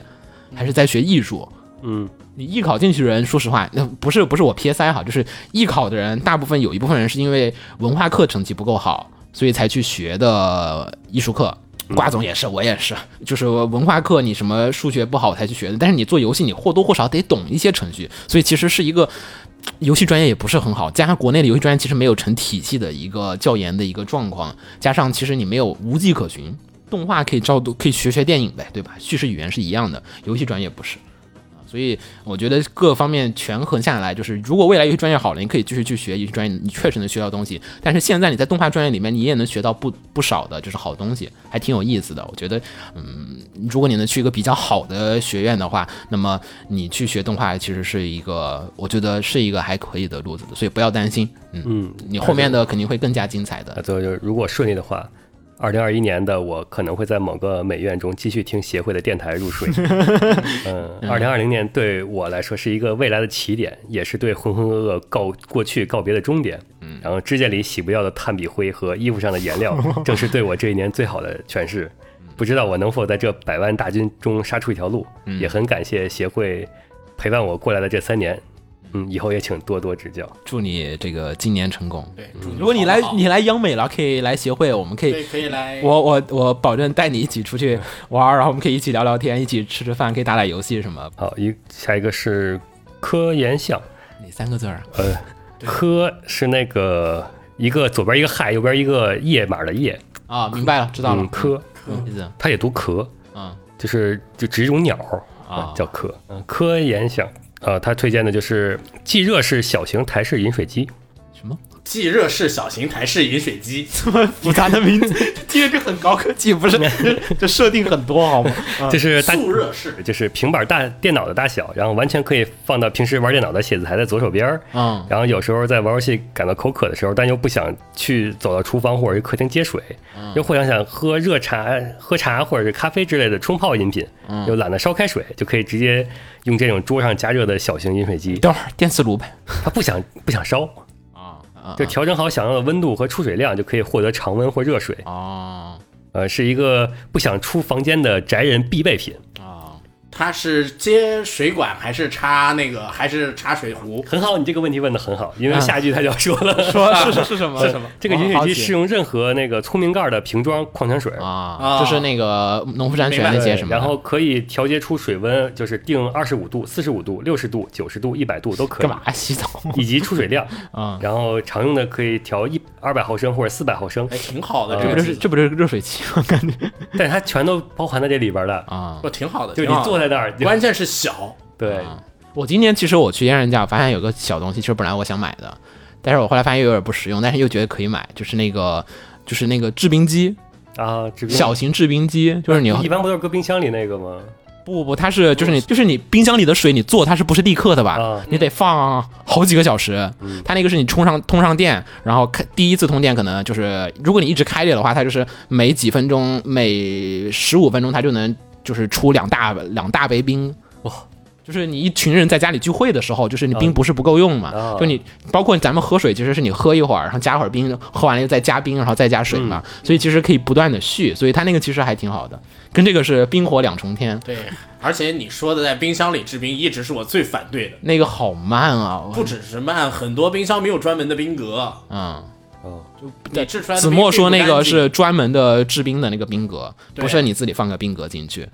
Speaker 1: 还是在学艺术。
Speaker 5: 嗯，
Speaker 1: 你艺考进去的人，说实话，那不是不是我 PSI 好，就是艺考的人，大部分有一部分人是因为文化课成绩不够好，所以才去学的艺术课。瓜总也是，我也是，就是文化课你什么数学不好才去学的，但是你做游戏，你或多或少得懂一些程序，所以其实是一个游戏专业也不是很好，加上国内的游戏专业其实没有成体系的一个教研的一个状况，加上其实你没有无迹可寻，动画可以照读，可以学学电影呗，对吧？叙事语言是一样的，游戏专业不是。啊所以我觉得各方面权衡下来，就是如果未来游戏专业好了，你可以继续去学游戏专业，你确实能学到东西。但是现在你在动画专业里面，你也能学到不不少的，就是好东西，还挺有意思的。我觉得，嗯，如果你能去一个比较好的学院的话，那么你去学动画其实是一个，我觉得是一个还可以的路子的。所以不要担心，嗯，
Speaker 5: 嗯，
Speaker 1: 你后面的肯定会更加精彩的
Speaker 5: 那。最后就是，如果顺利的话，二零二一年的我可能会在某个美院中继续听协会的电台 入睡。嗯，二零二零年对我来说是一个未来的起点，也是对浑浑噩噩告过去告别的终点。嗯，然后指甲里洗不掉的炭笔灰和衣服上的颜 料，正是对我这一年最好的诠释。不知道我能否在这百万大军中杀出一条路，
Speaker 1: 嗯
Speaker 5: 也很感谢协会陪伴我过来的这三年。嗯，以后也请多多指教。
Speaker 1: 祝你这个今年成功。嗯对，如
Speaker 4: 如
Speaker 1: 果你来你来央美了，可以来协会，我们可以
Speaker 4: 对可以来
Speaker 1: 我我我保证带你一起出去玩儿，然后我们可以一起聊聊天，一起吃吃饭，可以打打游戏什么。
Speaker 5: 好，一下一个是科研项，
Speaker 1: 哪三个字儿啊？
Speaker 5: 呃，科是那个一个左边一个亥，右边一个页码的页，
Speaker 1: 啊，明白了，知道了
Speaker 5: 嗯，。科，
Speaker 1: 嗯，意思
Speaker 5: 它也读壳，
Speaker 1: 嗯
Speaker 5: 就是就只是一种鸟
Speaker 1: 啊
Speaker 5: 叫科。嗯，科研项，呃，他推荐的就是即热式小型台式饮水机，
Speaker 4: 即热式小型台式饮水机，
Speaker 1: 这么复杂的名字， 听着就很高科技，不是？ 这这设定 很多好啊吗？
Speaker 5: 就是大
Speaker 4: 速热式。
Speaker 5: 就是平板大电脑的大小，然后完全可以放到平时玩电脑的写字台的左手边儿。
Speaker 1: 嗯
Speaker 5: 然后有时候在玩游戏感到口渴的时候，但又不想去走到厨房或者是客厅接水，
Speaker 1: 嗯
Speaker 5: 又或想想喝热茶、喝茶或者是咖啡之类的冲泡饮品，
Speaker 1: 嗯
Speaker 5: 又懒得烧开水，就可以直接用这种桌上加热的小型饮水机。
Speaker 1: 等会儿电磁炉呗。
Speaker 5: 它不想不想烧，
Speaker 1: 啊啊
Speaker 5: 就调整好想要的温度和出水量，就可以获得常温或热水。
Speaker 1: 哦
Speaker 5: 呃，是一个不想出房间的宅人必备品，
Speaker 1: 哦，
Speaker 4: 它是接水管还是插那个还是插水壶？
Speaker 5: 很好。你这个问题问得很好，因为下一句他就要说了。
Speaker 1: 啊
Speaker 5: 啊
Speaker 1: 说是是什么？是什么？
Speaker 5: 这个饮
Speaker 1: 好
Speaker 5: 水机
Speaker 1: 奇
Speaker 5: 适用任何那个聪明盖的瓶装矿泉水
Speaker 1: 啊，就是那个农夫山泉
Speaker 4: 明
Speaker 1: 那
Speaker 4: 白
Speaker 1: 些什么的，
Speaker 5: 然后可以调节出水温，就是定二十五度、四十五度、六十度、九十度、一百度都可以。
Speaker 1: 干？嘛洗澡？
Speaker 5: 以及出水 量，
Speaker 1: 啊，
Speaker 5: 然后常用的可以调一二百毫升或者四百毫升
Speaker 4: 哎，，挺好的，
Speaker 5: 呃
Speaker 1: 这
Speaker 4: 这
Speaker 1: 不
Speaker 4: 个机
Speaker 1: 就是这不就是热水器 吗？感觉
Speaker 5: 但它全都包含在这里边了。
Speaker 1: 啊
Speaker 4: 不，挺好的。
Speaker 5: 就
Speaker 4: 挺好
Speaker 5: 你
Speaker 4: 的
Speaker 5: 坐在那儿，就
Speaker 4: 关键是小，
Speaker 5: 对，
Speaker 1: 嗯我今年其实我去燕人家，我发现有个小东西，其实本来我想买的，但是我后来发现又有点不实用，但是又觉得可以买，就是那个就是那个制冰机，
Speaker 5: 啊，这边
Speaker 1: 小型制冰机，就是你
Speaker 5: 一般不都是搁冰箱里那个吗？
Speaker 1: 不不不，它是就是你就是你冰箱里的水你做它是不是立刻的吧？
Speaker 5: 啊嗯
Speaker 1: 你得放好几个小时。它那个是你充上通上电，然后开第一次通电可能就是如果你一直开着的话，它就是每几分钟每十五分钟它就能就是出两大两大杯冰。
Speaker 5: 哇！
Speaker 1: 就是你一群人在家里聚会的时候，就是你冰
Speaker 5: 啊
Speaker 1: 不是不够用嘛？
Speaker 5: 啊
Speaker 1: 就你包括咱们喝水，其实是你喝一会儿，然后加会儿冰，喝完了又再加冰，然后再加水嘛。
Speaker 5: 嗯
Speaker 1: 所以其实可以不断的续，所以它那个其实还挺好的，跟这个是冰火两重天。
Speaker 4: 对，而且你说的在冰箱里制冰，一直是我最反对的。
Speaker 1: 那个好慢啊，我
Speaker 4: 不只是慢，很多冰箱没有专门的冰格，
Speaker 1: 嗯，
Speaker 5: 哦
Speaker 4: 你制出来的
Speaker 1: 子
Speaker 4: 冰
Speaker 1: 墨说
Speaker 4: 并
Speaker 1: 那
Speaker 4: 不
Speaker 1: 个
Speaker 4: 干净
Speaker 1: 是专门的制冰的那个冰格，
Speaker 4: 对
Speaker 1: 不是你自己放个冰格进去。嗯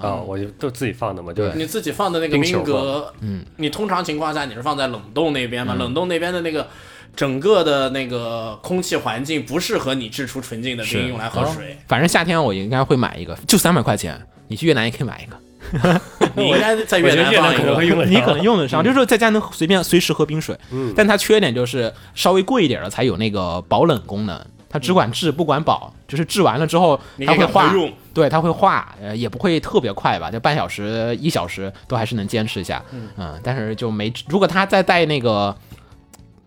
Speaker 5: 啊，我就都自己放的嘛，就
Speaker 1: 对
Speaker 5: 是
Speaker 4: 你自己放的那个冰
Speaker 5: 冰球
Speaker 4: 格，嗯，你通常情况下你是放在冷冻那边嘛？冷冻那边的那个整个的那个空气环境不适合你制出纯净的
Speaker 1: 是哦啊
Speaker 4: 冰用来喝水，
Speaker 1: 反正夏天我应该会买一个，就三百块钱，你去越南也可以买一个，
Speaker 4: 你应该在
Speaker 5: 我
Speaker 4: 越
Speaker 5: 觉得
Speaker 4: 南
Speaker 5: 越
Speaker 4: 放
Speaker 5: 南
Speaker 4: 一
Speaker 5: 可能会
Speaker 4: 个。
Speaker 5: 用得上
Speaker 1: 你可能用得上，就是在家能随便随时喝冰水。嗯，但它缺点就是稍微贵一点的才有那个保冷功能。它只管制不管保，就是制完了之后
Speaker 4: 你可以
Speaker 1: 它会
Speaker 4: 赶快
Speaker 1: 化
Speaker 4: 用，
Speaker 1: 对，它会化，呃，也不会特别快吧，就半小时、一小时都还是能坚持一下，嗯但是就没，如果它再带那个，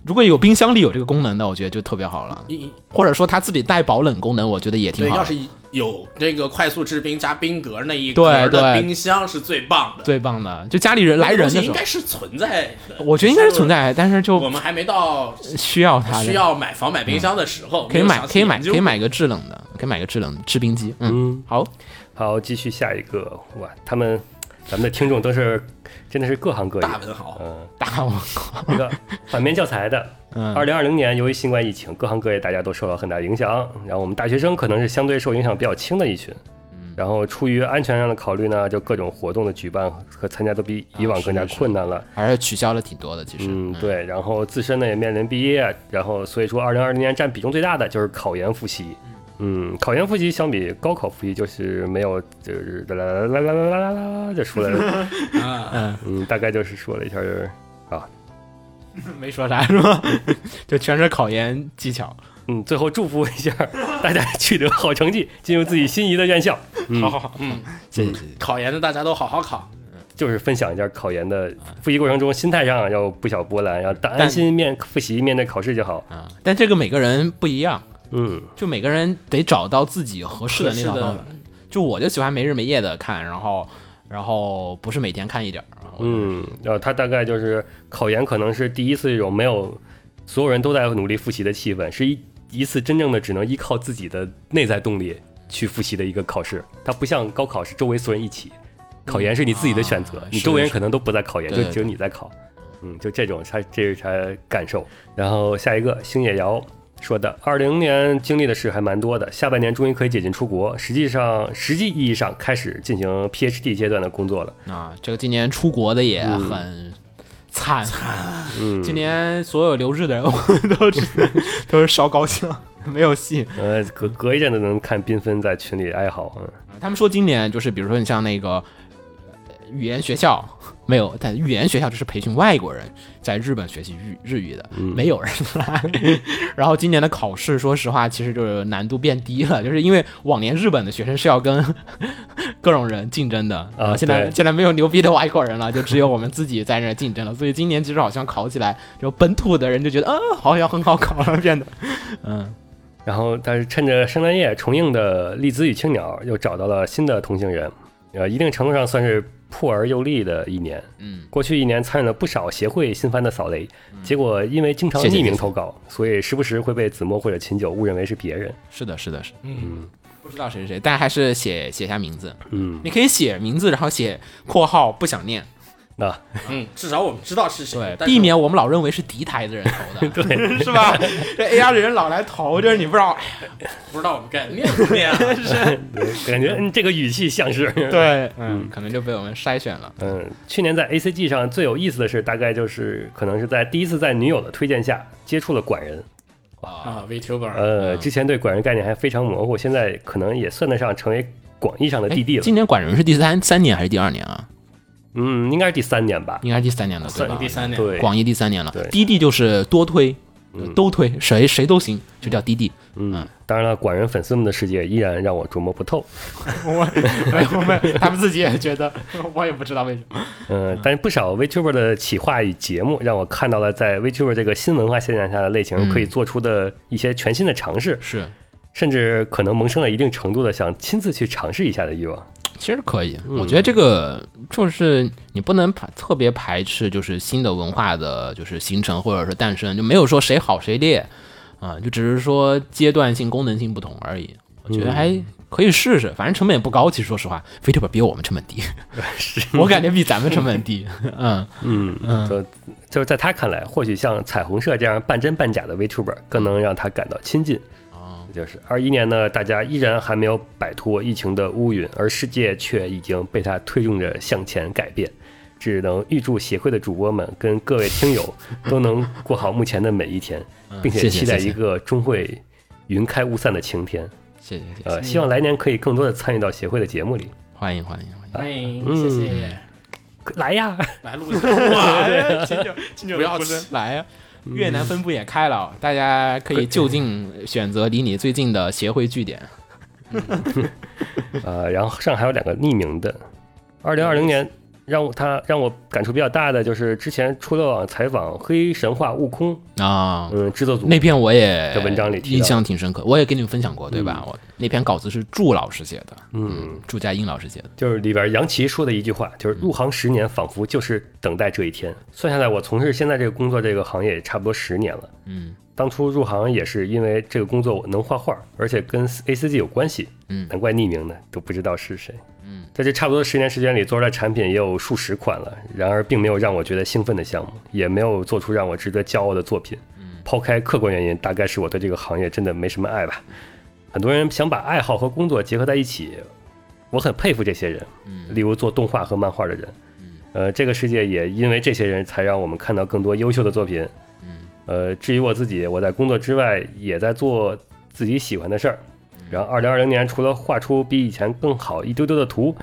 Speaker 1: 如果有冰箱里有这个功能的，我觉得就特别好了，
Speaker 4: 你
Speaker 1: 或者说它自己带保冷功能，我觉得也挺
Speaker 4: 对，
Speaker 1: 好
Speaker 4: 要
Speaker 1: 的，
Speaker 4: 是有这个快速制冰加冰格那一
Speaker 1: 对
Speaker 4: 格的
Speaker 1: 对
Speaker 4: 冰箱是最棒的。
Speaker 1: 最棒的，就家里人来
Speaker 4: 这个
Speaker 1: 人
Speaker 4: 东西应
Speaker 1: 的时候
Speaker 4: 该，是存在的，
Speaker 1: 我觉得应该是存在，但是
Speaker 4: 我
Speaker 1: 就
Speaker 4: 们还没到
Speaker 1: 需要它的
Speaker 4: 需要买房买冰箱的时候，
Speaker 1: 可
Speaker 4: 没
Speaker 1: 以
Speaker 4: 有
Speaker 1: 买，
Speaker 4: 详细
Speaker 1: 可以买，
Speaker 4: 研究
Speaker 1: 可以买个制冷的，可以买个制冷制冰机，嗯，
Speaker 5: 嗯，
Speaker 1: 好，
Speaker 5: 好，继续下一个哇，他们咱们的听众都是真的是各行各业
Speaker 4: 大，文豪。
Speaker 5: 嗯，
Speaker 1: 大我，
Speaker 5: 这个反面教材的，
Speaker 1: 嗯
Speaker 5: 二零二零年，由于新冠疫情，各行各业大家都受到很大影响。然后我们大学生可能是相对受影响比较轻的一群。然后出于安全上的考虑呢，就各种活动的举办和参加都比以往更加困难了。
Speaker 1: 还是取消了挺多的，其实，
Speaker 5: 嗯，对。然后自身呢也面临毕业，然后所以说二零二零年占比重最大的就是考研复习。嗯，考研复习相比高考复习就是没有，就是啦啦啦啦啦啦啦啦啦就出来了。
Speaker 4: 啊
Speaker 1: 嗯，
Speaker 5: 嗯，大概就是说了一下就是啊，
Speaker 1: 没说啥是吧？就全是考研技巧。
Speaker 5: 嗯，最后祝福一下大家取得好成绩，进入自己心仪的院校。嗯，
Speaker 1: 好好好，嗯，谢谢谢谢。考研的大家都好好 考，
Speaker 5: 就是分享一下考研的
Speaker 1: 啊
Speaker 5: 复习过程中心态上要不小波澜，要但安心面复习面对考试就好。
Speaker 1: 但这个每个人不一样，
Speaker 5: 嗯，
Speaker 1: 就每个人得找到自己合适的那套方法。就我就喜欢没日没夜的看，然后然后不是每天看一点儿。
Speaker 5: 嗯，然后他大概就是考研，可能是第一次这种没有所有人都在努力复习的气氛，是一一次真正的只能依靠自己的内在动力去复习的一个考试。它不像高考是周围所有人一起，考研是你自己的选择，
Speaker 1: 啊
Speaker 5: 你
Speaker 1: 是
Speaker 5: 周围人
Speaker 1: 是
Speaker 5: 可能都不在考研，
Speaker 1: 对
Speaker 5: 就
Speaker 1: 对
Speaker 5: 只有你在考。嗯，就这种，他这是他感受。然后下一个星野瑶说的，二零年经历的事还蛮多的，下半年终于可以解禁出国，实际上实际意义上开始进行 PhD 阶段的工作了。
Speaker 1: 啊，这个今年出国的也很惨，
Speaker 5: 嗯，
Speaker 1: 今年所有留日的人我都是都是烧高兴， 没有戏。
Speaker 5: 呃，隔隔一阵子能看缤纷在群里哀嚎，嗯，
Speaker 1: 他们说今年就是，比如说你像那个呃语言学校没有，但语言学校就是培训外国人在日本学习日日语的，
Speaker 5: 嗯
Speaker 1: 没有人来。 然后今年的考试，说实话，其实就是难度变低了，就是因为往年日本的学生是要跟 各种人竞争的，
Speaker 5: 啊
Speaker 1: 现在
Speaker 5: 对
Speaker 1: 现在没有牛逼的外国人了，就只有我们自己在那儿竞争了。所以今年其实好像考起来，就本土的人就觉得，啊，好像很好考了，变得，嗯，
Speaker 5: 然后但是趁着圣诞夜，重映的《丽兹与青鸟》又找到了新的同行人，呃，一定程度上算是破而又立的一年。
Speaker 1: 嗯，
Speaker 5: 过去一年参与了不少协会新番的扫雷，结果因为经常
Speaker 1: 谢谢
Speaker 5: 匿名
Speaker 1: 谢谢
Speaker 5: 投稿，所以时不时会被子墨或者秦九误认为是别人。
Speaker 1: 嗯是的，是的，是的，
Speaker 5: 嗯
Speaker 1: 不知道谁是谁，但还是写写下名字。
Speaker 5: 嗯，
Speaker 1: 你可以写名字，然后写括号不想念，
Speaker 5: 那、
Speaker 4: 嗯，至少我们知道是谁
Speaker 1: 对，，
Speaker 4: 但是
Speaker 1: 避免我们老认为是敌台的人投 的，对，是吧？这 AR 的人老来投，就是你不知道，哎
Speaker 4: 不知道我们 干念不念啊。
Speaker 5: 感觉嗯这个语气像是
Speaker 1: 对，嗯，可能就被我们筛选了。
Speaker 5: 嗯，去年在 ACG 上最有意思的事，大概就是可能是在第一次在女友的推荐下接触了管人。
Speaker 4: 啊，Vtuber，
Speaker 1: 嗯
Speaker 5: 呃，之前对管人概念还非常模糊，现在可能也算得上成为广义上的
Speaker 1: 哎
Speaker 5: DD 了。
Speaker 1: 今年管人是第三三年还是第二年啊？
Speaker 5: 嗯，应该是第三年吧。
Speaker 1: 应该是第三年了，对
Speaker 4: 算你
Speaker 1: 吧
Speaker 4: 第？三年，
Speaker 5: 对，
Speaker 1: 广义第三年了
Speaker 5: 对
Speaker 1: 滴滴就是多推，呃
Speaker 5: 嗯
Speaker 1: 都推，谁谁都行，就叫滴滴。
Speaker 5: 嗯，当然了，管人粉丝们的世界依然让我琢磨不透。
Speaker 1: 我我们他们自己也觉得，我也不知道为什么。
Speaker 5: 嗯，但是不少 VTuber 的企划与节目，让我看到了在 VTuber 这个新文化现象下的类型
Speaker 1: 嗯
Speaker 5: 可以做出的一些全新的尝试，
Speaker 1: 是，
Speaker 5: 甚至可能萌生了一定程度的想亲自去尝试一下的欲望。
Speaker 1: 其实可以，
Speaker 5: 嗯
Speaker 1: 我觉得这个就是你不能排特别排斥，就是新的文化的就是形成或者是诞生，就没有说谁好谁劣啊、就只是说阶段性、功能性不同而已。我觉得还可以试试，反正成本也不高。其实说实话，Vtuber 比我们成本低，我感觉比咱们成本 低。嗯，
Speaker 5: 嗯，就就是在他看来，或许像彩虹社这样半真半假的 VTuber 更能让他感到亲近。
Speaker 1: 哦
Speaker 5: 就是二一年呢，大家依然还没有摆脱疫情的乌云，而世界却已经被它推动着向前改变。只能预祝协会的主播们跟各位听友都能过好目前的每一天，并且
Speaker 1: 嗯谢谢
Speaker 5: 期待
Speaker 1: 谢谢
Speaker 5: 一个终会云开雾散的晴天。
Speaker 1: 谢谢，谢谢，
Speaker 5: 呃，希望来年可以更多的参与到协会的节目里，嗯
Speaker 1: 欢迎欢迎欢迎。
Speaker 4: 欢迎，谢谢，
Speaker 5: 来呀！
Speaker 4: 来录一下。
Speaker 1: 不要起来
Speaker 4: 啊
Speaker 1: 呀、越南分部也开了，大家可以就近选择离你最近的协会据点。
Speaker 5: 呃，然后上还有两个匿名的。二零二零年让我他让我感触比较大的就是之前出漏网采访黑神话悟空，
Speaker 1: 啊、
Speaker 5: 嗯，制作组
Speaker 1: 那篇我也
Speaker 5: 在文章里提到
Speaker 1: 印象挺深刻，我也跟你们分享过，对吧？我那篇稿子是祝老师写的，
Speaker 5: 嗯，
Speaker 1: 祝佳音老师写的。嗯
Speaker 5: 就是里边杨奇说的一句话，就是入行十年，仿佛就是等待这一天。算下来，我从事现在这个工作这个行业也差不多十年了。
Speaker 1: 嗯
Speaker 5: 当初入行也是因为这个工作我能画画，而且跟 A C G 有关系，
Speaker 1: 嗯
Speaker 5: 难怪匿名呢，都不知道是谁。
Speaker 1: 嗯，
Speaker 5: 在这差不多十年时间里，做出来产品也有数十款了，然而并没有让我觉得兴奋的项目，也没有做出让我值得骄傲的作品。抛开客观原因，大概是我对这个行业真的没什么爱吧。很多人想把爱好和工作结合在一起，我很佩服这些人，
Speaker 9: 嗯
Speaker 4: 嗯
Speaker 5: 例如做动画和漫画的人。呃，这个世界也因为这些人才让我们看到更多优秀的作品。
Speaker 4: 嗯
Speaker 5: 呃，至于我自己，我在工作之外也在做自己喜欢的事儿。然后二零二零年除了画出比以前更好一丢丢的图，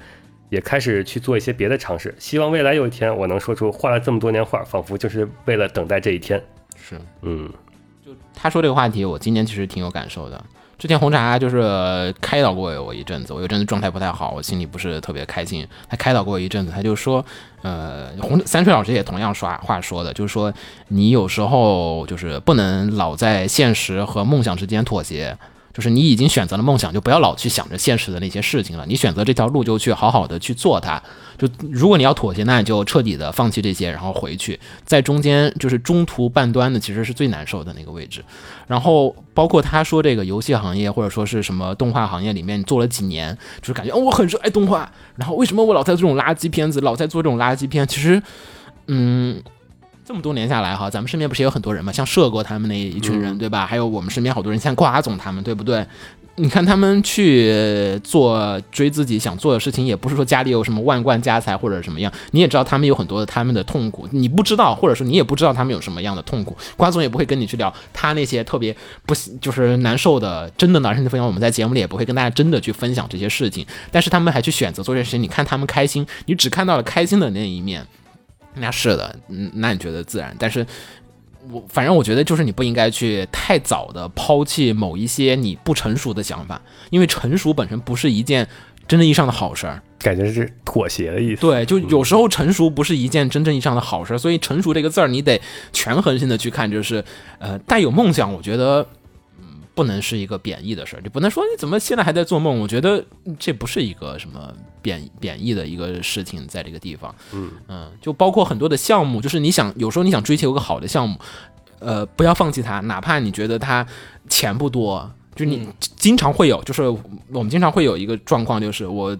Speaker 5: 也开始去做一些别的尝试。希望未来有一天我能说出画了这么多年画，仿佛就是为了等待这一天。
Speaker 1: 是，
Speaker 5: 嗯，
Speaker 1: 他说这个话题，我今年其实挺有感受的。之前红茶就是呃开导过我一阵子，我有阵子状态不太好，我心里不是特别开心。他开导过我一阵子，他就说，呃，红三水老师也同样刷话说的，就是说你有时候就是不能老在现实和梦想之间妥协，就是你已经选择了梦想，就不要老去想着现实的那些事情了。你选择这条路就去好好的去做它。就如果你要妥协，那你就彻底的放弃这些，然后回去，在中间就是中途半端的，其实是最难受的那个位置。然后包括他说这个游戏行业或者说是什么动画行业里面，你做了几年，就是感觉哦我很热爱动画，然后为什么我老在做这种垃圾片子，老在做这种垃圾片？其实，嗯。这么多年下来哈，咱们身边不是也有很多人嘛，像社哥他们那一群人，对吧？还有我们身边好多人，像瓜总他们，对不对？你看他们去做追自己想做的事情，也不是说家里有什么万贯家财或者什么样，你也知道他们有很多的他们的痛苦，你不知道，或者说你也不知道他们有什么样的痛苦。瓜总也不会跟你去聊他那些特别不喜就是难受的，真的难受的分享。我们在节目里也不会跟大家真的去分享这些事情，但是他们还去选择做这些事情。你看他们开心，你只看到了开心的那一面，那是的，嗯，那你觉得自然，但是。我反正我觉得就是你不应该去太早的抛弃某一些你不成熟的想法，因为成熟本身不是一件真正意义上的好事儿。
Speaker 5: 感觉是妥协的意思。嗯
Speaker 1: 对，就有时候成熟不是一件真正意义上的好事儿，所以成熟这个字儿你得权衡性的去看，就是呃带有梦想，我觉得。嗯不能是一个贬义的事儿，就不能说你怎么现在还在做梦。我觉得嗯这不是一个什么贬贬义的一个事情，在这个地方，
Speaker 5: 嗯
Speaker 1: 嗯，就包括很多的项目，就是你想有时候你想追求一个好的项目，呃，不要放弃它，哪怕你觉得它钱不多，就你经常会有，就是我们经常会有一个状况，就是我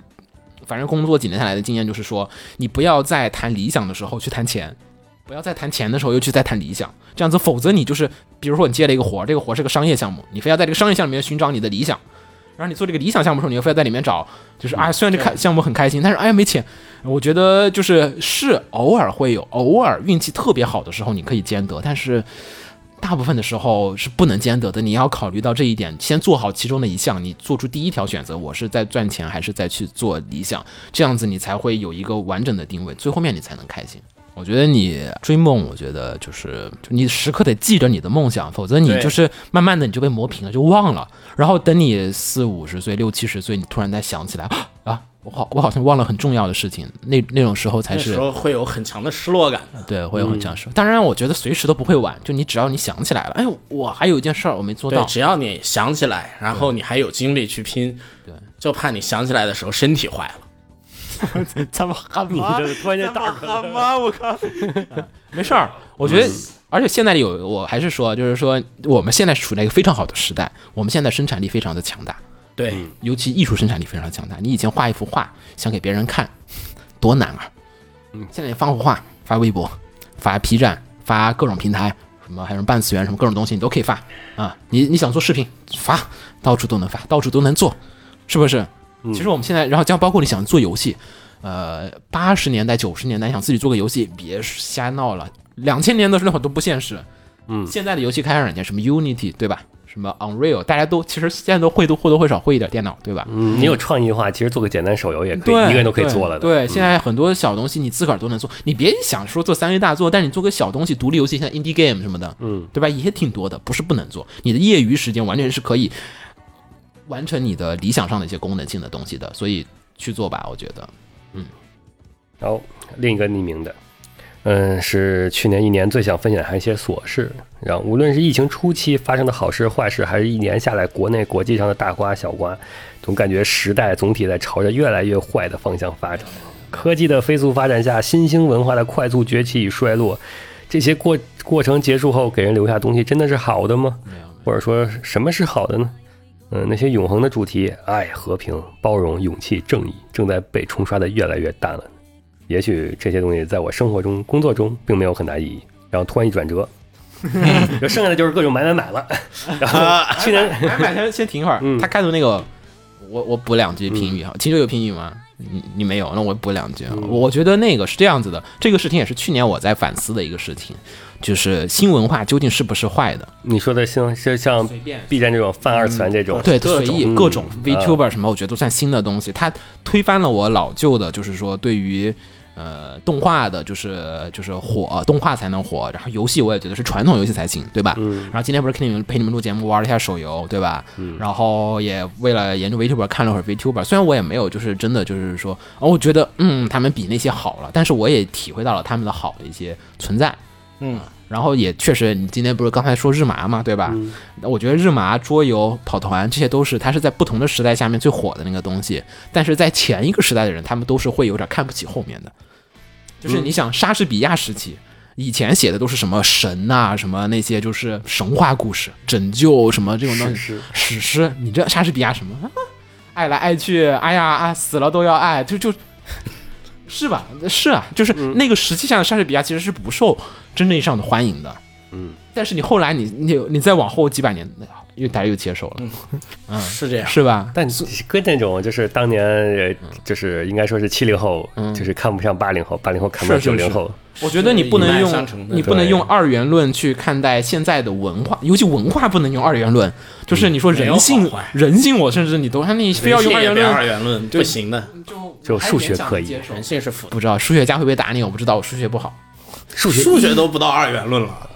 Speaker 1: 反正工作几年下来的经验就是说，你不要在谈理想的时候去谈钱，不要在谈钱的时候又去再谈理想，这样子，否则你就是，比如说你接了一个活儿，这个活儿是个商业项目，你非要在这个商业项目里面寻找你的理想，然后你做这个理想项目的时候，你又非要在里面找，就是啊，虽然这开项目很开心，但是哎呀没钱。我觉得就是是偶尔会有，偶尔运气特别好的时候你可以兼得，但是大部分的时候是不能兼得的。你要考虑到这一点，先做好其中的一项，你做出第一条选择，我是在赚钱还是在去做理想，这样子你才会有一个完整的定位，最后面你才能开心。我觉得你追梦，我觉得就是就你时刻得记着你的梦想，否则你
Speaker 4: 对
Speaker 1: 就是慢慢的你就被磨平了，就忘了。然后等你四五十岁、六七十岁，你突然再想起来啊，我好我好像忘了很重要的事情，那那种时候才
Speaker 4: 那
Speaker 1: 是
Speaker 4: 时候会有很强的失落感的。嗯
Speaker 1: 对，会有很享受。当然，我觉得随时都不会晚，就你只要你想起来了，哎，我还有一件事儿我没做
Speaker 4: 对
Speaker 1: 到，，
Speaker 4: 只要你想起来，然后你还有精力去拼，对，就怕你想起来的时候身体坏了。
Speaker 1: 咱们哈
Speaker 5: 你
Speaker 1: 姆
Speaker 5: 这突然间大
Speaker 6: 啊妈！我 靠！
Speaker 1: 没事儿，我觉得。而且现在有，我还是说，就是说，我们现在是处在一个非常好的时代，我们现在生产力非常的强大，
Speaker 4: 对，
Speaker 5: 嗯
Speaker 1: 尤其艺术生产力非常强大。你以前画一幅画想给别人看，多难啊！嗯，现在你发幅画、发微博、发 P 站、发各种平台，什么还有半次元什么各种东西，你都可以发啊。你你想做视频，发，到处都能发，到处都能做，是不是？
Speaker 5: 嗯
Speaker 1: 其实我们现在，然后将包括你想做游戏，呃，八十年代、九十年代想自己做个游戏，别瞎闹了。两千年的时候那会儿都不现实，
Speaker 5: 嗯
Speaker 1: 现在的游戏开发软件什么 Unity 对吧？什么 Unreal，大家都其实现在都会都或多或少会一点电脑，对吧？
Speaker 5: 嗯，你有创意的话，其实做个简单手游也可以，
Speaker 1: 对
Speaker 5: 一个人都可以做了的。嗯
Speaker 1: 对，对现在很多小东西你自个儿都能做，你别想说做三 A 大作，但你做个小东西，独立游戏像 indie game 什么的，
Speaker 5: 嗯，
Speaker 1: 对吧？也挺多的，不是不能做。你的业余时间完全是可以完成你的理想上的一些功能性的东西的，所以去做吧，我觉得。嗯
Speaker 5: 然后另一个匿名的，嗯，是去年一年最想分享的一些琐事。然后无论是疫情初期发生的好事坏事，还是一年下来国内国际上的大瓜小瓜，总感觉时代总体在朝着越来越坏的方向发展。科技的飞速发展下，新兴文化的快速崛起与衰落，这些过过程结束后给人留下东西，真的是好的吗？或者说什么是好的呢？嗯，那些永恒的主题，爱、和平、包容、勇气、正义，正在被冲刷的越来越淡了。也许这些东西在我生活中、工作中并没有很大意义，然后突然一转折，就剩下的就是各种买买买了。 然后去年
Speaker 1: 啊哎，买先先停一会儿
Speaker 5: 嗯
Speaker 1: 他开头那个，我我补两句评语哈，秦九有评语吗？你你没有，那我也补两句。
Speaker 5: 嗯
Speaker 1: 我觉得那个是这样子的，这个事情也是去年我在反思的一个事情，就是新文化究竟是不是坏的？
Speaker 5: 你说的像像像 B 站这种泛二次元这种，
Speaker 1: 对，
Speaker 5: 各
Speaker 1: 随
Speaker 5: 种
Speaker 1: 意
Speaker 5: 嗯
Speaker 1: 各种
Speaker 5: 啊
Speaker 1: VTuber 什么，我觉得都算新的东西。它推翻了我老旧的，就是说对于呃动画的，就是就是火动画才能火，然后游戏我也觉得是传统游戏才行，对吧？然后今天不是跟你们陪你们录节目玩了一下手游，对吧？然后也为了研究 VTuber 看了会儿 VTuber，虽然我也没有就是真的就是说哦，我觉得嗯他们比那些好了，但是我也体会到了他们的好的一些存在。
Speaker 4: 嗯
Speaker 1: 然后也确实，你今天不是刚才说日麻嘛，对
Speaker 4: 嗯
Speaker 1: 吧？那我觉得日麻、桌游、跑团这些都是它是在不同的时代下面最火的那个东西，但是在前一个时代的人，他们都是会有点看不起后面的。
Speaker 5: 嗯
Speaker 1: 就是你想莎士比亚时期，以前写的都是什么神呐、什么那些就是神话故事、拯救什么这种东西，
Speaker 5: 史诗
Speaker 1: 史诗。你这莎士比亚什么？ 啊爱来爱去，哎呀啊，死了都要爱，就就。是吧？是啊，就是
Speaker 5: 嗯
Speaker 1: 那个时期下的莎士比亚其实是不受真正意义上的欢迎的。
Speaker 5: 嗯，
Speaker 1: 但是你后来你你你再往后几百年，又大家又接受了，
Speaker 5: 嗯
Speaker 1: 嗯
Speaker 4: 是这样。
Speaker 1: 是吧？嗯
Speaker 5: 但跟那种就是当年，呃就是应该说是七零后，就是看不上八零后，八零后看不上
Speaker 1: 是
Speaker 5: 九
Speaker 1: 是
Speaker 5: 零后，
Speaker 1: 我觉得你不能
Speaker 4: 一脉
Speaker 1: 用
Speaker 4: 相承的
Speaker 1: 你不能
Speaker 5: 对
Speaker 1: 用二元论去看待现在的文化，尤其文化不能用二元论。就是你说人
Speaker 4: 没
Speaker 1: 性
Speaker 4: 有好坏，
Speaker 1: 人性我甚至你都你非要用二元
Speaker 4: 人性也
Speaker 1: 论
Speaker 4: 不，二元论不行的，
Speaker 1: 就
Speaker 5: 就数学可
Speaker 1: 还
Speaker 5: 以
Speaker 1: 勉强接受
Speaker 4: 人性是腐的，
Speaker 1: 不知道数学家会不会打你，我不知道，我数学不好。
Speaker 4: 数学数学都不到二元论了。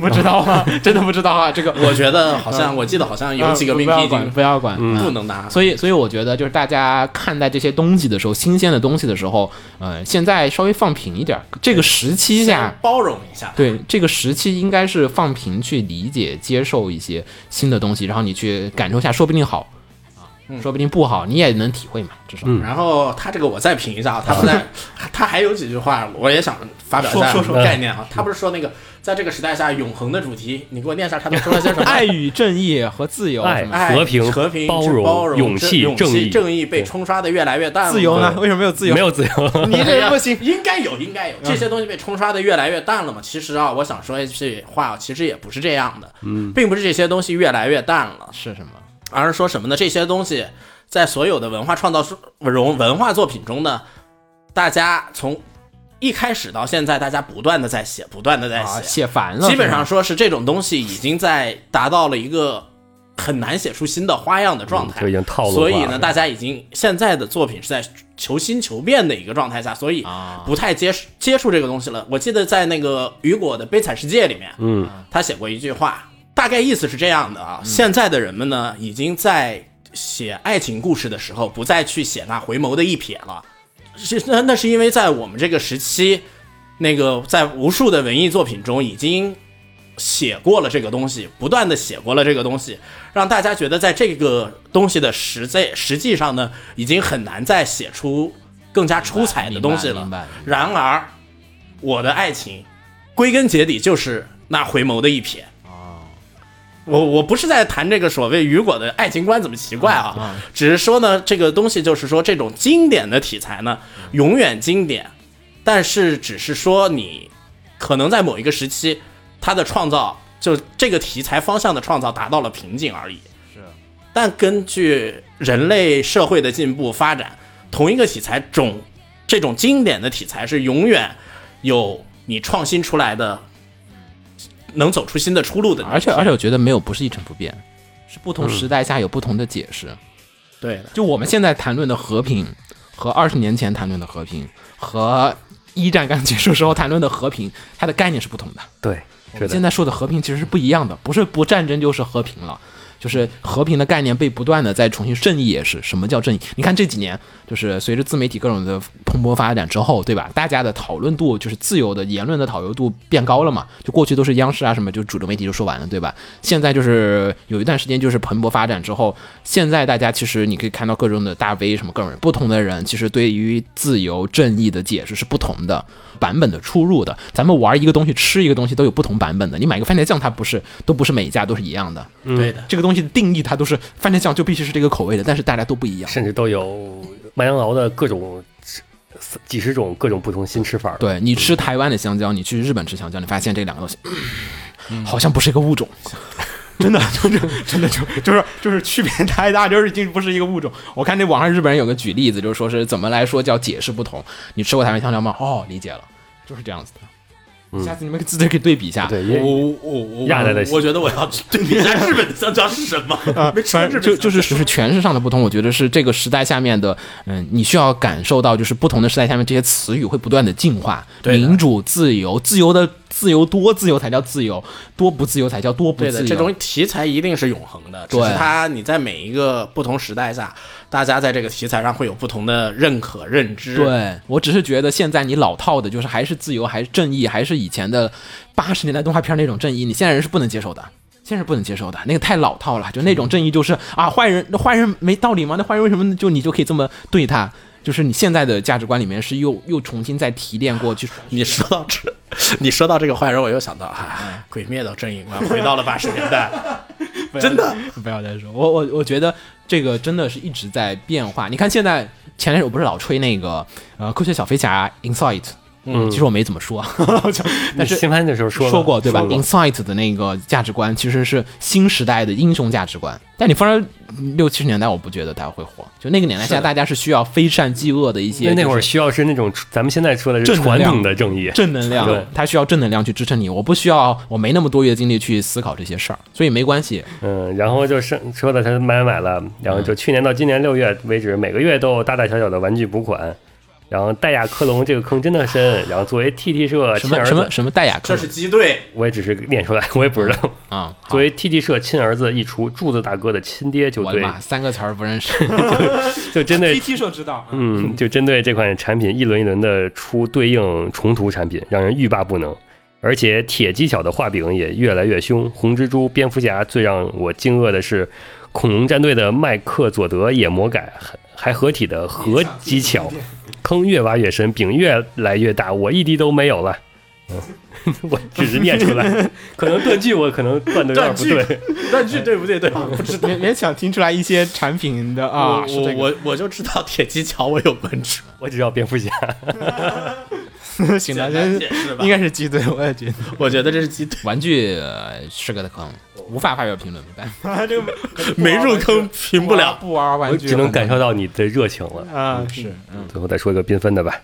Speaker 1: 不知道 啊，真的不知道啊，这个嗯
Speaker 4: 我觉得好像我记得好像有几个命
Speaker 1: 不
Speaker 4: 题
Speaker 1: 要
Speaker 4: 已
Speaker 1: 管，
Speaker 4: 经
Speaker 1: 不要管，嗯
Speaker 4: 不能拿，
Speaker 1: 所以，所以我觉得就是大家看待这些东西的时候，新鲜的东西的时候，呃，现在稍微放平一点儿。这个时期下，
Speaker 4: 包容一下。
Speaker 1: 对这个时期应该是放平去理解、接受一些新的东西，然后你去感受一下，说不定好啊，说不定不好，你也能体会嘛，至少。
Speaker 4: 嗯
Speaker 5: 嗯
Speaker 4: 然后他这个我再评一下啊，他不 在，他还有几句话我也想发表一下
Speaker 1: 说说嗯
Speaker 4: 概念啊。他不是说那个在这个时代下永恒的主题，你给我念一下，他都说了些什 么？
Speaker 1: 爱与正义和自由，
Speaker 5: 爱
Speaker 1: 什么
Speaker 4: 爱
Speaker 5: 和平
Speaker 4: 哎和平、
Speaker 5: 包
Speaker 4: 容、
Speaker 5: 容
Speaker 4: 勇
Speaker 5: 勇气
Speaker 4: 正
Speaker 5: 正义
Speaker 4: 义被冲刷的越来越淡了。
Speaker 1: 自由呢？
Speaker 5: 对
Speaker 1: 为什么没有自由？
Speaker 5: 没有自 由，
Speaker 1: 你这人不行。嗯
Speaker 4: 应该有，应该有这些东西被冲刷的越来越淡了嘛？其实啊，我想说一句话，其实也不是这样的，嗯，并不是这些东西越来越淡了，
Speaker 1: 是什么？
Speaker 4: 而是说什么呢？这些东西在所有的文化创造出文文化作品中呢，大家从一开始到现在，大家不断的在写，不断的在
Speaker 1: 啊，
Speaker 4: 写，
Speaker 1: 写烦了。
Speaker 4: 基本上
Speaker 1: 是
Speaker 4: 说是这种东西已经在达到了一个很难写出新的花样的状态，
Speaker 5: 就已经套路化
Speaker 4: 所以呢，
Speaker 5: 了
Speaker 4: 大家已经现在的作品是在求新求变的一个状态下，所以
Speaker 1: 啊
Speaker 4: 不太接接触这个东西了。我记得在那个雨果的《悲惨世界》里面，
Speaker 5: 嗯，
Speaker 1: 啊
Speaker 4: 他写过一句话，大概意思是这样的啊：
Speaker 1: 嗯
Speaker 4: 现在的人们呢，已经在写爱情故事的时候，不再去写那回眸的一瞥了。是那那是因为在我们这个时期，那个在无数的文艺作品中已经写过了这个东西，不断的写过了这个东西，让大家觉得在这个东西的实在实际上呢，已经很难再写出更加出彩的东西了
Speaker 1: 明白明白。
Speaker 4: 然而，我的爱情归根结底就是那回眸的一瞥。我我不是在谈这个所谓雨果的爱情观怎么奇怪啊，只是说呢，这个东西就是说这种经典的题材呢，永远经典，但是只是说你可能在某一个时期，它的创造就这个题材方向的创造达到了瓶颈而已。是，但根据人类社会的进步发展，同一个题材种这种经典的题材是永远有你创新出来的。能走出新的出路的那一
Speaker 1: 而且
Speaker 4: 天
Speaker 1: 而且，我觉得没有不是一成不变，是不同时代下有不同的解释。
Speaker 4: 对的，
Speaker 1: 就我们现在谈论的和平，和二十年前谈论的和平，和一战刚结束时候谈论的和平，它的概念是不同的。
Speaker 5: 对，
Speaker 1: 我
Speaker 5: 是
Speaker 1: 们现
Speaker 5: 的，
Speaker 1: 在说的和平其实是不一样的，不是不战争就是和平了。就是和平的概念被不断的在重新，正义也是。什么叫正义？你看这几年，就是随着自媒体各种的蓬勃发展之后，对吧？大家的讨论度，就是自由的言论的讨论度变高了嘛？就过去都是央视啊什么，就主流媒体就说完了，对吧？现在就是有一段时间就是蓬勃发展之后，现在大家其实你可以看到各种的大 V 什么各种人不同的人，其实对于自由正义的解释是不同的，版本的出入的。咱们玩一个东西，吃一个东西都有不同版本的。你买个番茄酱，它不是都不是每一家都是一样的。
Speaker 4: 对的，
Speaker 1: 这个东西的定义它都是番茄酱就必须是这个口味的，但是大家都不一样。
Speaker 5: 甚至都有麦当劳的各种几十种各种不同新吃法，，
Speaker 1: 对你吃台湾的香蕉，你去日本吃香蕉，你发现这两个东西、嗯好像不是一个物种。 真的就是真的就就是就是区别太大，就是已经不是一个物种。我看那网上日本人有个举例子，就是说是怎么来说叫解释不同。你吃过台湾香蕉吗？哦，理解了，就是这样子的。下次你们自己可以对比一下。
Speaker 5: 嗯
Speaker 1: 哦
Speaker 5: 对，因
Speaker 4: 我
Speaker 5: 为
Speaker 4: 我我我
Speaker 5: 亚太的
Speaker 4: 我觉得我要对比一下日本的香蕉是什么。没吃过
Speaker 1: 啊反
Speaker 4: 日
Speaker 1: 正
Speaker 4: 本香蕉
Speaker 1: 就就是就是诠释上的不同，我觉得是这个时代下面的，嗯，你需要感受到就是不同的时代下面这些词语会不断的进化，
Speaker 4: 对的
Speaker 1: 民主、自由、自由的自由多自由才叫自由，多不自由才叫 多不
Speaker 4: 对
Speaker 1: 自
Speaker 4: 的，
Speaker 1: 由。
Speaker 4: 这东西题材一定是永恒的，只
Speaker 1: 对
Speaker 4: 是它你在每一个不同时代下，大家在这个题材上会有不同的认可认知。，
Speaker 1: 对我只是觉得现在你老套的就是还是自由，还是正义，还是以前的八十年代动画片那种正义，你现在人是不能接受的。现在是不能接受的，那个太老套了，就那种正义就是啊，坏人那坏人没道理吗？那坏人为什么就你就可以这么对他？就是你现在的价值观里面是又又重新再提炼过，就是
Speaker 4: 你说到这，你说到这个坏人，我又想到啊，鬼灭的正义观回到了八十年代，真的。
Speaker 1: 不要再说，我我我觉得这个真的是一直在变化。你看现在前两天我不是老吹那个呃科学小飞侠 Insight，嗯，其实我没怎么 说，
Speaker 5: 你新番的时候说
Speaker 1: 说
Speaker 5: 说
Speaker 1: 过对吧？Insight 的那个价值观其实是新时代的英雄价值观，但你放到六七十年代，我不觉得它会火。就那个年代
Speaker 4: 是
Speaker 1: 下，
Speaker 4: 的
Speaker 1: 大家是需要非善即恶的一
Speaker 5: 因
Speaker 1: 些
Speaker 5: 为那会
Speaker 1: 就
Speaker 5: 儿
Speaker 1: 是
Speaker 5: 需要是那种咱们现在说的是
Speaker 1: 正能
Speaker 5: 传
Speaker 1: 量
Speaker 5: 统的正义，
Speaker 1: 正能量
Speaker 5: 对，
Speaker 1: 它需要正能量去支撑你。我不需要，我没那么多余的精力去思考这些事儿，所以没关系。
Speaker 5: 嗯，然后就是说的他买买买了，然后就去年到今年六月为止，每个月都有大大小小的玩具补款。然后戴亚克隆这个坑真的深，然后作为 TT 社
Speaker 1: 什
Speaker 5: 亲
Speaker 1: 么
Speaker 5: 儿
Speaker 1: 什么
Speaker 5: 子，
Speaker 1: 什么戴雅克
Speaker 4: 这是鸡 队，
Speaker 5: 我也只是念出来， 我也不知道。
Speaker 1: 啊，好
Speaker 5: 作为 TT 社亲儿子一出，柱子大哥的亲爹就
Speaker 1: 我的
Speaker 5: 对，
Speaker 1: 妈，三个词儿不认识。
Speaker 5: 就针对
Speaker 1: T 社知道，
Speaker 5: 嗯，就针对这款产品一轮一轮的出对应重涂产品，让人欲罢不能。而且铁鸡小的画饼也越来越凶，红蜘蛛、蝙蝠侠。最让我惊愕的是，恐龙战队的麦克佐德也魔改，还还合体的合技巧，坑越挖越深，饼越来越大，我一滴都没有了。嗯，我只是念出来，可能断句我可能断的有点不
Speaker 4: 断
Speaker 5: 对。
Speaker 4: 断句对不对？对吧？不 知道。
Speaker 1: 勉勉强听出来一些产品的啊，是
Speaker 4: 我
Speaker 1: 这个。
Speaker 4: 我我就知道铁鸡桥我有关注，
Speaker 5: 我只要蝙蝠侠，
Speaker 1: 行了，
Speaker 4: 简单解
Speaker 1: 这
Speaker 4: 释吧
Speaker 1: 应。该是鸡队，我也觉得。
Speaker 4: 我觉得这是鸡队，
Speaker 1: 玩具呃是个坑，无法发表评论，没办法，
Speaker 4: 没入坑评不了。
Speaker 1: 不玩
Speaker 5: 我只能感受到你的热情了。
Speaker 1: 啊，是，嗯，
Speaker 5: 最后再说一个缤纷的吧。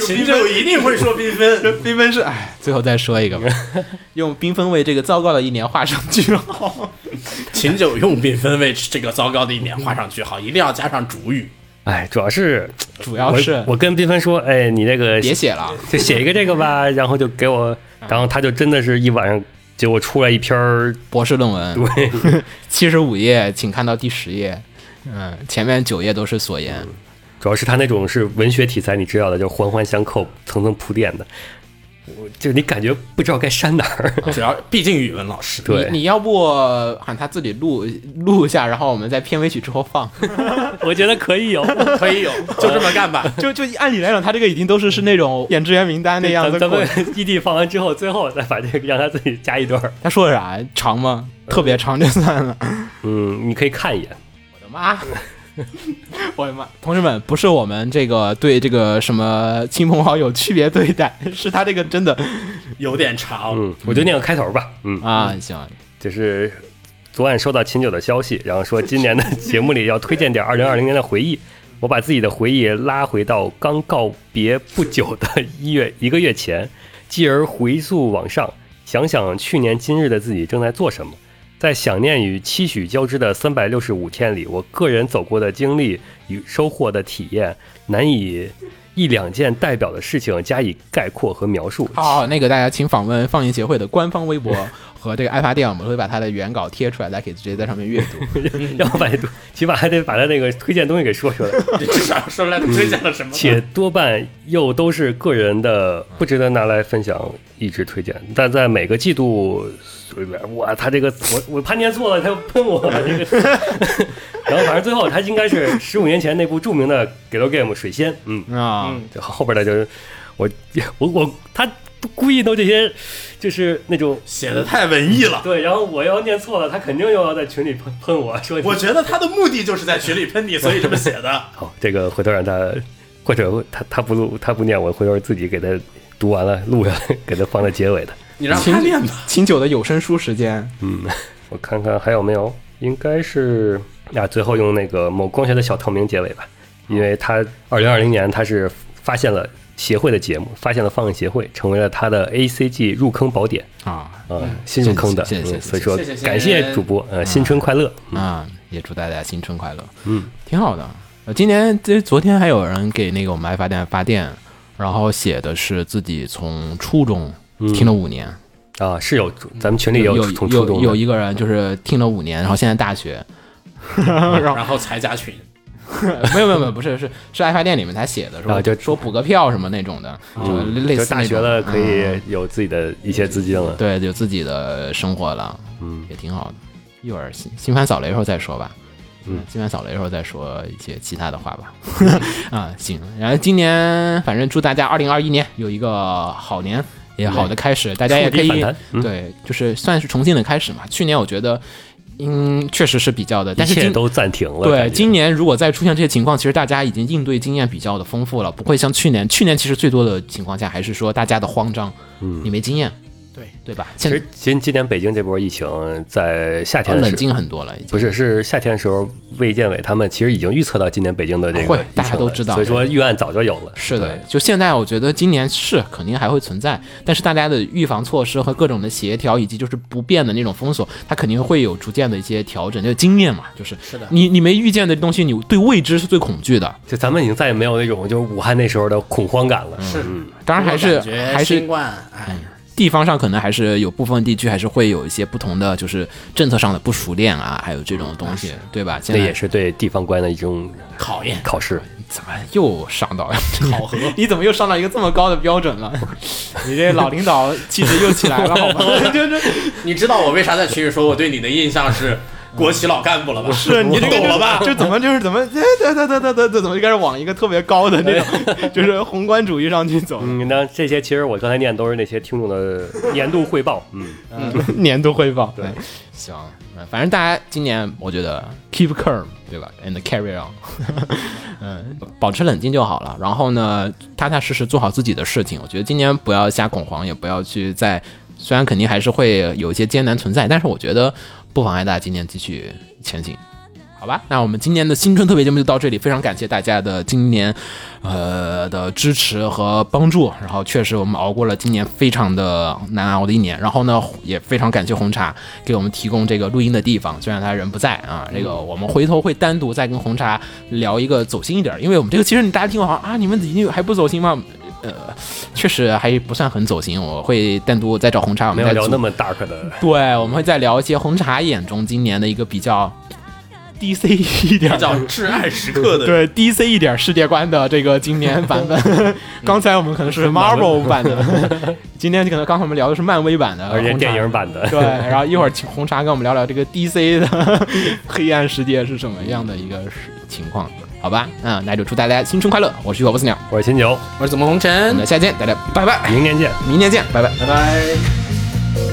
Speaker 4: 秦九一定会说缤纷，
Speaker 1: 缤纷是，哎，最后再说一个 吧， 用缤纷为这个糟糕的一年画上句号。
Speaker 4: 秦九用缤纷为这个糟糕的一年画上句号，一定要加上主语。
Speaker 5: 哎，主要是
Speaker 1: 主
Speaker 5: 我
Speaker 1: 要是
Speaker 5: 我跟缤纷说，哎，你这个
Speaker 1: 别写了， 嗯
Speaker 5: 就写一个这个吧，然后就给我，然后他就真的是一晚上，结果出来一篇儿，
Speaker 1: 博士论文
Speaker 5: 对，
Speaker 1: 七十五页，请看到第十页，嗯，前面九页都是所言，
Speaker 5: 嗯主要是他那种是文学题材，你知道的，就环环相扣、层层铺垫的，我就你感觉不知道该删哪儿，
Speaker 4: 主要毕竟语文老师，
Speaker 5: 对
Speaker 1: 你你要不喊他自己录录一下，然后我们在片尾曲之后放。
Speaker 5: 我觉得可以有，
Speaker 4: 可以有，就这么干吧。
Speaker 1: 就就按理来讲，他这个已经都是是那种演职员名单那样子
Speaker 5: 咱咱
Speaker 1: 过
Speaker 5: 们
Speaker 1: 来。
Speaker 5: 异地放完之后，最后再把这个让他自己加一段儿，
Speaker 1: 他说的啥？长吗？特别长就算 了。
Speaker 5: 嗯，你可以看一眼，
Speaker 1: 我的妈！我的妈！同志们，不是我们这个对这个什么亲朋好友区别对待，是他这个真的
Speaker 4: 有点长，
Speaker 5: 嗯，我就念个开头吧，嗯，
Speaker 1: 啊，行，
Speaker 5: 就是昨晚收到秦九的消息，然后说今年的节目里要推荐点2020年的 回忆。我把自己的回忆拉回到刚告别不久的一月一个月前，继而回溯往上，想想去年今日的自己正在做什么。在想念与期许交织的三百六十五天里，我个人走过的经历与收获的体验，难以一两件代表的事情加以概括和描述。
Speaker 1: 好，那个大家请访问放映协会的官方微 博和这个爱发电，我们会把他的原稿贴出来，大家可以直接在上面阅 读。
Speaker 5: 要把这起码还得把他那个推荐东西给说出来，
Speaker 4: 你至少说出来推荐了什么
Speaker 1: 嗯
Speaker 4: 呢？
Speaker 5: 且多半又都是个人的，不值得拿来分享，一直推荐。但在每个季度里边，哇，他这个我我怕念错了，他又喷我这个。然后反正最后他应该是十五年前那部著名的《给到 Game》水仙，嗯，
Speaker 1: 啊，
Speaker 5: 就后边的就是我我我他故意弄这些，就是那种。
Speaker 4: 写的太文艺了。
Speaker 5: 对，然后我要念错了，他肯定又要在群里喷喷我说你
Speaker 4: 我觉得他的目的就是在群里喷你，所以这么写 的。
Speaker 5: 好，这个回头让他，或者他他不录，他不念，我回头自己给他读完了录下来，给他放在结尾的。
Speaker 4: 你让
Speaker 1: 秦
Speaker 4: 他 练吧。
Speaker 1: 秦九的有声书时间，
Speaker 5: 嗯，我看看还有没有，应该是啊，最后用那个某光学的小透明结尾吧，因为他二零二零年他是发现了协会的节目，发现了放映协会，成为了他的 ACG 入坑宝典
Speaker 1: 啊
Speaker 5: 啊，新入坑的，
Speaker 1: 谢谢谢谢
Speaker 5: 嗯所以说
Speaker 1: 谢谢谢谢
Speaker 5: 感谢主播，呃，新春快乐，
Speaker 1: 啊，也祝大家新春快乐，
Speaker 5: 嗯，
Speaker 1: 挺好的。呃，今年这昨天还有人给那个我们爱发电发电，然后写的是自己从初中
Speaker 5: 嗯
Speaker 1: 听了五年，
Speaker 5: 啊，是有咱们群里有
Speaker 1: 有
Speaker 5: 从初中
Speaker 1: 有
Speaker 5: 的
Speaker 1: 有一个人就是听了五年，然后现在大学，
Speaker 4: 然后才加群，
Speaker 1: 没有没有没有，不是是是爱发电里面他写的，说
Speaker 5: 啊就
Speaker 1: 说补个票什么那种的，就
Speaker 5: 嗯
Speaker 1: 类
Speaker 5: 就
Speaker 1: 似
Speaker 5: 大
Speaker 1: 那
Speaker 5: 学
Speaker 1: 种
Speaker 5: 了可
Speaker 1: 嗯
Speaker 5: 以有自己的一些资金了，
Speaker 1: 对，有自己的生活了，
Speaker 5: 嗯
Speaker 1: 也挺好的。一会儿新新番扫雷时候再说吧。
Speaker 5: 嗯
Speaker 1: 新番扫雷时候再说一些其他的话吧。 啊，行。然后今年反正祝大家二零二一年有一个好年，也好的开始。大家也可
Speaker 5: 触底反
Speaker 1: 以
Speaker 5: 弹嗯
Speaker 1: 对，就是算是重新的开始嘛。去年我觉得，嗯，确实是比较的，
Speaker 5: 一
Speaker 1: 但是
Speaker 5: 切
Speaker 1: 今
Speaker 5: 都暂停了，
Speaker 1: 对
Speaker 5: 感觉
Speaker 1: 今年如果再出现这些情况，其实大家已经应对经验比较的丰富了，不会像去年。去年其实最多的情况下还是说大家的慌张，
Speaker 5: 嗯
Speaker 1: 你没经验，对对吧？
Speaker 5: 其
Speaker 1: 现在啊
Speaker 5: 实今今年北京这波疫情在夏天的时
Speaker 1: 冷
Speaker 5: 候。
Speaker 1: 静很多了，已经
Speaker 5: 不是，是夏天的时候，卫健委他们其实已经预测到今年北京的这
Speaker 1: 啊会
Speaker 5: 个疫情了
Speaker 1: 大家都知道
Speaker 5: 所以说预案早就有了。
Speaker 1: 是的
Speaker 5: 对，，
Speaker 1: 就现在我觉得今年是肯定还会存在，但是大家的预防措施和各种的协调，以及就是不变的那种封锁，它肯定会有逐渐的一些调整，就经验嘛，就是
Speaker 4: 是的
Speaker 1: 你你没预见的东西，你对未知是最恐惧的。
Speaker 5: 就咱们已经再也没有那种就是武汉那时候的恐慌感了。嗯
Speaker 4: 是
Speaker 1: 嗯当然还是
Speaker 4: 我感觉
Speaker 1: 还
Speaker 4: 新
Speaker 1: 是
Speaker 4: 冠，哎，
Speaker 1: 地方上可能还是有部分地区还是会有一些不同的，就是政策上的不熟练啊，还有这种东西，对吧？啊现
Speaker 5: 那
Speaker 1: 在
Speaker 5: 也是对地方官的一种
Speaker 4: 考验
Speaker 5: 考试。
Speaker 1: 怎么又上到
Speaker 4: 考核，
Speaker 1: 你怎么又上到一个这么高的标准了？ 你这老领导气 质又起来了，好吗？
Speaker 4: 你知道我为啥在群里说我对你的印象是国企老干部了吧？是你懂了吧？
Speaker 1: 就怎么就是怎么，对对对对对对，怎么就开始往一个特别高的那种， 就是宏观主义上去走。
Speaker 5: 嗯，那这些其实我刚才念都是那些听众的年度汇报。嗯，
Speaker 1: 年度汇报，
Speaker 5: 对
Speaker 1: 嗯，行，嗯反正大家今年我觉得 keep calm，对吧？and carry on，嗯， 保持冷静就好了。然后呢，踏踏实实做好自己的事情。我觉得今年不要瞎恐慌，也不要去在，虽然肯定还是会有一些艰难存在，但是我觉得不妨碍大家今年继续前行。好吧，那我们今年的新春特别节目就到这里，非常感谢大家的今年，呃的支持和帮助。然后确实我们熬过了今年非常的难熬的一年，然后呢也非常感谢红茶给我们提供这个录音的地方，虽然他人不在啊，这个我们回头会单独再跟红茶聊一个走心一点儿，因为我们这个其实你大家听完好像啊，你们已经还不走心吗？呃，确实还不算很走心，我会单独再找红茶，我
Speaker 5: 没
Speaker 1: 们
Speaker 5: 有
Speaker 1: 再
Speaker 5: 聊
Speaker 1: 组
Speaker 5: 那么 dark 的。
Speaker 1: 对，我们会再聊一些红茶眼中今年的一个比较 DC 一点儿
Speaker 4: 叫
Speaker 1: 的。
Speaker 4: 挚爱时刻的
Speaker 1: 对 DC 一点儿世界观的这个今年版 本，嗯刚才我们可能是 Marvel 版的，今天可能刚才我们聊的是漫威版的，
Speaker 5: 而且
Speaker 1: 红茶
Speaker 5: 哦电影版的，
Speaker 1: 对，然后一会儿请红茶跟我们聊聊这个 DC 的 黑暗世界是什么样的一个情况，好吧？嗯，那就祝大家新春快乐！我是雨果不死鸟，
Speaker 5: 我是秦九，
Speaker 4: 我是怎么红
Speaker 1: 我
Speaker 4: 尘
Speaker 1: 们，下期见，大家拜拜，
Speaker 5: 明年见。
Speaker 1: 明天见，拜拜。
Speaker 4: 拜拜。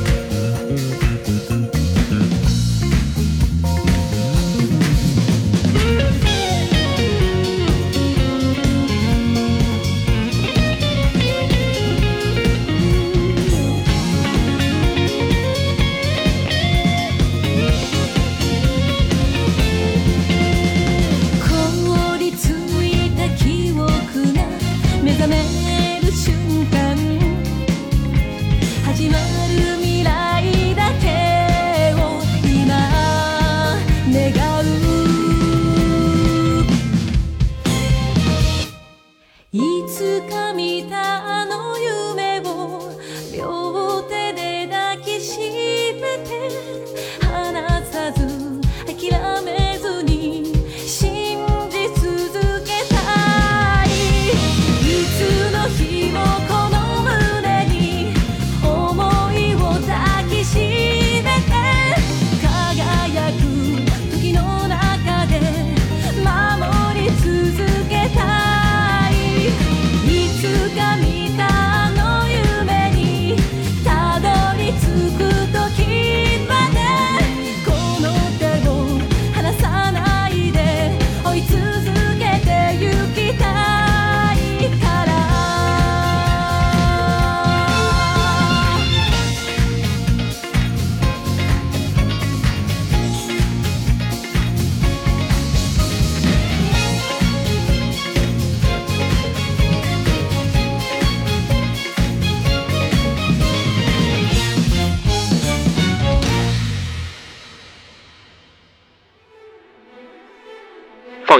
Speaker 10: 凍りついた記憶が目覚める瞬間始ま
Speaker 1: 放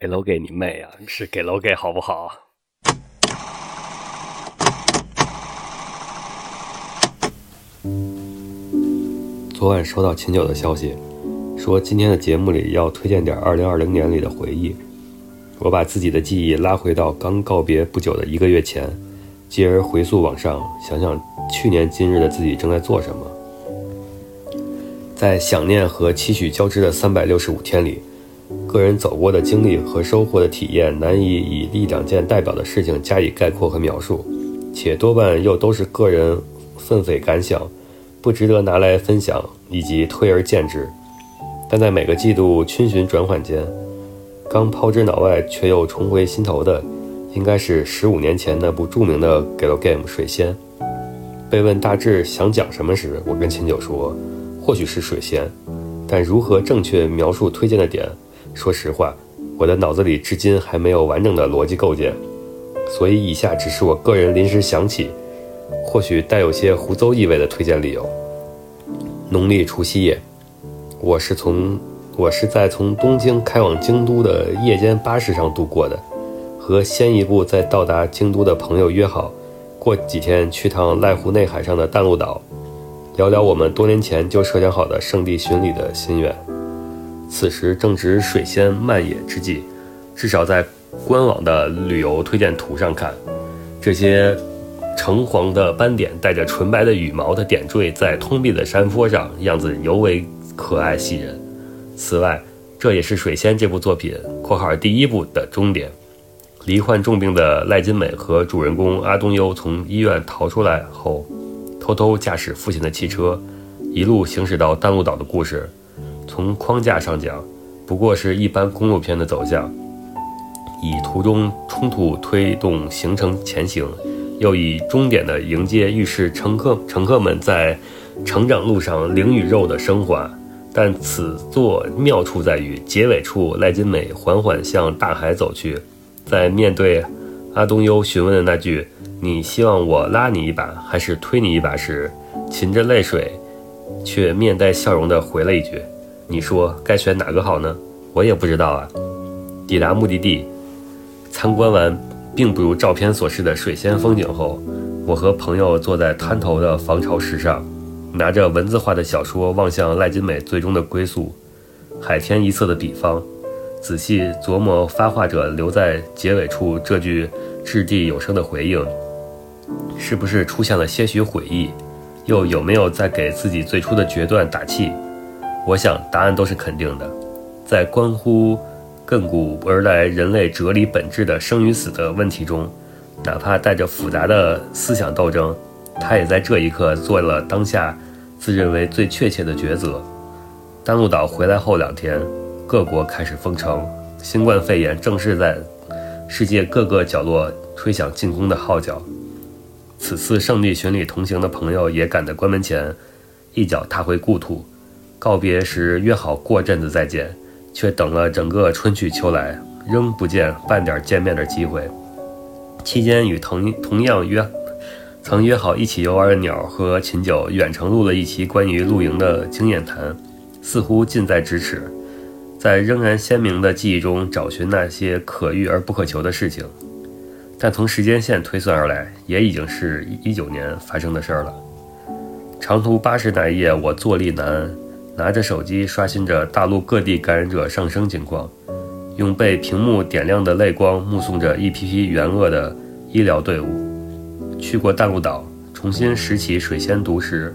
Speaker 11: 给楼给你妹啊！是给楼给好不好？
Speaker 5: 昨晚收到秦九的消息，说今天的节目里要推荐点2020年里的回忆。我把自己的记忆拉回到刚告别不久的一个月前，继而回溯往上，想想去年今日的自己正在做什么。在想念和期许交织的365天里，个人走过的经历和收获的体验，难以以一两件代表的事情加以概括和描述，且多半又都是个人愤慨感想，不值得拿来分享以及推而见之。但在每个季度春旬转换间，刚抛之脑外却又重回心头的，应该是十五年前那部著名的《Galo Game》水仙。被问大致想讲什么时，我跟秦九说，或许是水仙，但如何正确描述推荐的点，说实话，我的脑子里至今还没有完整的逻辑构建，所以以下只是我个人临时想起，或许带有些胡诌意味的推荐理由。农历除夕夜，我是从我是在从东京开往京都的夜间巴士上度过的，和先一步在到达京都的朋友约好，过几天去趟濑户内海上的淡路岛，聊聊我们多年前就设想好的圣地巡礼的心愿。此时正值水仙漫野之际，至少在官网的旅游推荐图上看，这些橙黄的斑点带着纯白的羽毛的点缀在通碧的山坡上，样子尤为可爱吸人。此外，这也是《水仙》这部作品（括号第一部）的终点。罹患重病的赖金美和主人公阿东优从医院逃出来后，偷偷驾驶父亲的汽车，一路行驶到淡路岛的故事。从框架上讲，不过是一般公路片的走向，以途中冲突推动行程前行，又以终点的迎接预示乘客乘客们在成长路上灵与肉的升华。但此作妙处在于，结尾处赖金美缓缓向大海走去，在面对阿东优询问的那句“你希望我拉你一把还是推你一把”时，噙着泪水，却面带笑容地回了一句。你说该选哪个好呢？我也不知道啊。抵达目的地，参观完并不如照片所示的水仙风景后，我和朋友坐在滩头的防潮石上，拿着文字化的小说望向赖金美最终的归宿——海天一色的彼方，仔细琢磨发话者留在结尾处这句掷地有声的回应，是不是出现了些许悔意？又有没有在给自己最初的决断打气？我想答案都是肯定的。在关乎亘古而来人类哲理本质的生与死的问题中，哪怕带着复杂的思想斗争，他也在这一刻做了当下自认为最确切的抉择。丹路岛回来后两天，各国开始封城，新冠肺炎正式在世界各个角落吹响进攻的号角。此次圣地巡礼同行的朋友也赶在关门前一脚踏回故土。告别时约好过阵子再见，却等了整个春去秋来，仍不见半点见面的机会。期间与同同样约曾约好一起游玩的鸟和秦九远程录了一期关于露营的经验谈，似乎近在咫尺。在仍然鲜明的记忆中找寻那些可遇而不可求的事情，但从时间线推算而来，也已经是一九年发生的事儿了。长途巴士那一夜，我坐立难安。拿着手机刷新着大陆各地感染者上升情况，用被屏幕点亮的泪光目送着一批批援鄂的医疗队伍。去过淡路岛，重新拾起水仙读时，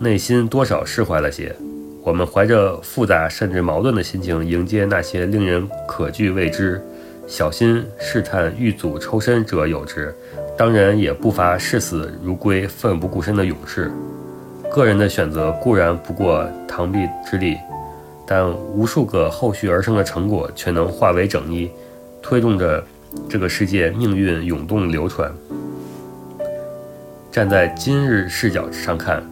Speaker 5: 内心多少释怀了些。我们怀着复杂甚至矛盾的心情迎接那些令人可惧未知、小心试探欲阻抽身者有之，当然也不乏视死如归、奋不顾身的勇士。个人的选择固然不过螳臂之力，但无数个后续而生的成果却能化为整一，推动着这个世界命运涌动流传。站在今日视角上看，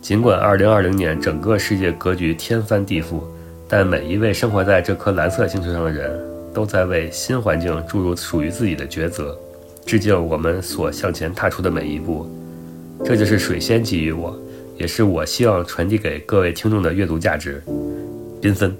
Speaker 5: 尽管2020年整个世界格局天翻地覆，但每一位生活在这颗蓝色星球上的人，都在为新环境注入属于自己的抉择，致敬我们所向前踏出的每一步。这就是水仙给予我，也是我希望传递给各位听众的阅读价值。缤纷。